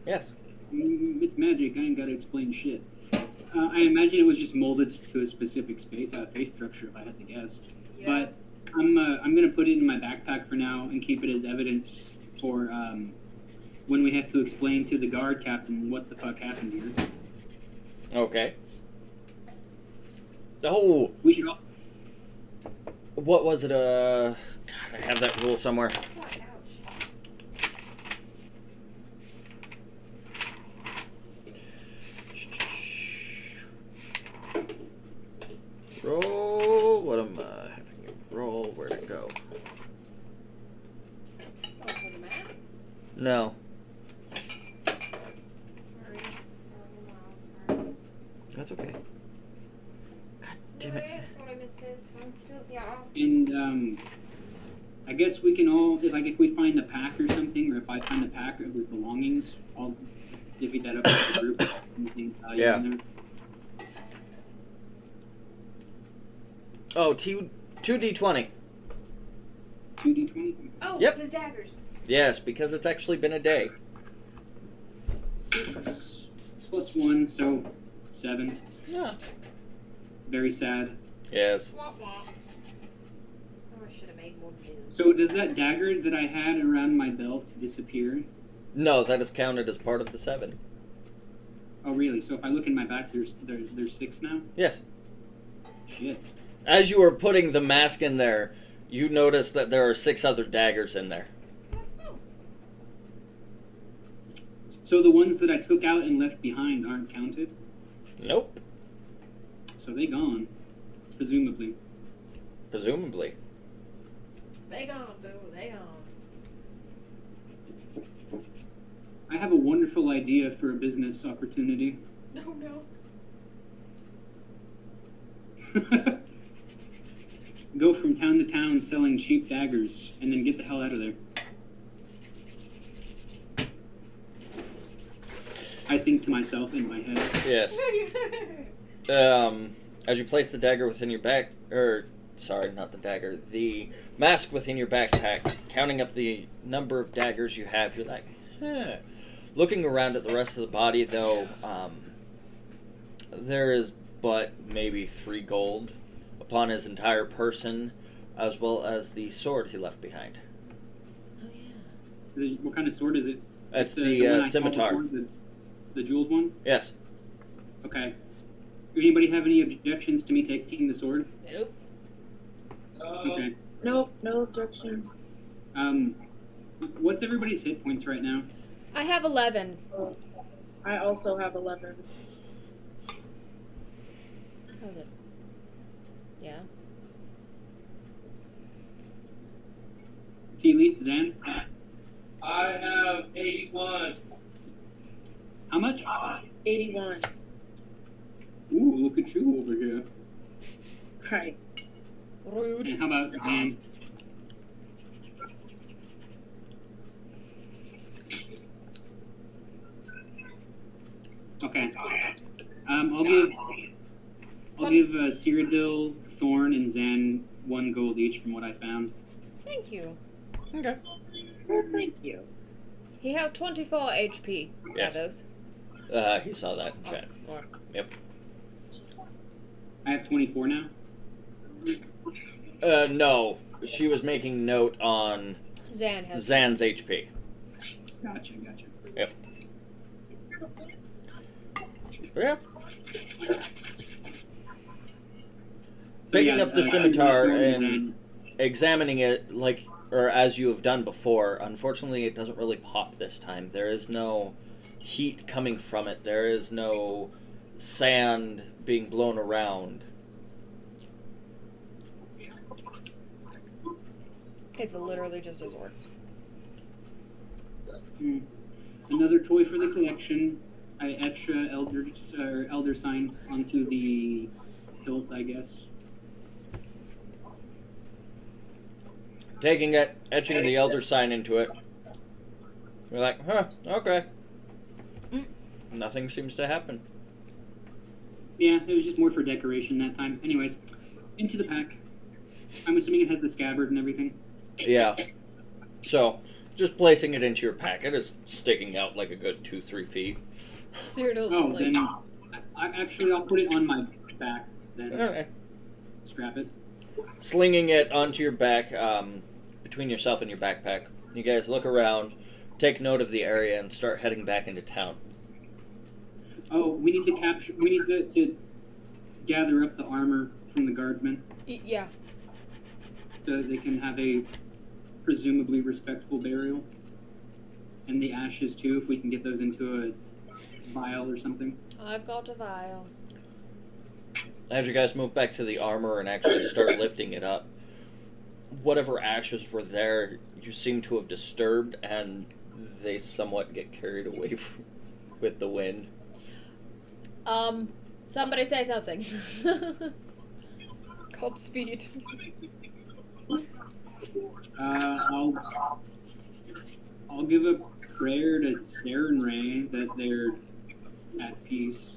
Speaker 1: yes,
Speaker 5: Mm, It's magic. I ain't gotta explain shit. Uh, I imagine it was just molded to a specific space, uh, face structure, if I had to guess. But I'm uh, I'm gonna put it in my backpack for now and keep it as evidence for um, when we have to explain to the guard captain what the fuck happened here.
Speaker 1: okay. Oh,
Speaker 5: We should also
Speaker 1: what was it? Uh, God, I have that rule somewhere. Roll. What am I having you roll? Where'd it go?
Speaker 12: Oh, for the mask?
Speaker 1: No.
Speaker 12: Sorry. Sorry, Mom. Sorry.
Speaker 1: That's okay. God damn it.
Speaker 12: That's what I missed it. So I'm still, yeah. I'll-
Speaker 5: and um, I guess we can all like if we find a pack or something, or if I find a pack of his belongings, I'll divvy that up to the group. Anything valuable in
Speaker 1: Yeah.
Speaker 5: there.
Speaker 1: Oh, two, two d20.
Speaker 5: Two D twenty.
Speaker 12: Oh,
Speaker 1: Yep.
Speaker 12: his daggers.
Speaker 1: Yes, because it's actually been a day.
Speaker 5: Six plus one, so seven.
Speaker 1: Yeah.
Speaker 5: Very sad.
Speaker 1: Yes.
Speaker 12: Womp womp. Oh, I should have made more news.
Speaker 5: So does that dagger that I had around my belt disappear?
Speaker 1: No, that is counted as part of the seven.
Speaker 5: Oh really? So if I look in my back, there's there's there's six now.
Speaker 1: Yes.
Speaker 5: Shit.
Speaker 1: As you are putting the mask in there, you notice that there are six other daggers in there.
Speaker 5: So the ones that I took out and left behind aren't counted.
Speaker 1: Nope.
Speaker 5: So they gone, presumably.
Speaker 1: Presumably.
Speaker 12: They gone, boo. They gone.
Speaker 5: I have a wonderful idea for a business opportunity.
Speaker 12: No, no.
Speaker 5: Go from town to town selling cheap daggers and then get the hell out of there. I think to myself in my head.
Speaker 1: Yes. Um, as you place the dagger within your back, or sorry, not the dagger, the mask within your backpack, counting up the number of daggers you have, you're like, huh. Looking around at the rest of the body, though, um, there is but maybe three gold upon his entire person, as well as the sword he left behind.
Speaker 12: Oh, yeah.
Speaker 5: The- What kind of sword is it?
Speaker 1: That's
Speaker 5: It's
Speaker 1: the
Speaker 5: one
Speaker 1: uh,
Speaker 5: I saw before,
Speaker 1: scimitar.
Speaker 5: The, the jeweled one?
Speaker 1: Yes.
Speaker 5: Okay. Anybody have any objections to me taking the sword?
Speaker 12: Nope.
Speaker 5: Okay.
Speaker 4: Nope, no objections.
Speaker 5: Um, what's everybody's hit points right now?
Speaker 2: I have 11.
Speaker 4: I also have 11.
Speaker 2: How is it? Yeah.
Speaker 5: Keely, Zan?
Speaker 6: I have 81.
Speaker 5: How much?
Speaker 4: 81.
Speaker 5: Ooh, look at you over here.
Speaker 4: Right.
Speaker 5: And how about Zan? Okay. Um, I'll give I'll give uh, Cyrodiil, Thorn, and Zan one gold each from what I found.
Speaker 2: Thank you.
Speaker 4: Well, thank you.
Speaker 2: He has 24 HP.
Speaker 1: Yeah.
Speaker 2: Those.
Speaker 1: Uh, he saw that in chat.
Speaker 5: I have 24 now.
Speaker 1: Uh, no. She was making note on
Speaker 2: Zan has.
Speaker 1: Zan's HP.
Speaker 5: Gotcha, gotcha.
Speaker 1: Yeah.
Speaker 5: So, uh,
Speaker 1: Picking up the
Speaker 5: Cyrodiil,
Speaker 1: scimitar
Speaker 5: Thorn,
Speaker 1: and-
Speaker 5: Zan.
Speaker 1: examining it like or as you have done before unfortunately it doesn't really pop this time there is no heat coming from it there is no sand being blown around
Speaker 2: It's literally just a sword.
Speaker 5: Another toy for the collection. I etch uh, elder or elder sign onto the hilt, I guess.
Speaker 1: taking it etching the elder sign into it you're like huh okay
Speaker 2: Mm.
Speaker 1: nothing seems to happen
Speaker 5: Yeah, it was just more for decoration that time. Anyways, into the pack. I'm assuming it has the scabbard and everything.
Speaker 1: yeah so Just placing it into your packet is sticking out like a good two, three feet.
Speaker 2: Cyrodiil's
Speaker 5: Oh,
Speaker 2: just like,
Speaker 5: then I, I actually I'll put it on my back then.
Speaker 1: Okay.
Speaker 5: Strap it.
Speaker 1: Slinging it onto your back, um, between yourself and your backpack. You guys look around, take note of the area, and start heading back into town.
Speaker 5: Oh, we need to capture. We need to, to gather up the armor from the guardsmen
Speaker 2: y- "E-, yeah,
Speaker 5: so that they can have a presumably respectful burial, and the ashes too, if we can get those into a vial or something.
Speaker 2: I've got a vial.
Speaker 1: As you guys move back to the armor and actually start lifting it up, whatever ashes were there, you seem to have disturbed, and they somewhat get carried away f with the wind.
Speaker 2: Um, somebody say something. Godspeed.
Speaker 5: Uh, I'll I'll give a prayer to Serenray that they're at peace,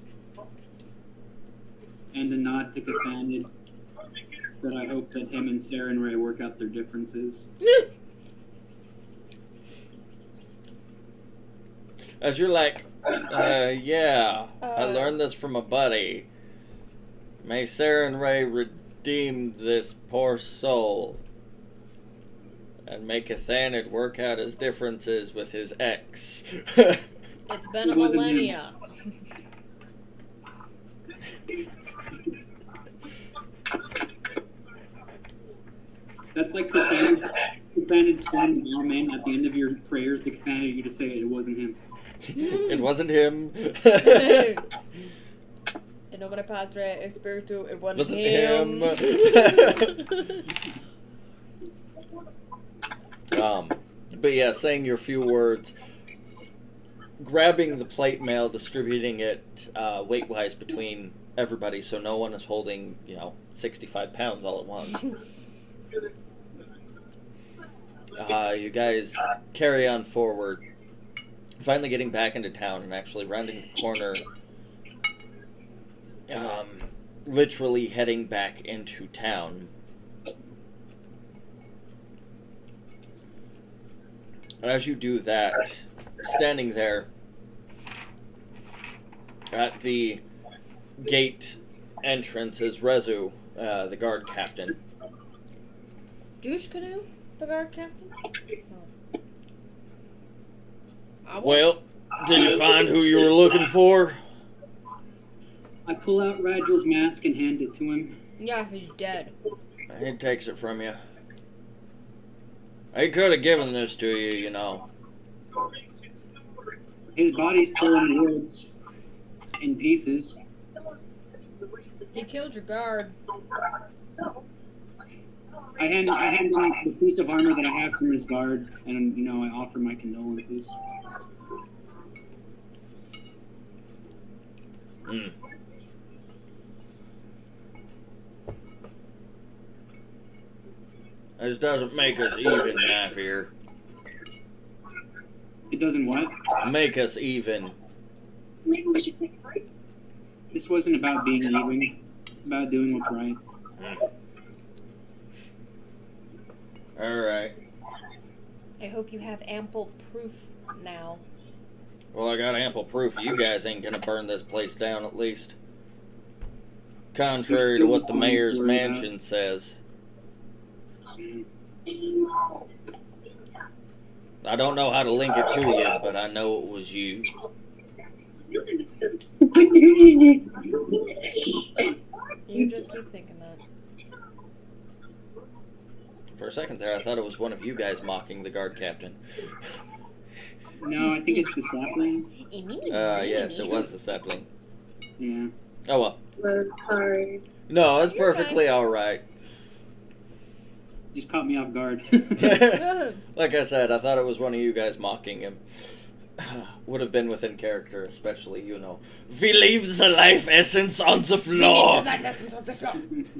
Speaker 5: and a nod to Cathanin that I hope that him and Serenray work out their differences.
Speaker 1: As you're like, uh, yeah, I
Speaker 2: Uh.
Speaker 1: learned this from a buddy. May Saren Ray redeem this poor soul and make Athanid work out his differences with his ex.
Speaker 2: It's been a
Speaker 5: It wasn't him.
Speaker 2: millennia.
Speaker 5: That's like Cathanin. Cathanin's form now, man. At the end of your prayers to Cathanin, you just say it wasn't him.
Speaker 1: it wasn't him.
Speaker 2: En nombre Padre, Espíritu, it wasn't
Speaker 1: Wasn't
Speaker 2: him.
Speaker 1: him. Um, but yeah, saying your few words, grabbing the plate mail, distributing it uh, weight wise between everybody, so no one is holding you know sixty five pounds all at once. Uh, you guys carry on forward, finally getting back into town and actually rounding the corner. Um, literally heading back into town. As you do that, standing there at the gate entrance is Rezu, uh, the guard captain.
Speaker 2: Douche canoe, the guard captain. I want-
Speaker 1: Well, did you find who you were looking for?
Speaker 5: I pull out Rigel's mask and hand it to him.
Speaker 2: yeah, he's dead.
Speaker 1: He takes it from you. He could have given this to you, you know.
Speaker 5: His body's still in woods, in pieces.
Speaker 2: He killed your guard.
Speaker 5: I hand I hand him the piece of armor that I have from his guard, and you know I offer my condolences.
Speaker 1: Mm. This doesn't make us even, knife here.
Speaker 5: It doesn't what?
Speaker 1: Make us even.
Speaker 5: This wasn't about being even. It's about doing what's right.
Speaker 1: All right.
Speaker 2: I hope you have ample proof now.
Speaker 1: Well, I got ample proof. You guys ain't gonna burn this place down, at least. Contrary to what the mayor's mansion says,
Speaker 5: And
Speaker 1: I don't know how to link it to you, but I know it was you.
Speaker 2: You just keep thinking that.
Speaker 1: For a second there, I thought it was one of you guys mocking the guard captain.
Speaker 5: No, I think it's the sapling.
Speaker 1: Uh, yes, it was the sapling.
Speaker 5: Yeah.
Speaker 1: Oh well.
Speaker 4: We're sorry.
Speaker 1: No, it's
Speaker 2: You're
Speaker 1: perfectly all right.
Speaker 5: Just caught me off guard.
Speaker 2: Good.
Speaker 1: like I said, I thought it was one of you guys mocking him. Would have been within character, especially you know. We leave the life essence on the floor.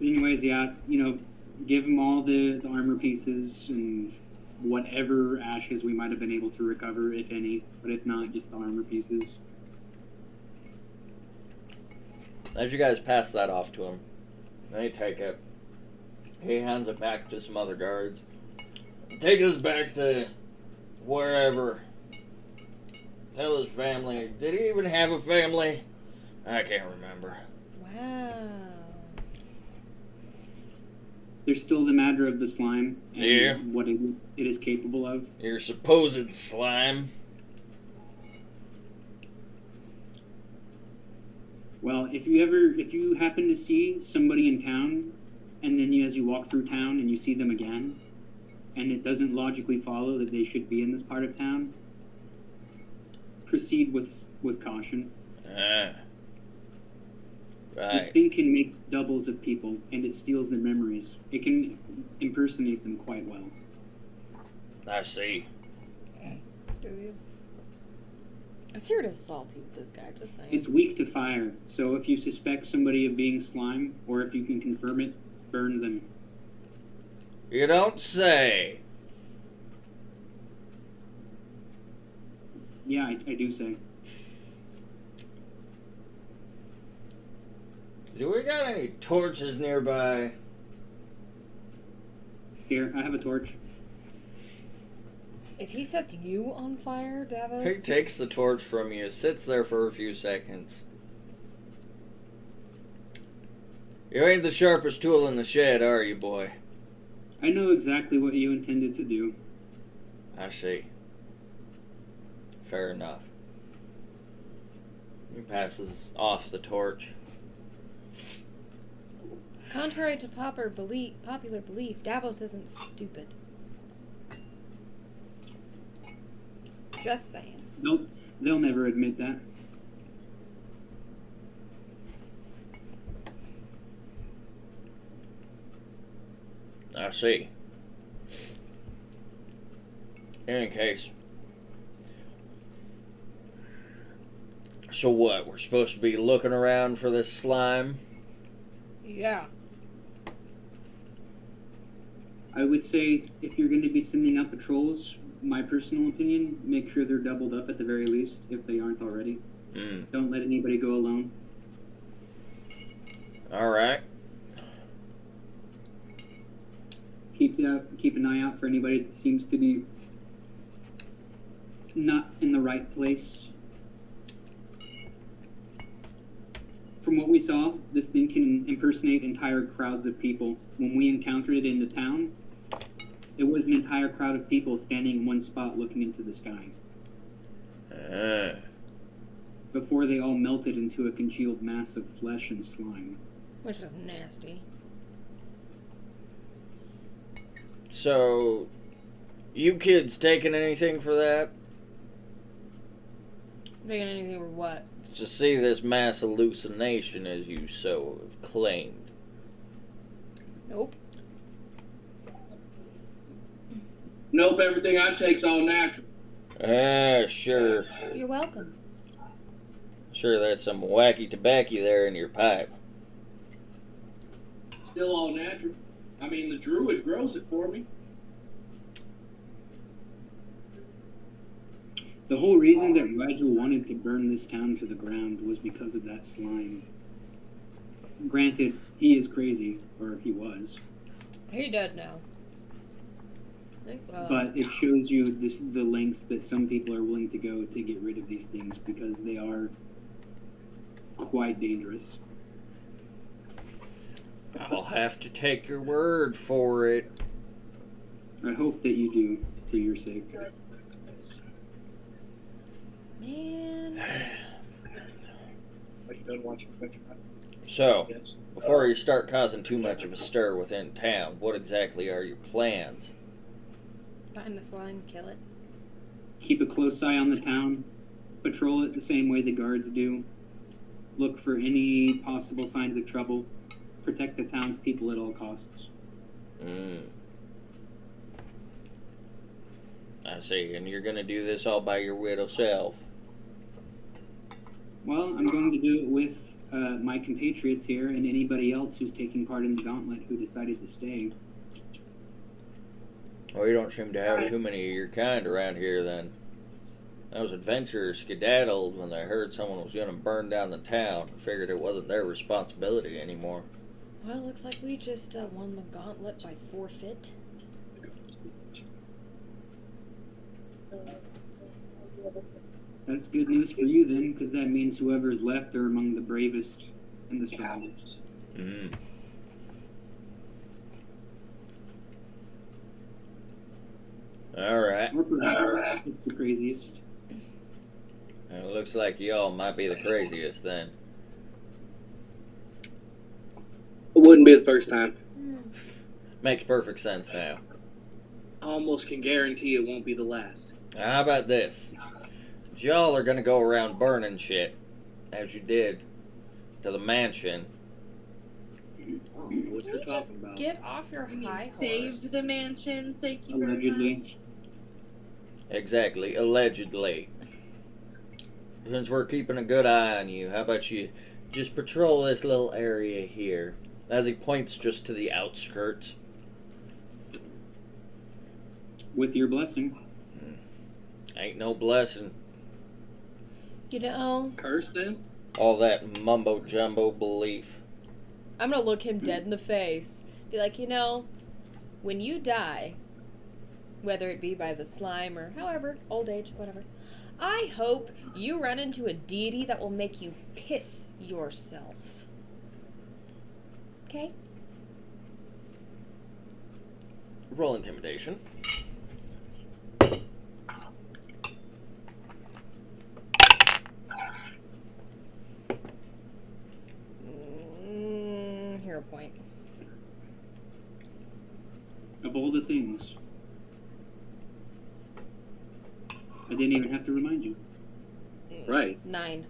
Speaker 5: Anyways, yeah, you know, give him all the, the armor pieces and whatever ashes we might have been able to recover, if any. But if not, just the armor pieces.
Speaker 1: As you guys pass that off to him, they take it. He hands it back to some other guards. Take us back to wherever. Tell his family. Did he even have a family? I can't remember.
Speaker 2: Wow.
Speaker 5: There's still the matter of the slime and
Speaker 1: Yeah.
Speaker 5: what it is, it is capable of.
Speaker 1: Your supposed slime.
Speaker 5: Well, if you ever, if you happen to see somebody in town, and then you, as you walk through town and you see them again, and it doesn't logically follow that they should be in this part of town, proceed with with caution.
Speaker 1: Ah.
Speaker 5: This
Speaker 1: Right.
Speaker 5: thing can make doubles of people, and it steals their memories. It can impersonate them quite well.
Speaker 1: I see.
Speaker 2: Do you? I see it is salty with this guy, just saying.
Speaker 5: It's weak to fire, so if you suspect somebody of being slime, or if you can confirm it, burn them.
Speaker 1: You don't say.
Speaker 5: Yeah, I, I do say.
Speaker 1: Do we got any torches nearby?
Speaker 5: Here, I have a torch.
Speaker 2: if he sets you on fire, Davos.
Speaker 1: He takes the torch from you, sits there for a few seconds. You ain't the sharpest tool in the shed, are you, boy?
Speaker 5: I know exactly what you intended to do.
Speaker 1: I see. Fair enough. He passes off the torch.
Speaker 2: Contrary to popular belief, popular belief, Davos isn't stupid. Just saying.
Speaker 5: They'll, they'll never admit that.
Speaker 1: I see. In any case. So what? We're supposed to be looking around for this slime?
Speaker 2: Yeah.
Speaker 5: I would say if you're going to be sending out patrols, my personal opinion, make sure they're doubled up at the very least, if they aren't already.
Speaker 1: Hmm.
Speaker 5: Don't let anybody go alone.
Speaker 1: All right.
Speaker 5: Keep uh, keep an eye out for anybody that seems to be not in the right place. From what we saw, this thing can impersonate entire crowds of people. When we encountered it in the town, it was an entire crowd of people standing in one spot looking into the sky.
Speaker 1: Uh,
Speaker 5: before they all melted into a congealed mass of flesh and slime.
Speaker 2: Which was nasty.
Speaker 1: so, you kids taking anything for that?
Speaker 2: Making anything or what?
Speaker 1: To see this mass hallucination, as you so have claimed.
Speaker 2: Nope.
Speaker 6: Nope, everything I take's all natural.
Speaker 1: Ah, sure.
Speaker 2: You're welcome.
Speaker 1: Sure, that's some wacky tobacco there in your pipe.
Speaker 6: Still all natural. I mean, the druid grows it for me.
Speaker 5: The whole reason that Rigel wanted to burn this town to the ground was because of that slime. Granted, he is crazy, or he was,
Speaker 2: He dead now. Think, uh,
Speaker 5: but it shows you this, the lengths that some people are willing to go to get rid of these things because they are quite dangerous.
Speaker 1: I'll have to take your word for it.
Speaker 5: I hope that you do, for your sake.
Speaker 2: man.
Speaker 6: Are you done watching Adventure Time?
Speaker 1: So,
Speaker 6: Yes.
Speaker 1: before you start causing too much of a stir within town, what exactly are your plans?
Speaker 2: Find the slime, kill it.
Speaker 5: keep a close eye on the town, patrol it the same way the guards do, look for any possible signs of trouble, protect the townspeople at all costs.
Speaker 1: Mm. I see, and you're gonna do this all by your widow self.
Speaker 5: Well, I'm going to do it with uh, my compatriots here and anybody else who's taking part in the gauntlet who decided to stay.
Speaker 1: Well, you don't seem to have too many of your kind around here then. Those adventurers skedaddled when they heard someone was gonna burn down the town and figured it wasn't their responsibility anymore.
Speaker 9: Well, looks like we just uh, won the gauntlet by forfeit.
Speaker 5: That's good news for you then, because that means whoever's left are among the bravest and the strongest.
Speaker 1: Mm. All right.
Speaker 5: Or perhaps it's the craziest.
Speaker 1: It looks like y'all might be the craziest then.
Speaker 6: It wouldn't be the first time.
Speaker 2: Hmm.
Speaker 1: Makes perfect sense now.
Speaker 6: I almost can guarantee it won't be the last.
Speaker 1: How about this? Y'all are gonna go around burning shit, as you did to the mansion.
Speaker 6: I don't know what
Speaker 9: Oh. Can
Speaker 6: you're
Speaker 9: you just
Speaker 6: talking about.
Speaker 9: Get off your
Speaker 4: I mean,
Speaker 9: high
Speaker 4: saved
Speaker 9: horse.
Speaker 4: the mansion. Thank you very
Speaker 5: Allegedly.
Speaker 4: much.
Speaker 1: Exactly, allegedly. Since we're keeping a good eye on you, how about you just patrol this little area here? As he points just to the outskirts.
Speaker 5: With your blessing.
Speaker 1: Ain't no blessing.
Speaker 9: You know,
Speaker 6: Curse then?
Speaker 1: All that mumbo jumbo belief.
Speaker 9: I'm gonna look him dead in the face. Be like, you know, when you die, whether it be by the slime or however, old age, whatever, I hope you run into a deity that will make you piss yourself. Okay?
Speaker 1: Roll intimidation.
Speaker 9: Mm, hero point.
Speaker 5: Of all the things. I didn't even have to remind you.
Speaker 6: Right.
Speaker 9: Nine.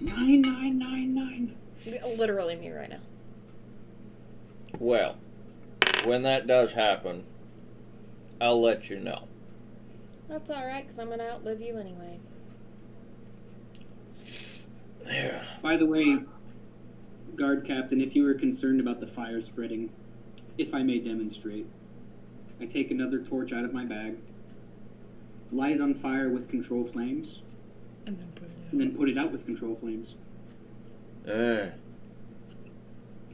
Speaker 5: Nine, nine, nine, nine.
Speaker 9: Literally me right now.
Speaker 1: Well, when that does happen, I'll let you know.
Speaker 9: That's alright, because I'm gonna outlive you anyway.
Speaker 1: Yeah.
Speaker 5: By the way, guard captain, if you were concerned about the fire spreading, if I may demonstrate, I take another torch out of my bag, light it on fire with control flames,
Speaker 9: And then put
Speaker 5: and then put it out with control flames.
Speaker 1: Uh,
Speaker 9: I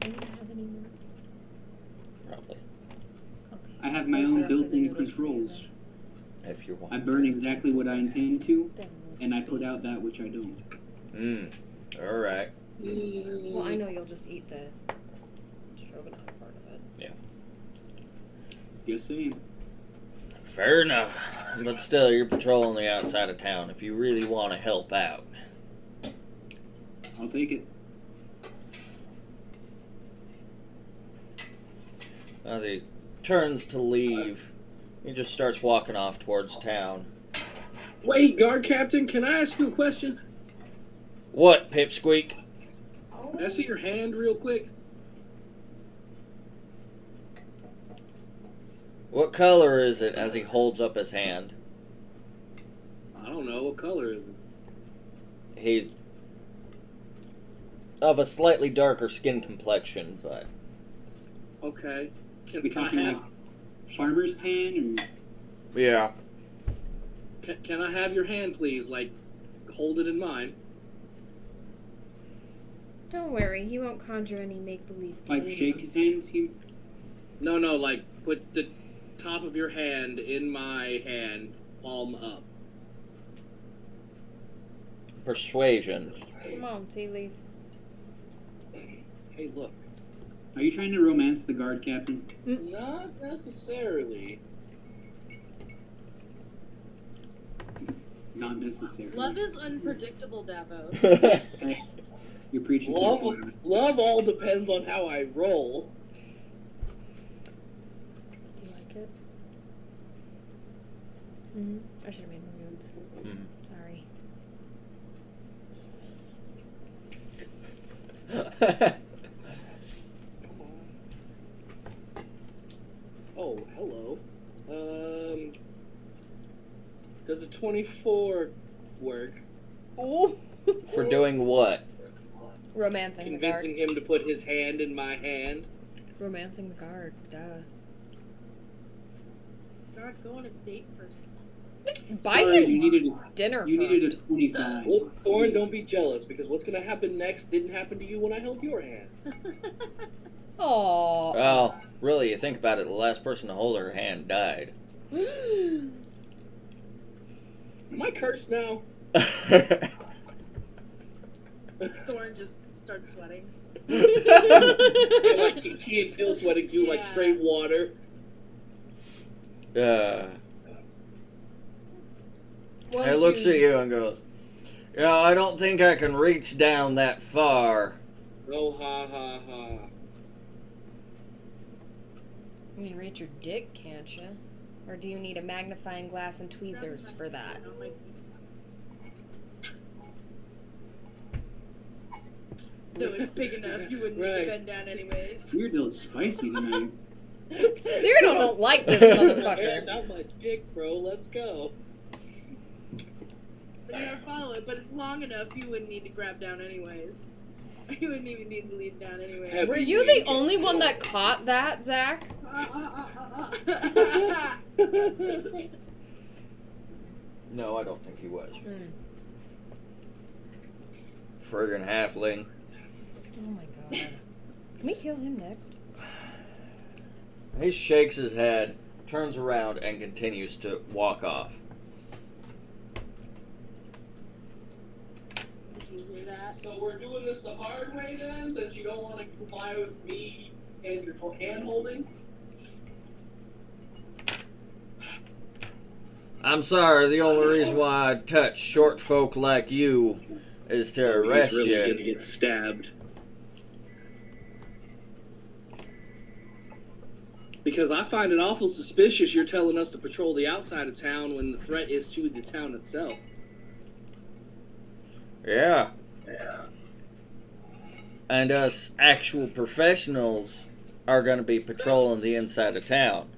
Speaker 9: don't have any more.
Speaker 1: probably.
Speaker 9: Okay.
Speaker 5: I have
Speaker 9: save
Speaker 5: my
Speaker 9: the
Speaker 5: own
Speaker 9: rest of the
Speaker 5: built-in
Speaker 9: noodles for you
Speaker 5: controls.
Speaker 1: If you want.
Speaker 5: I burn exactly what I intend to,
Speaker 9: then. Then we'll
Speaker 5: and I
Speaker 9: just
Speaker 5: put
Speaker 9: eat.
Speaker 5: out that which I don't.
Speaker 1: Mm. All right.
Speaker 6: Mm.
Speaker 9: Well, I know you'll just eat the stroganoff part of it.
Speaker 5: Just saying.
Speaker 1: Fair enough. But still, you're patrolling the outside of town. If you really want to help out,
Speaker 5: I'll take it.
Speaker 1: as he turns to leave, he just starts walking off towards town.
Speaker 6: Wait, guard captain, can I ask you a question?
Speaker 1: What, Pipsqueak?
Speaker 6: Can I see your hand real quick?
Speaker 1: What color is it? As he holds up his hand,
Speaker 6: I don't know. What color is it?
Speaker 1: he's of a slightly darker skin complexion, but
Speaker 6: Okay.
Speaker 5: Are
Speaker 6: Can,
Speaker 5: we
Speaker 6: can I
Speaker 5: talking
Speaker 6: have
Speaker 5: like farmer's tan or
Speaker 1: yeah,
Speaker 6: Can, can I have your hand, please? Like, hold it in mine.
Speaker 9: Don't worry, he won't conjure any make-believe.
Speaker 5: like shake his hand? He,
Speaker 6: No, no, like, put the top of your hand in my hand, palm up.
Speaker 1: persuasion.
Speaker 9: Come on, tea leaf.
Speaker 6: Hey, look.
Speaker 5: are you trying to romance the guard captain?
Speaker 6: Not necessarily.
Speaker 5: Not necessarily.
Speaker 4: Love is unpredictable, Davos.
Speaker 5: You're preaching. to the
Speaker 13: Love,
Speaker 5: choir.
Speaker 13: love all depends on how I roll.
Speaker 9: Do you like it?
Speaker 2: Mm-hmm.
Speaker 9: hmm I should have made more notes.
Speaker 1: Mhm.
Speaker 9: Sorry.
Speaker 6: Oh, hello. Um, does a 24 work?
Speaker 9: Oh.
Speaker 1: For doing what?
Speaker 9: romancing
Speaker 6: Convincing him to put his hand in my hand?
Speaker 9: the guard. Romancing the guard. Duh.
Speaker 4: Start going to date first.
Speaker 2: Buy
Speaker 5: Sorry,
Speaker 2: him
Speaker 5: you needed a,
Speaker 2: dinner
Speaker 5: you needed a
Speaker 2: first.
Speaker 5: twenty-five.
Speaker 6: Look, Thorin, don't be jealous because what's going to happen next didn't happen to you when I held your hand.
Speaker 2: Aw.
Speaker 1: Well, really, you think about it, the last person to hold her hand died.
Speaker 6: Am I cursed now?
Speaker 4: Thorn just starts sweating.
Speaker 6: You're like Kiki and Peel sweating you like
Speaker 4: Yeah.
Speaker 6: straight water.
Speaker 1: yeah.
Speaker 2: Won't
Speaker 1: He looks
Speaker 2: you-
Speaker 1: at you and goes, Yeah, I don't think I can reach down that far.
Speaker 6: Oh ha ha ha.
Speaker 2: You can reach your dick, can't you? Or do you need a magnifying glass and tweezers for that?
Speaker 4: Though it's big enough, you wouldn't need
Speaker 6: Right.
Speaker 4: to bend down anyways.
Speaker 5: Weird deal is spicy tonight.
Speaker 2: Cyrano don't like this motherfucker.
Speaker 6: Not my dick, bro. Let's go.
Speaker 4: But you never follow it, but it's long enough, you wouldn't need to grab down anyways. You wouldn't even need to lean down anyways.
Speaker 6: Have
Speaker 2: Were you the only one that caught that, Zach?
Speaker 1: No, I don't think he was.
Speaker 2: Mm.
Speaker 1: Friggin' halfling.
Speaker 2: Oh my god. Can we kill him next?
Speaker 1: He shakes his head, turns around, and continues to walk off.
Speaker 4: Did you hear that?
Speaker 6: So we're doing this the hard way then, since you don't want to comply with me and your hand holding.
Speaker 1: I'm sorry, the only reason why I touch short folk like you is to arrest you.
Speaker 6: get stabbed. Because I find it awful suspicious you're telling us to patrol the outside of town when the threat is to the town itself.
Speaker 1: Yeah. And us actual professionals are going to be patrolling the inside of town.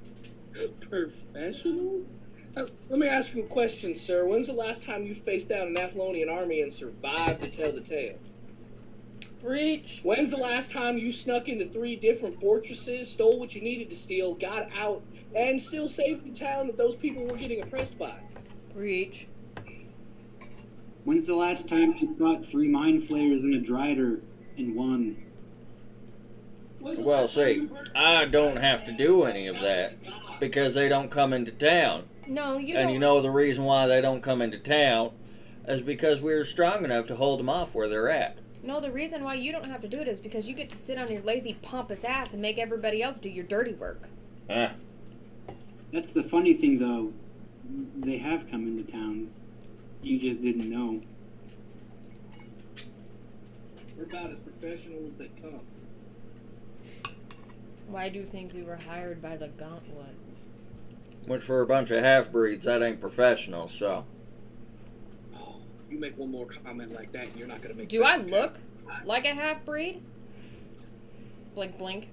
Speaker 6: Professionals? Uh, Let me ask you a question, sir. When's the last time you faced down an Athlonian army and survived to tell the tale?
Speaker 2: Breach.
Speaker 6: When's the last time you snuck into three different fortresses, stole what you needed to steal, got out, and still saved the town that those people were getting oppressed by?
Speaker 2: Breach.
Speaker 5: When's the last time you caught three mind flayers and a drider in one?
Speaker 6: When's the
Speaker 1: Well,
Speaker 6: last time
Speaker 1: see,
Speaker 6: you were-
Speaker 1: I don't have to do any of that because they don't come into town.
Speaker 2: No, you
Speaker 1: and
Speaker 2: don't.
Speaker 1: you know the reason why they don't come into town is because we're strong enough to hold them off where they're at.
Speaker 2: no, the reason why you don't have to do it is because you get to sit on your lazy, pompous ass and make everybody else do your dirty work.
Speaker 5: That's the funny thing, though. They have come into town. You just didn't know.
Speaker 6: We're about as professional as they come.
Speaker 2: Why do you think we were hired by the gauntlet?
Speaker 1: Which for a bunch of half breeds, that ain't professional, so.
Speaker 6: Oh, you make one more comment like that, and you're not gonna make.
Speaker 2: Do I look like a half breed? Blink, blink.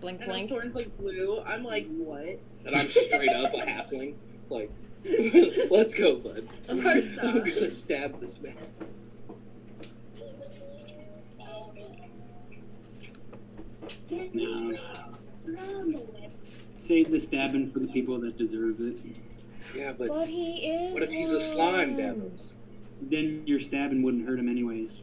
Speaker 2: Blink,
Speaker 4: And if
Speaker 2: blink.
Speaker 4: Thorn's like blue, I'm like, what?
Speaker 6: And I'm straight up a halfling. Like, let's go, bud. I'm
Speaker 4: Of course not.
Speaker 6: gonna stab this man.
Speaker 5: No. Save the stabbing for the people that deserve it.
Speaker 6: Yeah, but
Speaker 2: But he is.
Speaker 6: what if he's a slime
Speaker 2: one.
Speaker 6: devils?
Speaker 5: Then your stabbing wouldn't hurt him anyways.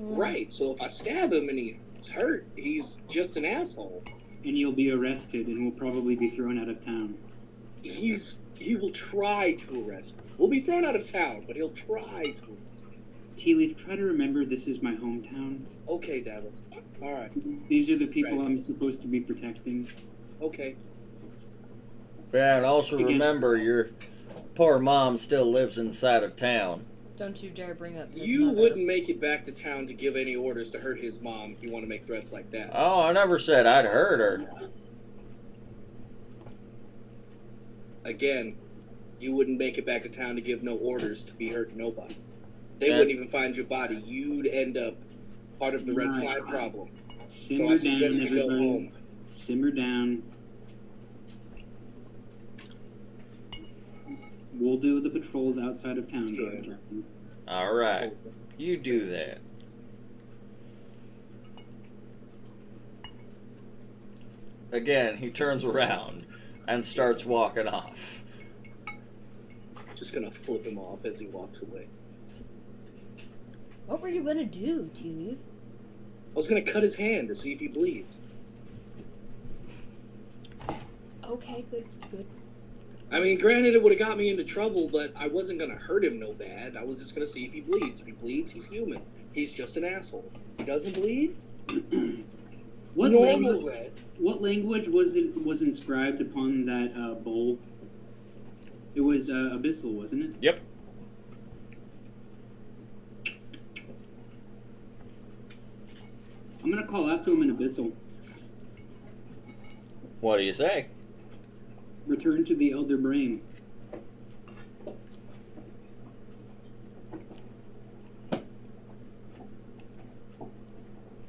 Speaker 2: Mm.
Speaker 6: Right. So if I stab him and he's hurt, he's just an asshole.
Speaker 5: And you'll be arrested and will probably be thrown out of town.
Speaker 6: He's he will try to arrest. Me. We'll be thrown out of town, but he'll try to. Arrest me.
Speaker 5: Teely, try to remember this is my hometown.
Speaker 6: Okay, Davos. All right.
Speaker 5: These are the people
Speaker 6: Right.
Speaker 5: I'm supposed to be protecting.
Speaker 6: Okay.
Speaker 1: Yeah, and also
Speaker 5: Against-
Speaker 1: remember your poor mom still lives inside of town.
Speaker 2: Don't you dare bring up. his
Speaker 6: You
Speaker 2: mother.
Speaker 6: wouldn't make it back to town to give any orders to hurt his mom if you want to make threats like that.
Speaker 1: Oh, I never said I'd hurt her.
Speaker 6: Again, you wouldn't make it back to town to give no orders to be hurt to nobody. They
Speaker 1: Yeah.
Speaker 6: wouldn't even find your body. You'd end up part of the red
Speaker 5: Right.
Speaker 6: slime problem. So I
Speaker 5: Simmer down,
Speaker 6: suggest you
Speaker 5: everybody.
Speaker 6: go home.
Speaker 5: Simmer down. We'll do the patrols outside of town.
Speaker 6: Sure.
Speaker 5: Captain.
Speaker 1: All right, you do that. Again, he turns around and starts walking off.
Speaker 6: just gonna flip him off as he walks away.
Speaker 14: What were you gonna do, T?
Speaker 6: I was gonna cut his hand to see if he bleeds.
Speaker 14: Okay, good, good.
Speaker 6: I mean, granted, it would have got me into trouble, but I wasn't gonna hurt him no bad. I was just gonna see if he bleeds. If he bleeds, he's human. He's just an asshole. He doesn't bleed.
Speaker 5: What
Speaker 6: normal
Speaker 5: language?
Speaker 6: red.
Speaker 5: What language was it was inscribed upon that uh, bowl? It was uh, abyssal, wasn't it?
Speaker 15: Yep.
Speaker 5: I'm gonna call out to him in abyssal.
Speaker 15: What do you say?
Speaker 5: Return to the elder brain.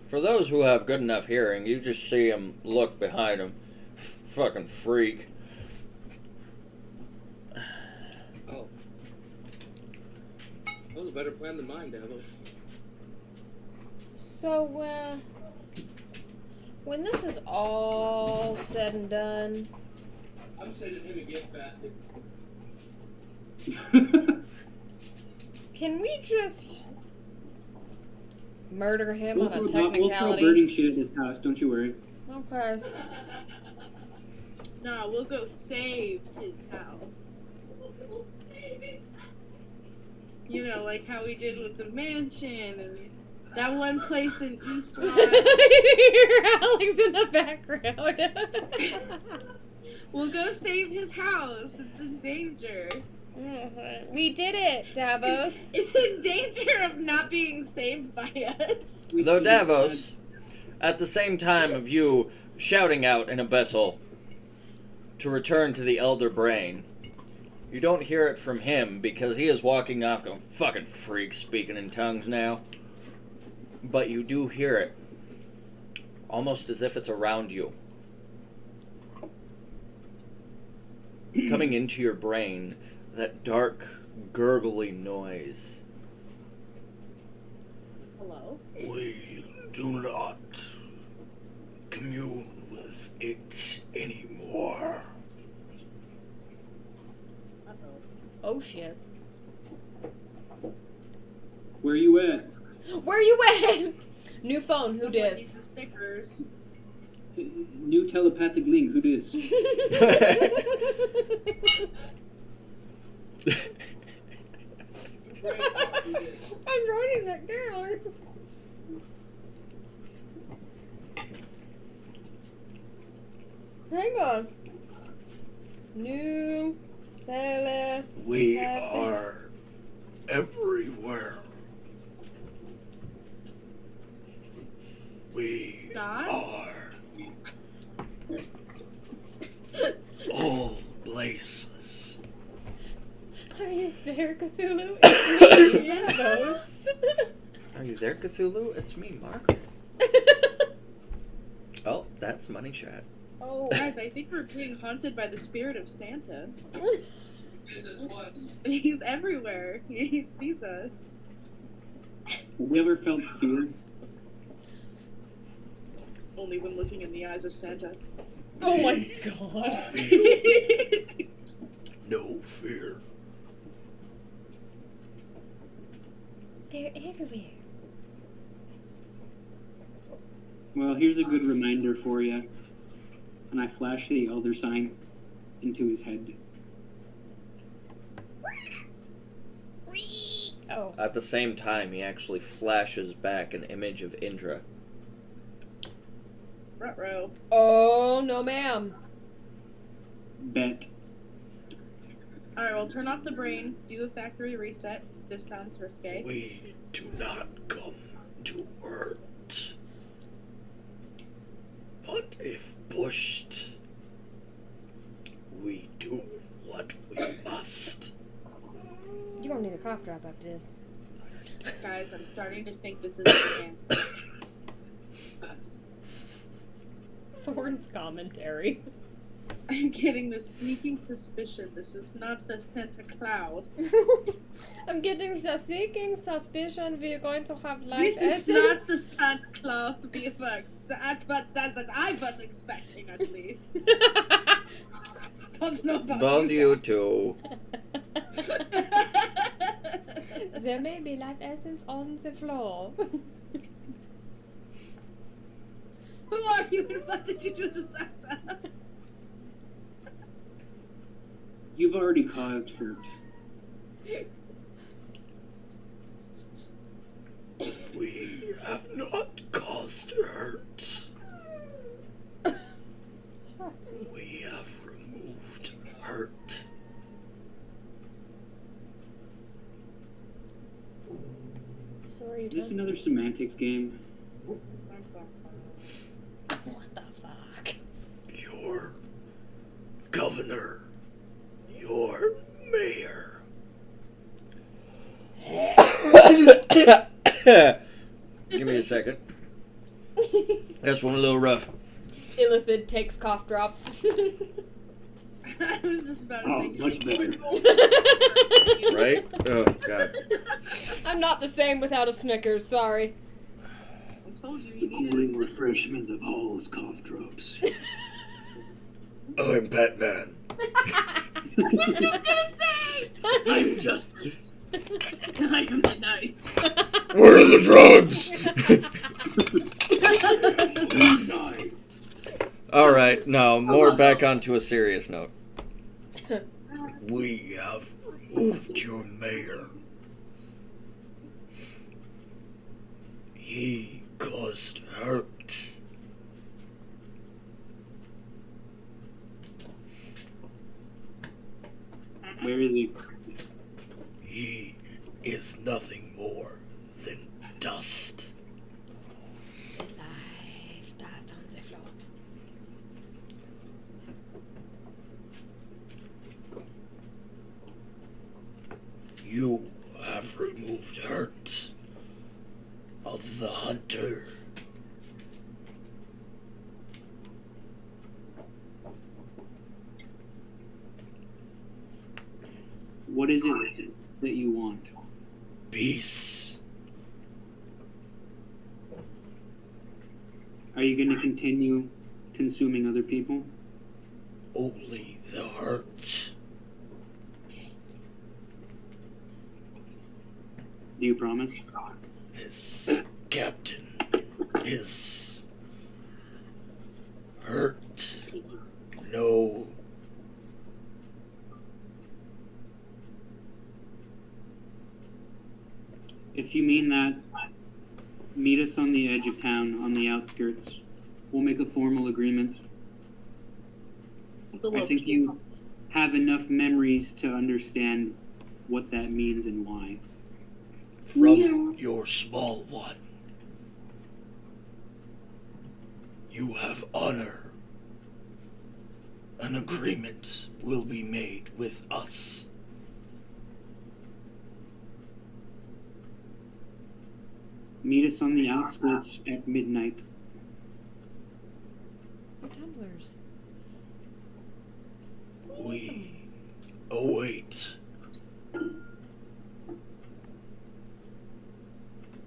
Speaker 1: For those who have good enough hearing, you just see him look behind him. F- fucking freak.
Speaker 6: Oh. That was a better plan than mine, Devil.
Speaker 9: So, uh, when this is all said and done,
Speaker 6: I'm sending him a gift basket.
Speaker 9: can we just murder him
Speaker 5: We'll
Speaker 9: on
Speaker 5: throw,
Speaker 9: a
Speaker 5: bu- we'll throw
Speaker 9: technicality?
Speaker 5: burning shit at his house. Don't you worry.
Speaker 9: okay.
Speaker 4: Nah, we'll go save his house. You know, like how we did with the mansion and that one place in East
Speaker 9: You
Speaker 4: Line.
Speaker 9: hear Alex in the background.
Speaker 4: we'll go save his house. It's in danger.
Speaker 9: we did it, Davos.
Speaker 4: It's in danger of not being saved by us.
Speaker 1: Though
Speaker 5: uh,
Speaker 1: Davos, at the same time of you shouting out in abyssal to return to the elder brain, you don't hear it from him because he is walking off going fucking freak speaking in tongues now. But you do hear it. Almost as if it's around you. Coming into your brain, that dark, gurgly noise.
Speaker 4: Hello?
Speaker 16: We do not commune with it anymore.
Speaker 9: Oh shit.
Speaker 5: Where you at?
Speaker 9: Where you at? New phone, who
Speaker 4: Someone
Speaker 9: dis?
Speaker 4: needs the stickers.
Speaker 5: New telepathic link. Who dis?
Speaker 9: I'm writing that down. Hang on. New tele.
Speaker 16: We are everywhere. We are all places.
Speaker 9: Are you there, Cthulhu? It's me, Davos.
Speaker 1: Are you there, Cthulhu? It's me, Mark. oh, that's money shot.
Speaker 9: Oh,
Speaker 4: guys, I think we're being haunted by the spirit of Santa.
Speaker 17: Did this once.
Speaker 4: He's everywhere. He sees us.
Speaker 5: Have you ever felt fear?
Speaker 4: Only when looking in the eyes of Santa.
Speaker 9: Oh my god.
Speaker 16: No fear.
Speaker 9: They're everywhere.
Speaker 5: Well, here's a good reminder for you. And I flash the elder sign into his head.
Speaker 9: Oh.
Speaker 1: At the same time, he actually flashes back an image of Indra.
Speaker 4: Front row.
Speaker 9: Oh, no, ma'am.
Speaker 5: Bet.
Speaker 4: All right, well, turn off the brain. Do a factory reset. This sounds risque.
Speaker 16: We do not come to hurt. But if pushed, we do what we must.
Speaker 9: You're gonna need a cough drop after this.
Speaker 4: Guys, I'm starting to think this is a band.
Speaker 9: Thorn's commentary.
Speaker 4: I'm getting the sneaking suspicion this is not the Santa Claus.
Speaker 9: I'm getting the sinking suspicion we're going to have life
Speaker 4: this is
Speaker 9: essence.
Speaker 4: not the Santa Claus we were ex- that, but that, that I was expecting at least. Don't know about
Speaker 1: Both
Speaker 4: you.
Speaker 1: you two.
Speaker 4: guys.
Speaker 2: there may be life essence on the floor.
Speaker 4: Who are you and what did you do to Santa?
Speaker 5: You've already caused hurt.
Speaker 18: We have not caused hurt. We have removed hurt.
Speaker 2: So are you
Speaker 5: Is this
Speaker 2: done?
Speaker 5: another semantics game?
Speaker 9: What the fuck?
Speaker 18: Your governor, your mayor,
Speaker 1: Give me a second. That's one a little rough.
Speaker 9: Illithid takes cough drop.
Speaker 4: I was just about to
Speaker 1: Oh,
Speaker 4: say.
Speaker 1: much better.
Speaker 9: I'm
Speaker 1: Right? Oh, God.
Speaker 9: not the same without a Snickers, sorry.
Speaker 4: I told you
Speaker 18: the
Speaker 4: you needed
Speaker 18: cooling refreshment of Hall's cough drops. I'm Batman.
Speaker 4: I was just gonna say!
Speaker 18: I'm just.
Speaker 4: I am the knight.
Speaker 18: Where are the drugs?
Speaker 1: All right, no, more back onto a serious note.
Speaker 18: we have removed your mayor. He caused hurt.
Speaker 5: Where is he?
Speaker 18: He is nothing more than dust.
Speaker 9: Life dust on the floor.
Speaker 18: You have removed hurt of the hunter.
Speaker 5: What is it that you want?
Speaker 18: Peace.
Speaker 5: Are you going to continue consuming other people?
Speaker 18: Only the hurt.
Speaker 5: Do you promise?
Speaker 18: This captain is hurt. No.
Speaker 5: If you mean that, meet us on the edge of town, on the outskirts. We'll make a formal agreement. I think you have enough memories to understand what that means and why.
Speaker 18: From your small one, you have honor. An agreement will be made with us.
Speaker 5: Meet us on the outskirts at midnight.
Speaker 2: Your tumblers.
Speaker 18: We await.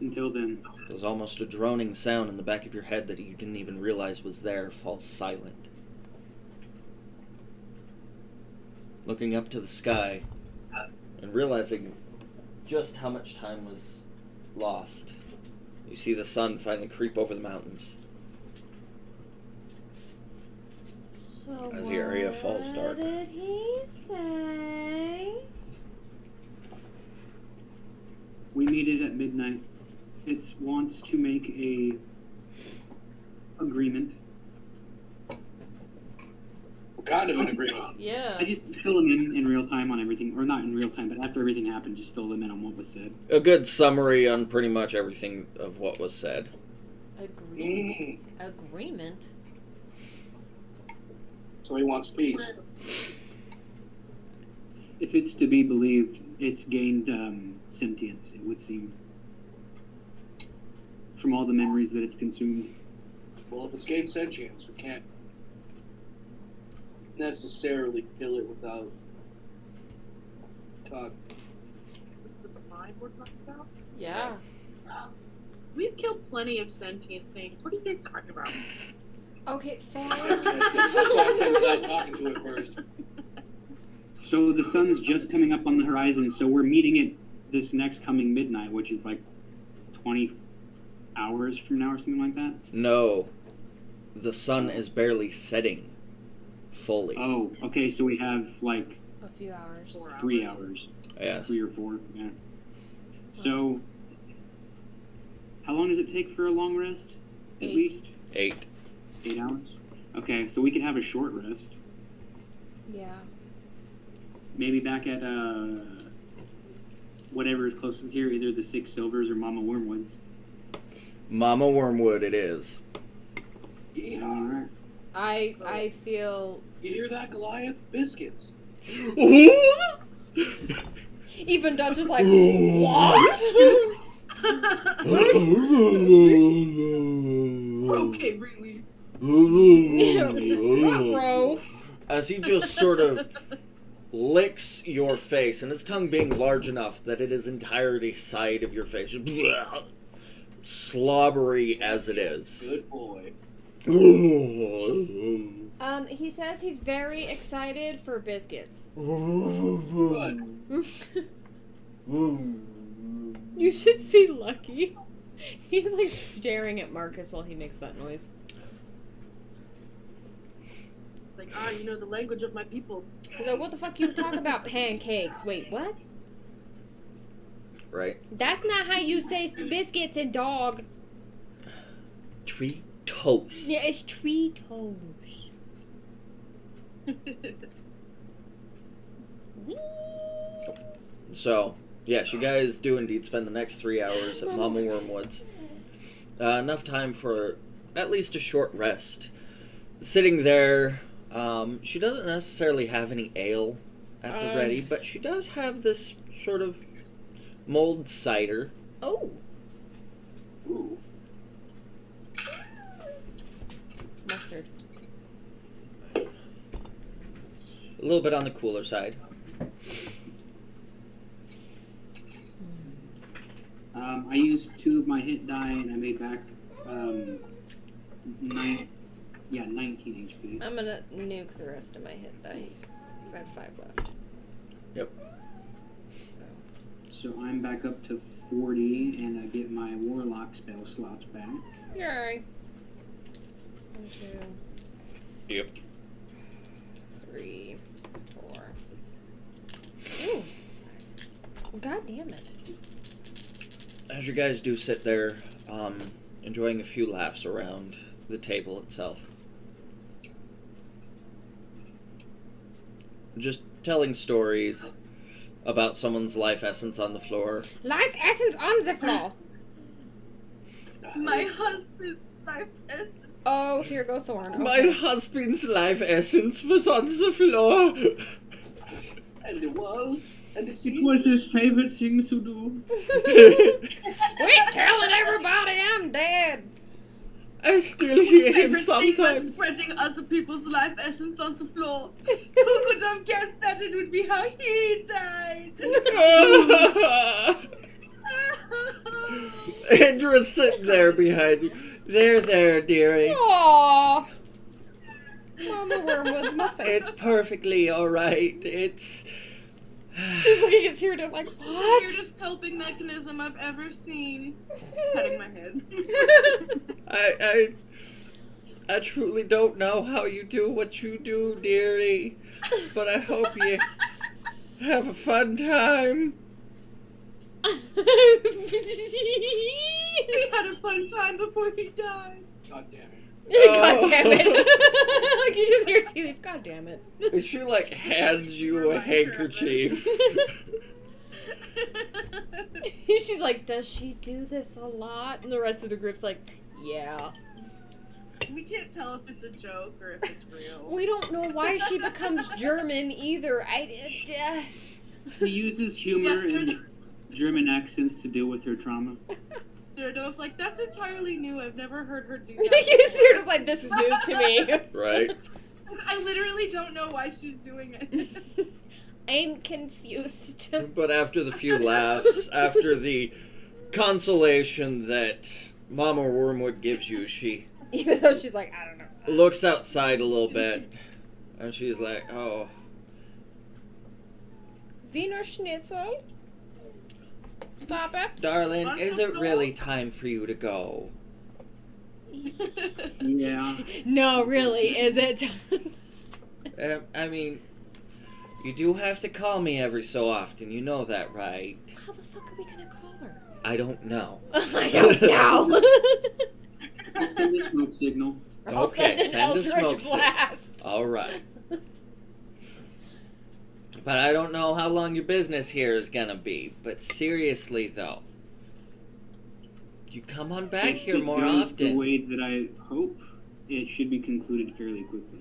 Speaker 5: Until then,
Speaker 1: There's almost a droning sound in the back of your head that you didn't even realize was there falls silent. Looking up to the sky and realizing just how much time was lost, you see the sun finally creep over the mountains
Speaker 9: So
Speaker 1: as the area falls
Speaker 9: what
Speaker 1: dark.
Speaker 9: did he say?
Speaker 5: we meet it at midnight. It wants to make a agreement.
Speaker 19: Kind of an agreement.
Speaker 9: Yeah.
Speaker 5: I just fill them in in real time on everything, or not in real time, but after everything happened, just fill them in on what was said.
Speaker 1: A good summary on pretty much everything of what was said.
Speaker 9: Agreement.
Speaker 19: Mm.
Speaker 9: Agreement.
Speaker 19: So he wants peace.
Speaker 5: If it's to be believed, it's gained um, sentience, it would seem, from all the memories that it's consumed.
Speaker 19: Well, if it's gained sentience, we can't necessarily kill it without talk.
Speaker 4: Is the slime we're talking about?
Speaker 9: Yeah.
Speaker 4: We've killed plenty of sentient things. What are you guys talking about?
Speaker 2: Okay,
Speaker 19: That's, that's, that's why I said without talking to it first.
Speaker 5: So the sun's just coming up on the horizon, so we're meeting it this next coming midnight, which is like 20 hours from now or something like that.
Speaker 1: No, the sun is barely setting fully.
Speaker 5: Oh, okay, so we have like
Speaker 20: A few hours.
Speaker 5: three hours.
Speaker 1: Yes.
Speaker 5: Three or four, yeah. So, how long does it take for a long rest? At
Speaker 20: Eight.
Speaker 5: least
Speaker 1: Eight.
Speaker 5: eight hours? Okay, so we could have a short rest.
Speaker 20: Yeah.
Speaker 5: Maybe back at uh, whatever is closest here, either the Six Silvers or Mama Wormwoods.
Speaker 1: Mama Wormwood, it is.
Speaker 5: All right.
Speaker 20: I I feel
Speaker 19: You hear that, Goliath? Biscuits.
Speaker 9: Even Dutch is like, what?
Speaker 1: okay, really.
Speaker 9: Bro.
Speaker 1: As he just sort of licks your face, and his tongue being large enough that it is entirely side of your face, just bleh, slobbery as it is.
Speaker 19: Good boy.
Speaker 9: Um, he says he's very excited for biscuits.
Speaker 20: you should see Lucky.
Speaker 9: He's like staring at Marcus while he makes that noise.
Speaker 4: Like, ah, you know the language of my people.
Speaker 9: He's like, what the fuck you talk about pancakes? Wait, what?
Speaker 1: Right.
Speaker 9: That's not how you say s- biscuits and dog.
Speaker 1: Tree toast.
Speaker 9: Yeah, it's Tweetos.
Speaker 1: So, yes, you guys do indeed spend the next three hours at Mama Wormwood's. Uh, enough time for at least a short rest. Sitting there, um, she doesn't necessarily have any ale at the
Speaker 9: Um.
Speaker 1: ready, but she does have this sort of mulled cider.
Speaker 9: Oh.
Speaker 19: Ooh.
Speaker 9: Mustard.
Speaker 1: A little bit on the cooler side.
Speaker 5: Um, I used two of my hit die and I made back um, nine, yeah, 19 HP.
Speaker 9: I'm gonna nuke the rest of my hit die. Because I have five left.
Speaker 1: Yep.
Speaker 9: So.
Speaker 5: So I'm back up to 40 and I get my warlock spell slots back.
Speaker 9: Yay. One, two,
Speaker 1: Yep.
Speaker 9: three, four. Ooh. God damn it.
Speaker 1: As you guys do sit there, um, enjoying a few laughs around the table itself. Just telling stories about someone's life essence on the floor.
Speaker 9: Life essence on the floor.
Speaker 4: My husband's life is
Speaker 9: Oh, here go Thorn. Okay.
Speaker 1: My husband's life essence was on the floor.
Speaker 19: And it was. And the
Speaker 5: It was his favorite thing to do.
Speaker 9: Quit telling everybody I'm dead.
Speaker 1: I still hear
Speaker 4: favorite
Speaker 1: him
Speaker 4: thing was
Speaker 1: sometimes.
Speaker 4: spreading other people's life essence on the floor. Who could have guessed that it would be how he died?
Speaker 1: Andra, sit there behind you. There, there, dearie.
Speaker 9: Aww. Mama Wormwood's my favorite.
Speaker 1: It's perfectly alright. It's.
Speaker 9: She's looking at Cyrodiil like,
Speaker 4: It's
Speaker 9: what?
Speaker 4: The weirdest coping mechanism I've ever seen. Patting my head.
Speaker 1: I, I, I truly don't know how you do what you do, dearie, but I hope you have a fun time.
Speaker 4: he had a fun time before he died.
Speaker 19: God damn it.
Speaker 9: God damn
Speaker 2: Oh.
Speaker 9: it. like you just hear tea leaf. God damn it.
Speaker 1: And she like hands you a handkerchief.
Speaker 9: She's like, does she do this a lot? And the rest of the group's like, yeah.
Speaker 4: We can't tell if it's a joke or if it's real.
Speaker 9: We don't know why she becomes German either. I. uh,
Speaker 5: He uses humor and German accents to deal with her trauma.
Speaker 4: Cyrodiil's like, that's entirely new. I've never heard her do
Speaker 9: Uh,
Speaker 4: that.
Speaker 9: Cyrodiil's like, this is news to me.
Speaker 1: Right?
Speaker 4: I literally don't know why she's doing it.
Speaker 9: I'm confused.
Speaker 1: But after the few laughs, after the consolation that Mama Wormwood gives you, she
Speaker 9: Even though she's like, I don't know.
Speaker 1: looks outside a little bit and she's like, oh,
Speaker 9: Wiener Schnitzel? Stop it.
Speaker 1: Darling, is it really time for you to go?
Speaker 5: Yeah.
Speaker 2: No, really, is it?
Speaker 1: Um, I mean, you do have to call me every so often. You know that, right?
Speaker 2: How the fuck are we gonna call her?
Speaker 1: I don't know.
Speaker 2: I don't know.
Speaker 5: I'll send a smoke signal.
Speaker 2: I'll
Speaker 1: okay,
Speaker 2: send an
Speaker 1: send a smoke
Speaker 2: Eldritch
Speaker 1: signal.
Speaker 2: blast.
Speaker 1: All right. But I don't know how long your business here is gonna be. But seriously, though, you come on back
Speaker 5: If
Speaker 1: here
Speaker 5: it
Speaker 1: more
Speaker 5: goes The
Speaker 1: often.
Speaker 5: way that I hope, it should be concluded fairly quickly.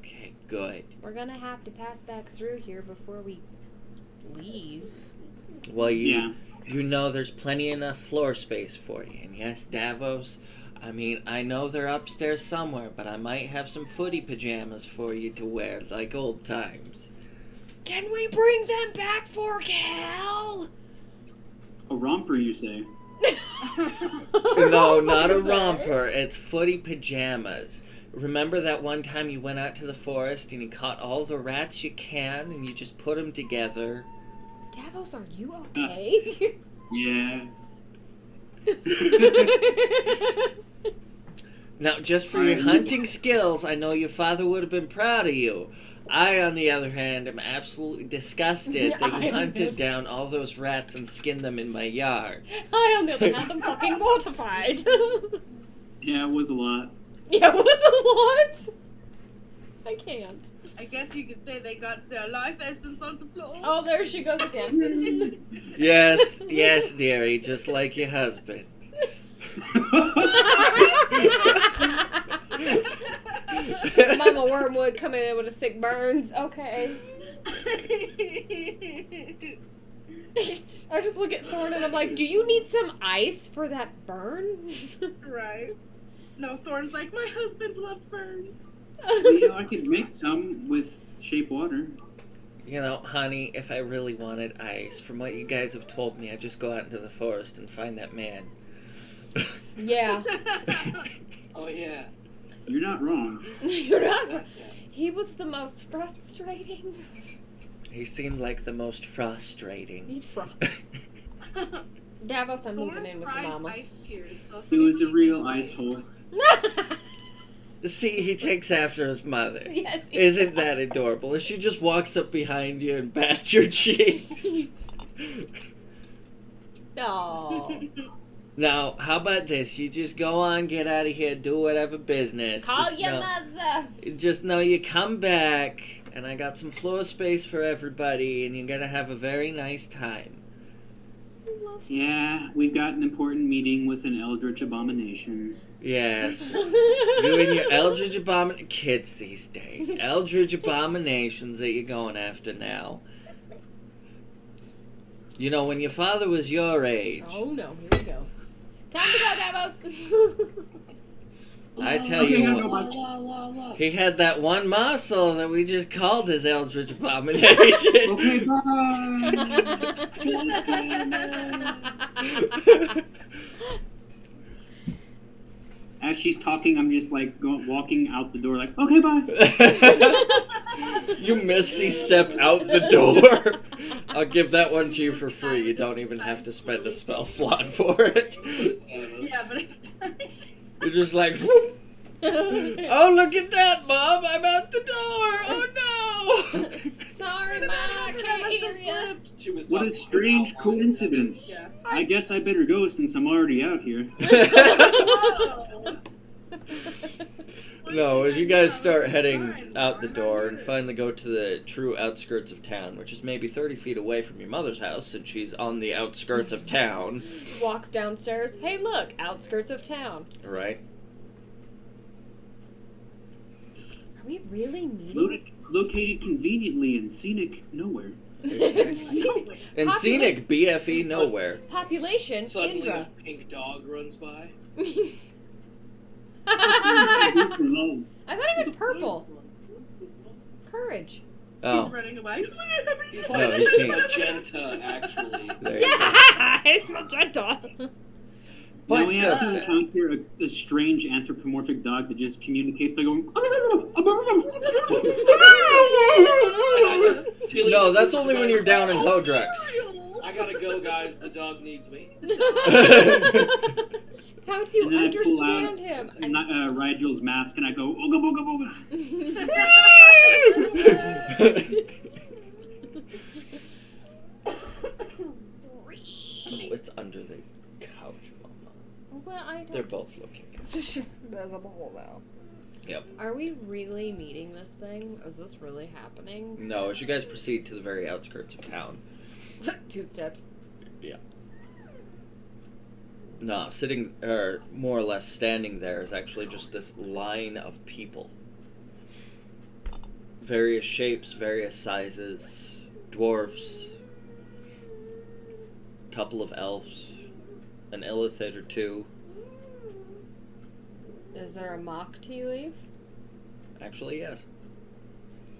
Speaker 1: Okay, good.
Speaker 9: We're gonna have to pass back through here before we leave.
Speaker 1: Well, you
Speaker 5: Yeah.
Speaker 1: you know there's plenty enough floor space for you. And yes, Davos. I mean, I know they're upstairs somewhere, but I might have some footy pajamas for you to wear, like old times.
Speaker 2: Can we bring them back for Cal?
Speaker 5: A romper, you say?
Speaker 1: no, not a romper. It's footy pajamas. Remember that one time you went out to the forest and you caught all the rats you can and you just put them together?
Speaker 9: Davos, are you okay?
Speaker 5: Yeah.
Speaker 1: Now, just for
Speaker 5: I
Speaker 1: your
Speaker 5: knew-
Speaker 1: hunting skills, I know your father would have been proud of you. I, on the other hand, am absolutely disgusted that
Speaker 9: I
Speaker 1: you hunted
Speaker 9: am.
Speaker 1: down all those rats and skinned them in my yard.
Speaker 9: I on the other hand am fucking mortified.
Speaker 5: Yeah, it was a lot.
Speaker 9: yeah, it was a lot. I can't.
Speaker 4: I guess you could say they got their life essence on the floor.
Speaker 9: Oh, there she goes again.
Speaker 1: Yes, yes, dearie, just like your husband.
Speaker 9: Mama Wormwood coming in with a sick burns. Okay. I just look at Thorn and I'm like, do you need some ice for that burn?
Speaker 4: right. No, Thorn's like, my husband loved burns.
Speaker 5: you know, I could make some with shape water.
Speaker 1: You know, honey, if I really wanted ice, from what you guys have told me, I'd just go out into the forest and find that man.
Speaker 9: yeah.
Speaker 6: Oh yeah.
Speaker 5: You're not wrong.
Speaker 9: You're not. He was the most frustrating.
Speaker 1: he seemed like the most frustrating.
Speaker 9: You fuck. Davos, I'm moving in with your mama.
Speaker 4: ice tears. So if
Speaker 5: It was a
Speaker 4: anybody
Speaker 5: real
Speaker 4: needs
Speaker 5: ice hole.
Speaker 1: See, he takes after his mother.
Speaker 9: yes. he-
Speaker 1: Isn't that adorable? She just walks up behind you and bats your cheeks.
Speaker 9: No.
Speaker 1: now, how about this? You just go on, get out of here, do whatever business.
Speaker 9: Call
Speaker 1: just
Speaker 9: your
Speaker 1: know,
Speaker 9: mother.
Speaker 1: Just know you come back, and I got some floor space for everybody, and you're gonna have a very nice time.
Speaker 5: Yeah, we've got an important meeting with an eldritch abomination.
Speaker 1: Yes. you and your eldritch abomin kids these days. Eldritch abominations that you're going after now. You know, when your father was your age,
Speaker 9: Oh no, here we go. Time to go, Davos.
Speaker 1: I tell
Speaker 5: Okay,
Speaker 1: you
Speaker 5: I
Speaker 1: what.
Speaker 5: know my-
Speaker 1: He had that one muscle that we just called his Eldritch Abomination.
Speaker 5: Okay, bye. As she's talking, I'm just like go, walking out the door, like, okay, bye.
Speaker 1: you misty step out the door. I'll give that one to you for free. You don't even have to spend a spell slot for it.
Speaker 4: Yeah, but it's
Speaker 1: You're just like, "Whoop. oh, look at that, Mom! I'm out the door! Oh,
Speaker 9: Sorry, Ma, I can't hear you.
Speaker 6: She was
Speaker 5: What a
Speaker 6: talking
Speaker 5: strange
Speaker 6: about-
Speaker 5: coincidence.
Speaker 4: Yeah.
Speaker 5: I guess I better go since I'm already out here.
Speaker 1: no!
Speaker 4: Oh.
Speaker 1: No, as you guys start heading out the door and finally go to the true outskirts of town, which is maybe 30 feet away from your mother's house, since she's on the outskirts of town,
Speaker 9: Walks downstairs. Hey, look, outskirts of town.
Speaker 1: right?
Speaker 9: Are we really needing?
Speaker 5: Located, located conveniently in scenic nowhere.
Speaker 9: Scenic-
Speaker 1: And
Speaker 9: Popula-
Speaker 1: scenic BFE nowhere.
Speaker 9: population
Speaker 6: Suddenly,
Speaker 9: Indra.
Speaker 6: a pink dog runs by.
Speaker 9: I
Speaker 5: Alone.
Speaker 9: thought it was purple. Courage.
Speaker 4: He's
Speaker 1: Oh,
Speaker 4: running away.
Speaker 6: He's
Speaker 1: No,
Speaker 6: like
Speaker 1: he's pink.
Speaker 6: magenta, actually.
Speaker 1: there you go.
Speaker 9: Yeah, it's magenta.
Speaker 5: Now
Speaker 1: But
Speaker 5: we have
Speaker 1: still,
Speaker 5: to encounter a, a strange anthropomorphic dog that just communicates by going. "Oh."
Speaker 6: Tilly
Speaker 1: No,
Speaker 6: was
Speaker 1: that's
Speaker 6: in
Speaker 1: only
Speaker 6: the
Speaker 1: when you're
Speaker 6: back.
Speaker 1: down in Hodrex.
Speaker 6: I
Speaker 21: I gotta go, guys. The dog needs me.
Speaker 9: How do you
Speaker 5: and then I pull out
Speaker 9: understand him?
Speaker 5: and, uh, Rigel's mask and I go, Ooga Booga Booga.
Speaker 1: Oh, it's under the couch, Mama.
Speaker 9: well, I don't.
Speaker 1: They're both looking.
Speaker 9: There's a hole now.
Speaker 1: Yep.
Speaker 9: Are we really meeting this thing? Is this really happening?
Speaker 1: No, as you guys proceed to the very outskirts of town,
Speaker 9: Two steps.
Speaker 1: nah, sitting or more or less standing there is actually just this line of people. Various shapes, various sizes, dwarfs, couple of elves, an illithid or two.
Speaker 9: Is there a mock tea leaf?
Speaker 1: Actually, yes.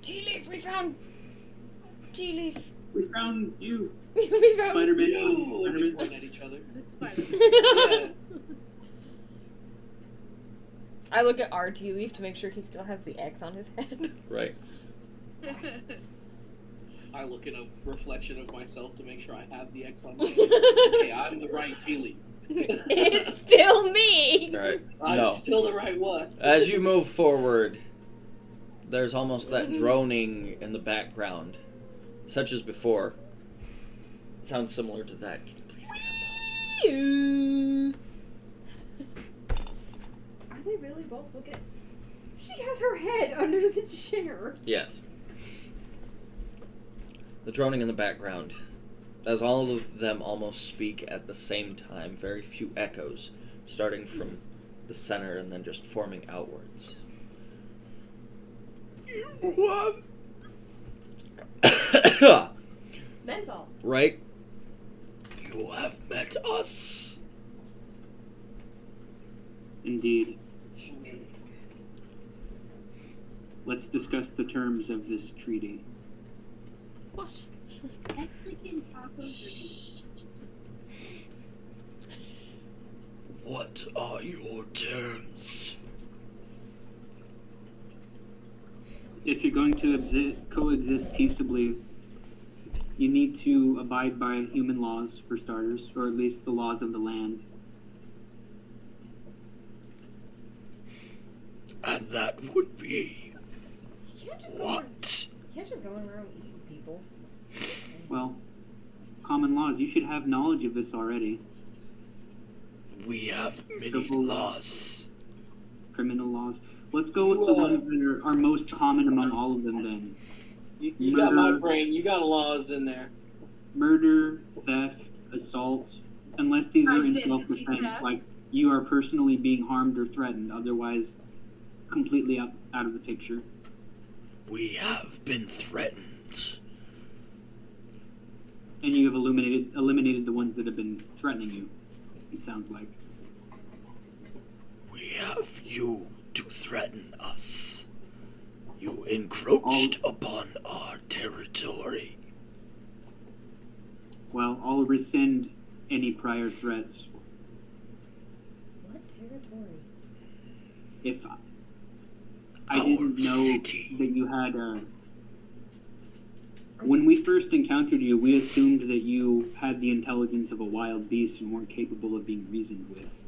Speaker 9: Tea leaf, we found tea leaf.
Speaker 5: We found you.
Speaker 9: we found
Speaker 5: Spider Man.
Speaker 19: Ooh,
Speaker 5: Spider
Speaker 19: we
Speaker 5: Man.
Speaker 19: point at each other.
Speaker 9: I look at our tea leaf to make sure he still has the X on his head.
Speaker 1: Right.
Speaker 19: I look at a reflection of myself to make sure I have the X on. my okay, I'm the right Teely.
Speaker 9: it's still me.
Speaker 1: All right.
Speaker 19: I'm
Speaker 1: No.
Speaker 19: still the right one.
Speaker 1: As you move forward, there's almost that droning in the background, such as before. sounds similar to that. Can you please
Speaker 12: Are they really both looking? She has her head under the chair.
Speaker 1: Yes. The droning in the background. As all of them almost speak at the same time, very few echoes, starting from the center and then just forming outwards.
Speaker 18: What?
Speaker 12: Menthol.
Speaker 1: right?
Speaker 18: You have met us.
Speaker 5: Indeed. Let's discuss the terms of this treaty.
Speaker 9: What?
Speaker 18: What are your terms?
Speaker 5: If you're going to exi- coexist peaceably, you need to abide by human laws, for starters, or at least the laws of the land.
Speaker 18: And that would be
Speaker 9: You can't just go.
Speaker 18: what?
Speaker 9: You can't just go around eating people.
Speaker 5: Well, common laws, you should have knowledge of this already.
Speaker 18: We have many
Speaker 5: Civil
Speaker 18: laws.
Speaker 5: Criminal laws. Let's go with the
Speaker 19: Well-
Speaker 5: ones that are, are most common among all of them then.
Speaker 19: You, you got my
Speaker 5: Murder.
Speaker 19: brain. You got laws in there.
Speaker 5: murder, theft, assault, unless these are in
Speaker 21: Identity
Speaker 5: self defense,
Speaker 21: theft.
Speaker 5: like you are personally being harmed or threatened, otherwise, completely out, out of the picture.
Speaker 18: We have been threatened.
Speaker 5: And you have eliminated eliminated the ones that have been threatening you, it sounds like.
Speaker 18: We have you to threaten us. You encroached upon our territory.
Speaker 5: Well, I'll rescind any prior threats.
Speaker 9: What territory?
Speaker 5: If I, I didn't know
Speaker 18: city.
Speaker 5: that you had a. When we first encountered you, we assumed that you had the intelligence of a wild beast and weren't capable of being reasoned with.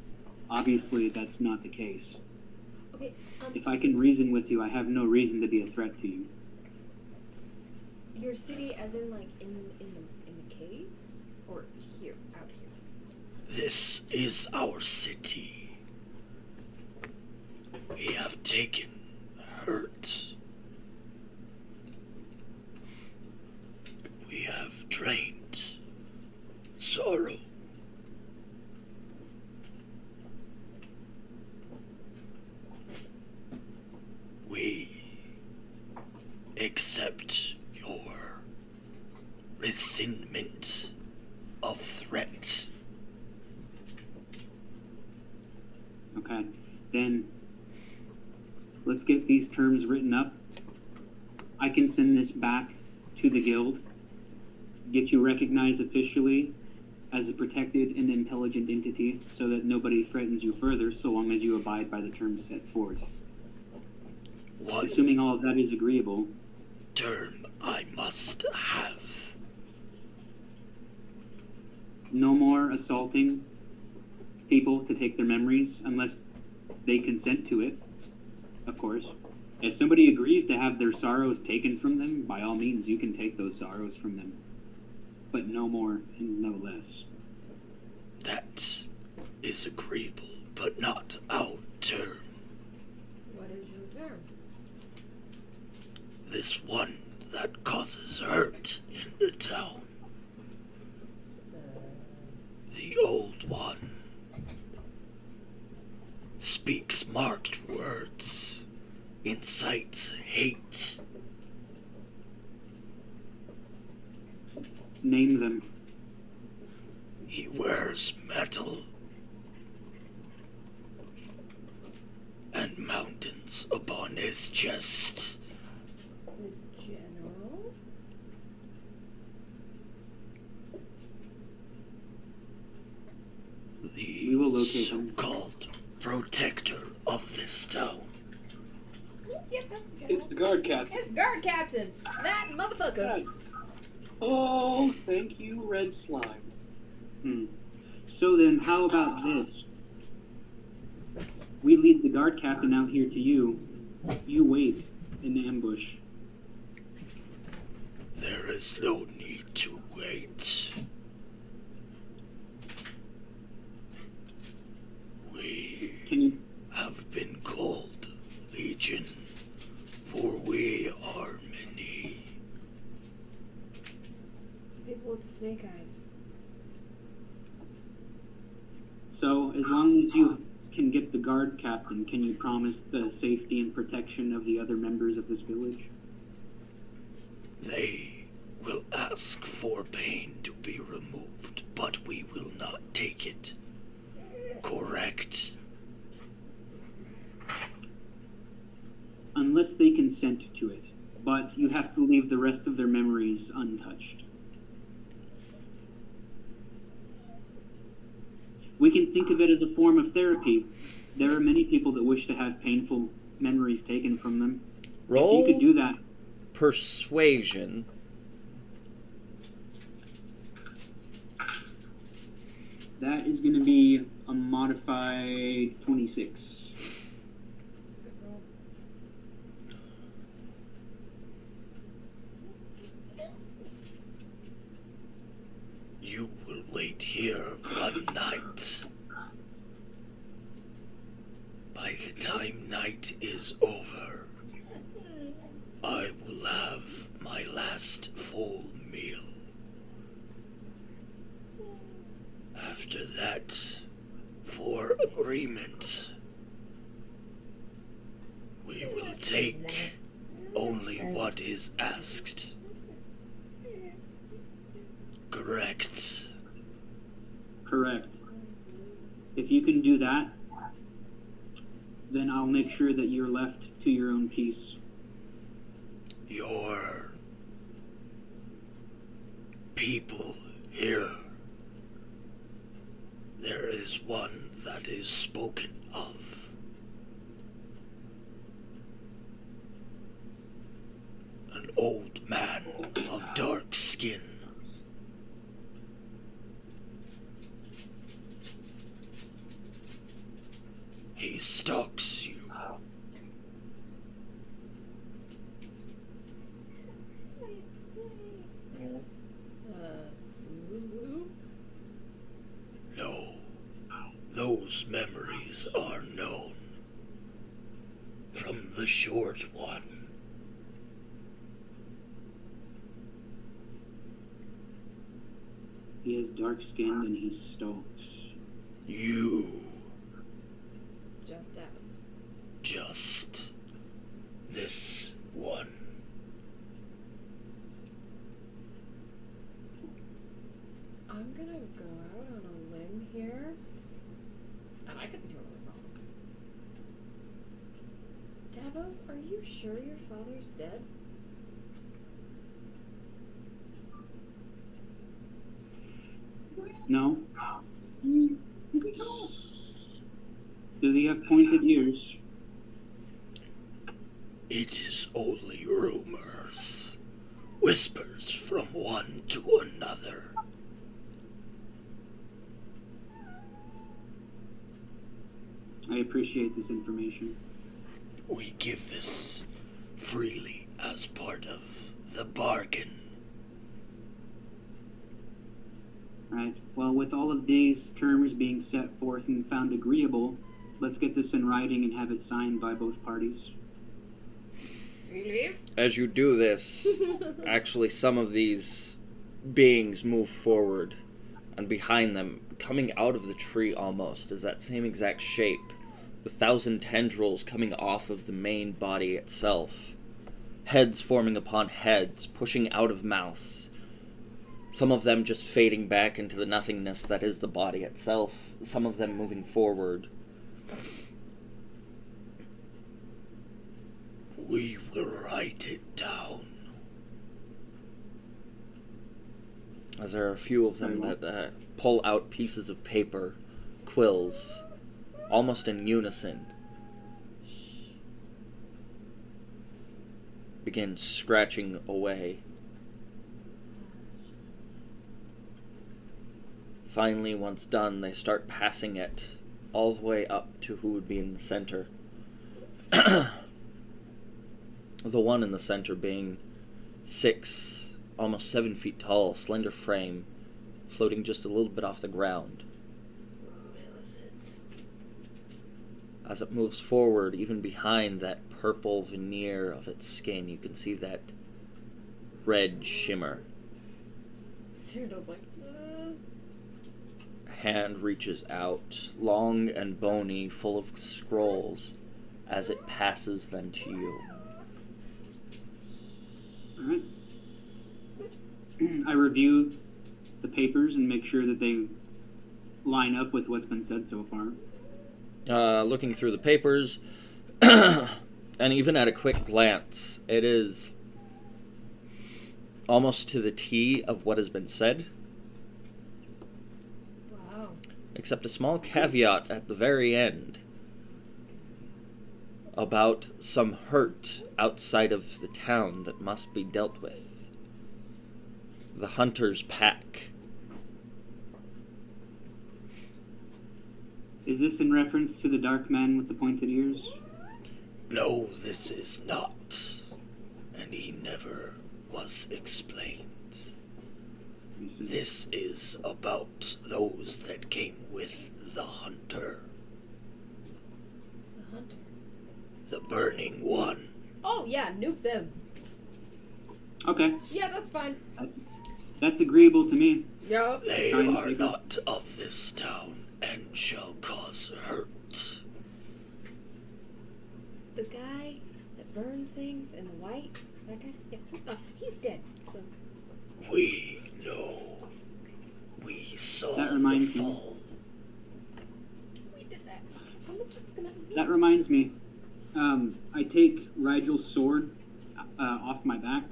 Speaker 5: Obviously, that's not the case.
Speaker 12: Okay. Um,
Speaker 5: If I can reason with you, I have no reason to be a threat to you.
Speaker 12: Your city, as in like in in the in the caves, or here out here.
Speaker 18: This is our city. We have taken hurt. We have drained sorrow. We accept your resentment of threat.
Speaker 5: Okay? Then let's get these terms written up. I can send this back to the guild, get you recognized officially as a protected and intelligent entity so that nobody threatens you further so long as you abide by the terms set forth.
Speaker 18: What
Speaker 5: Assuming all of that is agreeable,
Speaker 18: term I must have.
Speaker 5: no more assaulting people to take their memories unless they consent to it, of course. If somebody agrees to have their sorrows taken from them, by all means, you can take those sorrows from them. But no more and no less.
Speaker 18: That is agreeable, but not our term.
Speaker 12: What is your term?
Speaker 18: This one that causes hurt in the town. The old one speaks marked words, incites hate.
Speaker 5: Name them.
Speaker 18: He wears metal and mountains upon his chest.
Speaker 12: The general?
Speaker 18: The
Speaker 5: We will locate him.
Speaker 18: so-called protector of this town.
Speaker 12: Yep, that's the general.
Speaker 19: It's the guard captain.
Speaker 12: It's guard captain. That motherfucker.
Speaker 19: Oh, thank you, Red Slime.
Speaker 5: Hmm. So then, how about this? We lead the guard captain out here to you. You wait in the ambush.
Speaker 18: There is no need to wait. We
Speaker 5: Can you?
Speaker 18: have been called Legion, for we are many.
Speaker 12: People with snake eyes.
Speaker 5: So, as long as you can get the guard captain, can you promise the safety and protection of the other members of this village?
Speaker 18: They will ask for pain to be removed, but we will not take it. Correct.
Speaker 5: Unless they consent to it. But you have to leave the rest of their memories untouched. We can think of it as a form of therapy. There are many people that wish to have painful memories taken from them.
Speaker 1: Roll
Speaker 5: If you could do that,
Speaker 1: persuasion.
Speaker 5: that is going to be a modified 26.
Speaker 18: You will wait here one night. By the time night is over, I will have my last full meal. After that, for agreement, we will take only what is asked. Correct.
Speaker 5: Correct. If you can do that, then I'll make sure that you're left to your own peace.
Speaker 18: Your people here. There is one that is spoken of. An old man of dark skin. He stalks you.
Speaker 12: Uh, Lulu?
Speaker 18: No, those memories are known from the short one.
Speaker 5: He is dark skinned and he stalks.
Speaker 18: You
Speaker 12: Just out.
Speaker 18: just this one.
Speaker 12: I'm gonna go out on a limb here. And I could be totally wrong. Davos, are you sure your father's dead?
Speaker 5: No? Does he have pointed ears?
Speaker 18: It is only rumors, whispers from one to another.
Speaker 5: I appreciate this information.
Speaker 18: We give this freely as part of the bargain.
Speaker 5: Right. Well, with all of these terms being set forth and found agreeable, let's get this in writing and have it signed by both parties.
Speaker 20: Do we leave?
Speaker 1: As you do this, actually, some of these beings move forward, and behind them, coming out of the tree almost, is that same exact shape. The thousand tendrils coming off of the main body itself, heads forming upon heads, pushing out of mouths. Some of them just fading back into the nothingness that is the body itself, some of them moving forward.
Speaker 18: We will write it down.
Speaker 1: as there are a few of them that uh, pull out pieces of paper, quills, almost in unison. Begin scratching away. Finally, once done, they start passing it all the way up to who would be in the center. the one in the center being six almost seven feet tall, slender frame, floating just a little bit off the ground. As it moves forward, even behind that purple veneer of its skin, you can see that red shimmer.
Speaker 20: Cyrodiil's like, uh,
Speaker 1: A hand reaches out, long and bony, full of scrolls, as it passes them to you.
Speaker 5: All right. I review the papers and make sure that they line up with what's been said so far.
Speaker 1: uh, looking through the papers, and even at a quick glance, it is almost to the T of what has been said,
Speaker 20: wow.
Speaker 1: except a small caveat at the very end about some hurt outside of the town that must be dealt with. The Hunter's Pack.
Speaker 5: Is this in reference to the dark man with the pointed ears?
Speaker 18: No, this is not. And he never was explained. This is about those that came with the hunter,
Speaker 20: the hunter.
Speaker 18: the burning one.
Speaker 20: Oh yeah, nuke them.
Speaker 5: Okay,
Speaker 20: Yeah, that's fine.
Speaker 5: that's that's agreeable to me.
Speaker 20: Yup.
Speaker 18: They
Speaker 5: Giant
Speaker 18: are
Speaker 5: people.
Speaker 18: not of this town and shall cause hurt.
Speaker 12: The guy that burned things and the white, that guy? Yeah.
Speaker 9: Oh,
Speaker 12: Uh, he's dead, so.
Speaker 18: We know. We saw
Speaker 5: That
Speaker 18: the
Speaker 5: reminds me.
Speaker 18: fall.
Speaker 12: We did that. I'm just gonna.
Speaker 5: That reminds me. Um, I take Rigel's sword uh, off my back,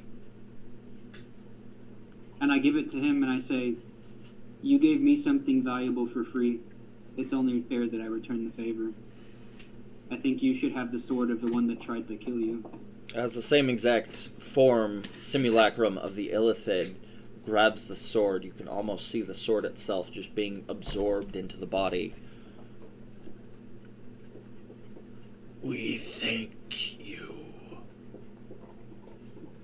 Speaker 5: and I give it to him, and I say, "You gave me something valuable for free. It's only fair that I return the favor. I think you should have the sword of the one that tried to kill you."
Speaker 1: As the same exact form, simulacrum of the Illithid grabs the sword, you can almost see the sword itself just being absorbed into the body.
Speaker 18: We thank you.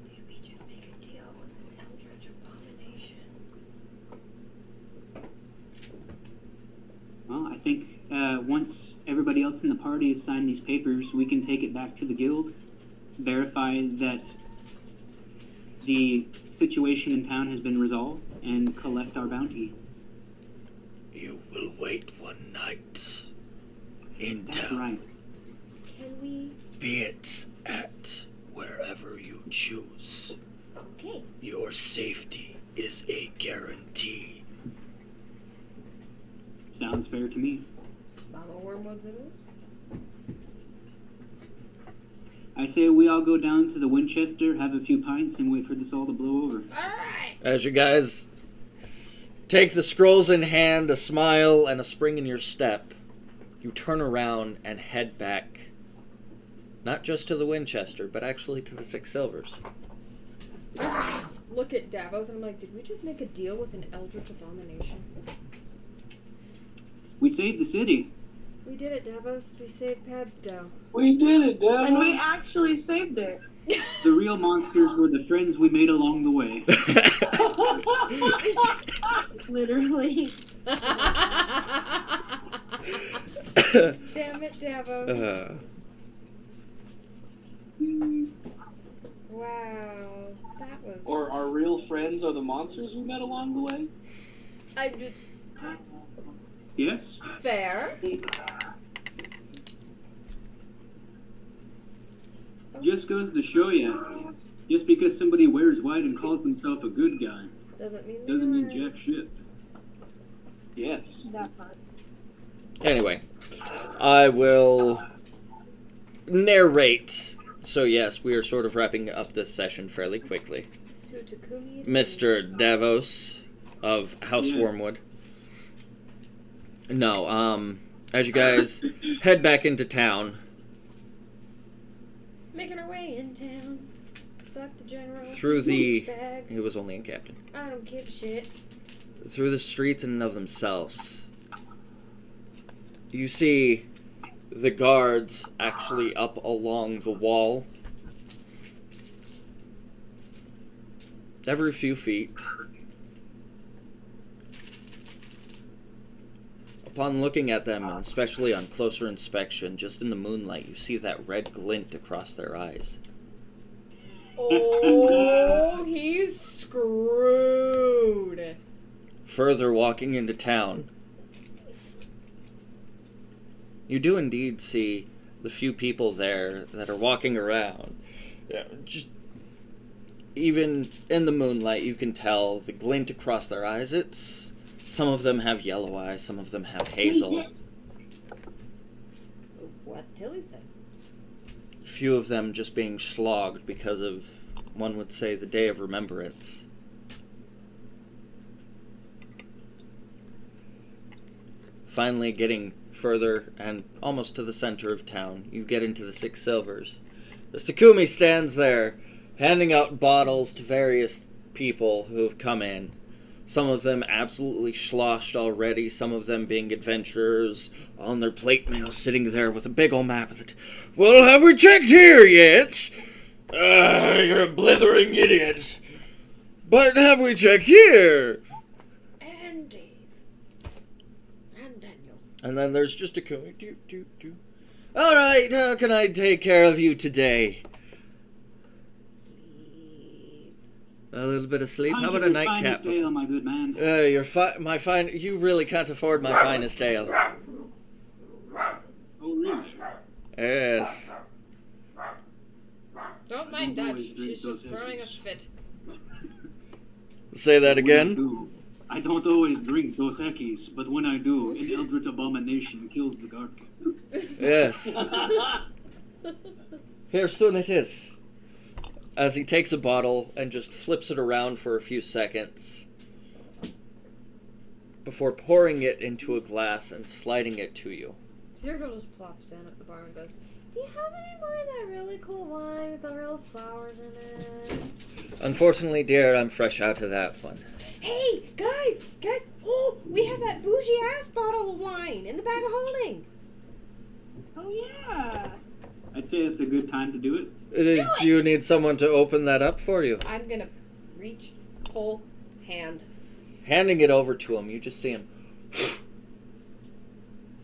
Speaker 12: Did we just make a deal with an eldritch abomination?
Speaker 5: Well, I think uh, once everybody else in the party has signed these papers, we can take it back to the guild, verify that the situation in town has been resolved, and collect our bounty.
Speaker 18: You will wait one night in
Speaker 5: That's
Speaker 18: town,
Speaker 5: right.
Speaker 12: Can we.
Speaker 18: be it at wherever you choose.
Speaker 12: Okay.
Speaker 18: Your safety is a guarantee.
Speaker 5: Sounds fair to me.
Speaker 20: Mama Wormwood's it is.
Speaker 5: I say we all go down to the Winchester, have a few pints, and wait for this all to blow over.
Speaker 1: As you guys take the scrolls in hand, a smile and a spring in your step, you turn around and head back, not just to the Winchester, but actually to the Six Silvers.
Speaker 20: Look at Davos, and I'm like, did we just make a deal with an eldritch abomination?
Speaker 5: We saved the city.
Speaker 9: We did it, Davos. We saved Padsdale.
Speaker 6: We did it, Dad.
Speaker 4: And we actually saved it.
Speaker 5: The real monsters were the friends we made along the way.
Speaker 4: Literally.
Speaker 9: Damn it, Davos.
Speaker 1: Uh,
Speaker 2: Wow, that was.
Speaker 6: Or our real friends are the monsters we met along the way?
Speaker 2: I did-
Speaker 5: yes?
Speaker 2: fair.
Speaker 5: Just goes to show you. Just because somebody wears white and calls themselves a good guy
Speaker 2: Doesn't mean.
Speaker 5: doesn't mean jack shit.
Speaker 6: Yes.
Speaker 4: That part.
Speaker 1: Anyway, I will narrate. So, yes, we are sort of wrapping up this session fairly quickly.
Speaker 9: To Takumi.
Speaker 1: Mr. Davos of House
Speaker 9: Yes.
Speaker 1: Wormwood. No, um, as you guys head back into town
Speaker 9: Making our way in town. Fuck the general.
Speaker 1: through the.
Speaker 9: Douchebag.
Speaker 1: He was only in captain.
Speaker 9: I don't give a shit.
Speaker 1: through the streets in and of themselves. You see the guards actually up along the wall. Every few feet. Upon looking at them, and especially on closer inspection, just in the moonlight, you see that red glint across their eyes.
Speaker 2: Oh, he's screwed.
Speaker 1: Further walking into town, you do indeed see the few people there that are walking around. Yeah, just even in the moonlight, you can tell the glint across their eyes. It's some of them have yellow eyes, some of them have hazel.
Speaker 2: What Tilly said.
Speaker 1: Few of them just being slogged because of one would say the day of remembrance. Finally, getting further and almost to the center of town, you get into the Six Silvers. Mr. Kumi stands there, handing out bottles to various people who have come in. Some of them absolutely sloshed already, some of them being adventurers on their plate mail, sitting there with a big old map of the. T- well, have we checked here yet? Uh, you're a blithering idiot. But have we checked here?
Speaker 9: And Dave. And Daniel.
Speaker 1: And then there's just a Kumi. Do, do, do. All right, how can I take care of you today? A little bit of sleep. How about a
Speaker 5: Hundred finest
Speaker 1: nightcap?
Speaker 5: ale, my good man.
Speaker 1: Uh, your fi- my fine. You really can't afford my finest ale.
Speaker 5: Oh, really?
Speaker 1: Yes.
Speaker 2: Don't mind
Speaker 5: don't
Speaker 2: Dutch.
Speaker 5: always drink
Speaker 2: She's
Speaker 5: those
Speaker 2: just throwing a
Speaker 5: headies.
Speaker 2: fit.
Speaker 1: Say that
Speaker 5: When I
Speaker 1: again.
Speaker 5: do, I don't always drink Dos Equis, but when I do, an Eldritch abomination kills the guard.
Speaker 1: Yes. Here soon it is. As he takes a bottle and just flips it around for a few seconds before pouring it into a glass and sliding it to you.
Speaker 9: Zirgle just plops down at the bar and goes, Do you have any more of that really cool wine with the real flowers in it?
Speaker 1: Unfortunately, dear, I'm fresh out of that one.
Speaker 9: Hey, guys, guys, oh, we have that bougie ass bottle of wine in the bag of holding.
Speaker 4: Oh yeah.
Speaker 5: I'd say it's a good time to do it.
Speaker 1: Uh, Do, you need someone to open that up for you?
Speaker 2: I'm gonna reach, pull, hand.
Speaker 1: Handing it over to him, you just see him.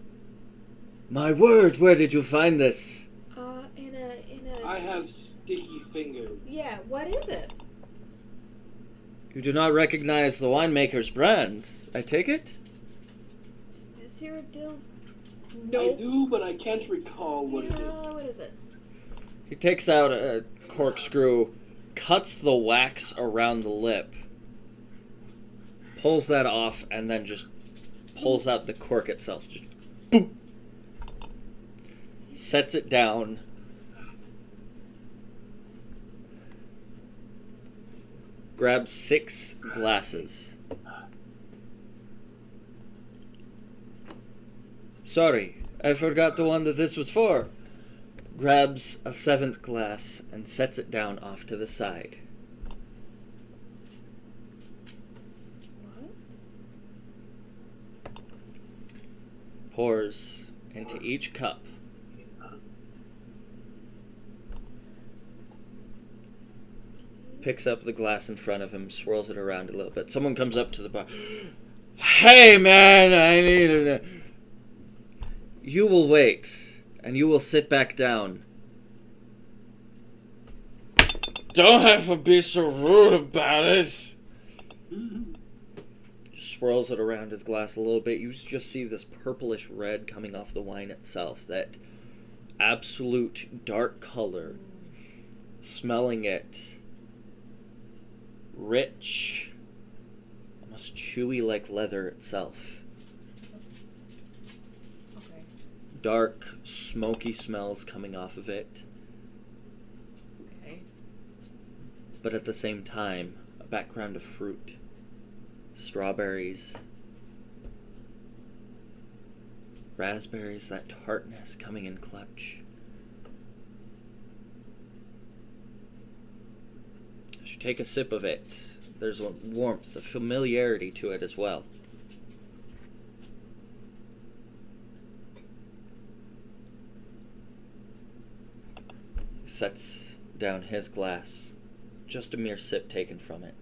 Speaker 1: My word, where did you find this?
Speaker 9: Uh, in a, in a.
Speaker 6: I have sticky fingers.
Speaker 9: Yeah, what is it?
Speaker 1: You do not recognize the winemaker's brand, I take it?
Speaker 9: S- Sarah Dill's.
Speaker 6: I
Speaker 9: No.
Speaker 6: do, but I can't recall what it is.
Speaker 9: Uh, what is it?
Speaker 1: He takes out a corkscrew, cuts the wax around the lip, pulls that off, and then just pulls out the cork itself. Just boop. Sets it down. Grabs six glasses. Sorry, I forgot the one that this was for grabs a seventh glass and sets it down off to the side. Pours into each cup. Picks up the glass in front of him, swirls it around a little bit. Someone comes up to the bar. Hey, man, I need a. You will wait, and you will sit back down. Don't have to be so rude about it.
Speaker 5: Mm-hmm.
Speaker 1: Swirls it around his glass a little bit. You just see this purplish red coming off the wine itself. That absolute dark color. Smelling it. Rich. Almost chewy like leather itself.
Speaker 12: Okay.
Speaker 1: Dark, smoky smells coming off of it.
Speaker 12: Okay.
Speaker 1: but at the same time, a background of fruit. Strawberries, raspberries, that tartness coming in clutch. As you take a sip of it, there's a warmth, a familiarity to it as well. Sets down his glass just a mere sip taken from it.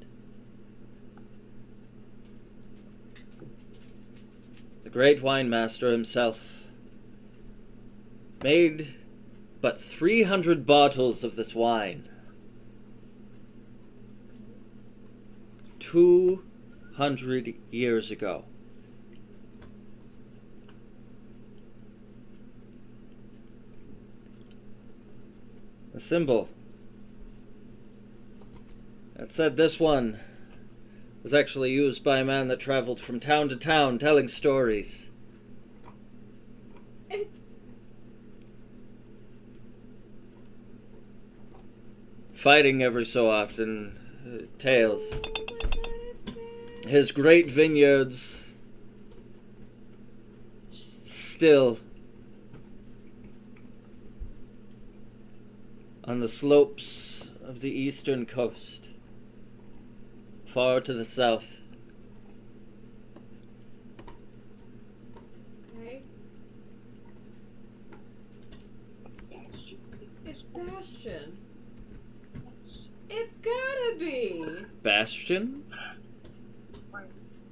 Speaker 1: The great wine master himself made but 300 bottles of this wine. 200 years ago. The symbol that said, this one was actually used by a man that traveled from town to town telling stories.
Speaker 12: It,
Speaker 1: Fighting every so often, uh, tales.
Speaker 12: oh my god, it's bad.
Speaker 1: His great vineyards still on the slopes of the eastern coast, far to the south.
Speaker 12: Okay. It's Bastion. It's gotta be.
Speaker 1: Bastion?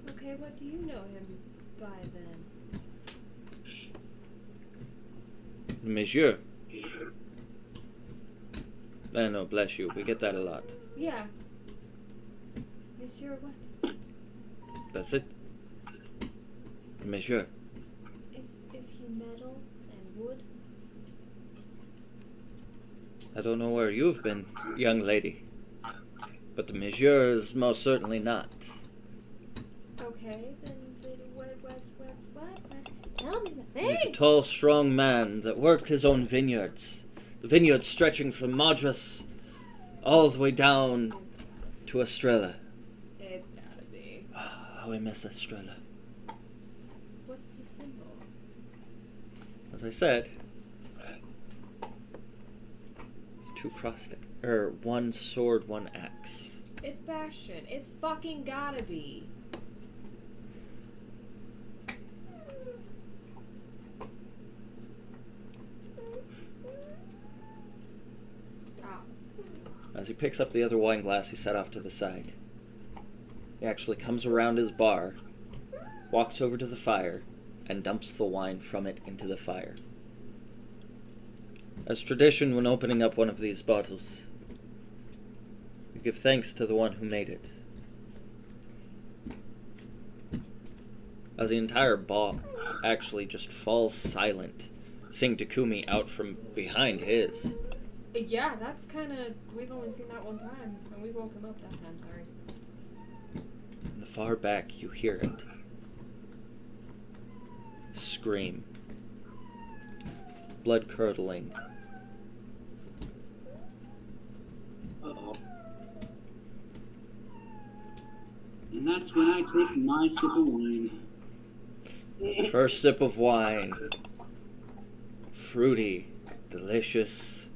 Speaker 12: Okay, what do you know him by then?
Speaker 1: Monsieur. I know, bless you. We get that a lot.
Speaker 12: Yeah. Monsieur, what
Speaker 1: That's it. Monsieur.
Speaker 12: is is he metal and wood?
Speaker 1: I don't know where you've been, young lady. But the Monsieur is most certainly not.
Speaker 12: Okay, then did what what's what's what? what? Tell me the
Speaker 1: He's a
Speaker 12: thing.
Speaker 1: tall, strong man that worked his own vineyards. The vineyards stretching from Madras all the way down to Estrella.
Speaker 12: It's gotta be.
Speaker 1: How I miss Estrella.
Speaker 12: What's the symbol?
Speaker 1: As I said, it's two crossed, or one sword, one axe.
Speaker 12: It's Bastion. It's fucking gotta be. Stop.
Speaker 1: As he picks up the other wine glass he set off to the side, he actually comes around his bar, walks over to the fire, and dumps the wine from it into the fire. As tradition, when opening up one of these bottles, you give thanks to the one who made it. As the entire bar actually just falls silent, seeing Takumi out from behind his.
Speaker 9: Yeah, that's kind of. We've only seen that one time, and we woke him up that time. Sorry.
Speaker 1: In the far back, you hear it. Scream. Blood curdling.
Speaker 5: Uh-oh. And that's when I take my sip of wine.
Speaker 1: First sip of wine. Fruity, delicious,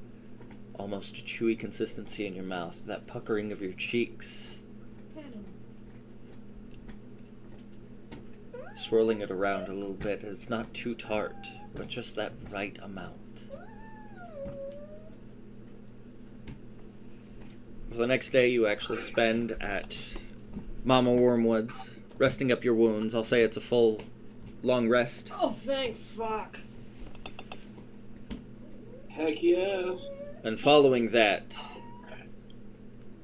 Speaker 1: almost chewy consistency in your mouth. That puckering of your cheeks,
Speaker 12: Tannin.
Speaker 1: swirling it around a little bit. It's not too tart, but just that right amount. The next day, you actually spend at Mama Wormwood's, resting up your wounds. I'll say it's a full, long rest.
Speaker 9: Oh, thank fuck.
Speaker 6: Heck yeah.
Speaker 1: And following that,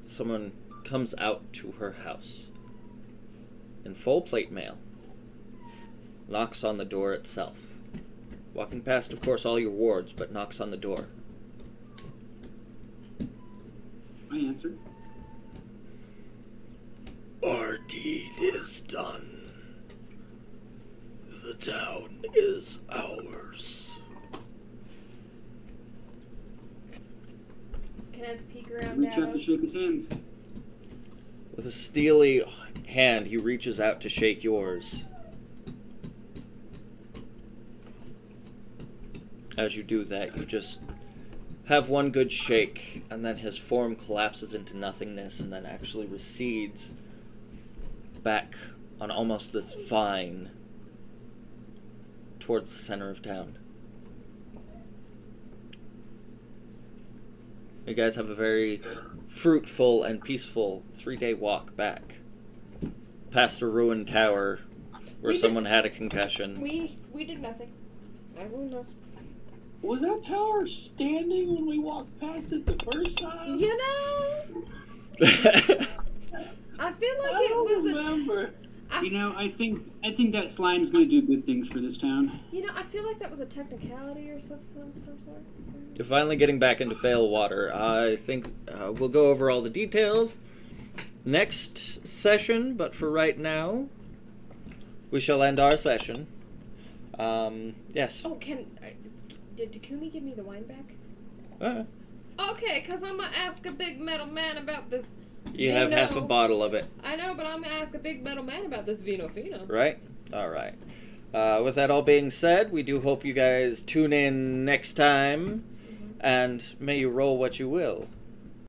Speaker 1: someone comes out to her house in full plate mail, knocks on the door itself. Walking past, of course, all your wards, but knocks on the door.
Speaker 5: I answered.
Speaker 22: Our deed is done. The town is ours.
Speaker 23: Can I have a peek around
Speaker 5: Reach out to
Speaker 23: Davos?
Speaker 5: shake his hand.
Speaker 1: With a steely hand, he reaches out to shake yours. As you do that, you just have one good shake, and then his form collapses into nothingness and then actually recedes back on almost this vine towards the center of town. You guys have a very fruitful and peaceful three day walk back past a ruined tower where
Speaker 9: We did-
Speaker 1: someone had a concussion.
Speaker 9: We we did nothing. Everyone knows.
Speaker 6: Was that tower standing when we walked past it the first time?
Speaker 9: You know, I feel like
Speaker 6: I
Speaker 9: it was
Speaker 6: don't
Speaker 9: a.
Speaker 6: remember.
Speaker 9: I-
Speaker 5: You know, I think I think that slime's gonna do good things for this town.
Speaker 9: You know, I feel like that was a technicality or some some, some sort.
Speaker 1: You're finally getting back into Vale Water. I think uh, we'll go over all the details next session, but for right now, we shall end our session. Um, yes.
Speaker 9: Oh, can I, did Takumi give me the wine back?
Speaker 1: Uh,
Speaker 9: Uh-uh. Okay, cause I'm gonna ask a big metal man about this.
Speaker 1: you have half a
Speaker 9: Vino-
Speaker 1: bottle of it,
Speaker 9: I know, but I'm gonna ask a big metal man about this Vinofino.
Speaker 1: right? All right. Uh, with that all being said, we do hope you guys tune in next time, and may you roll what you will.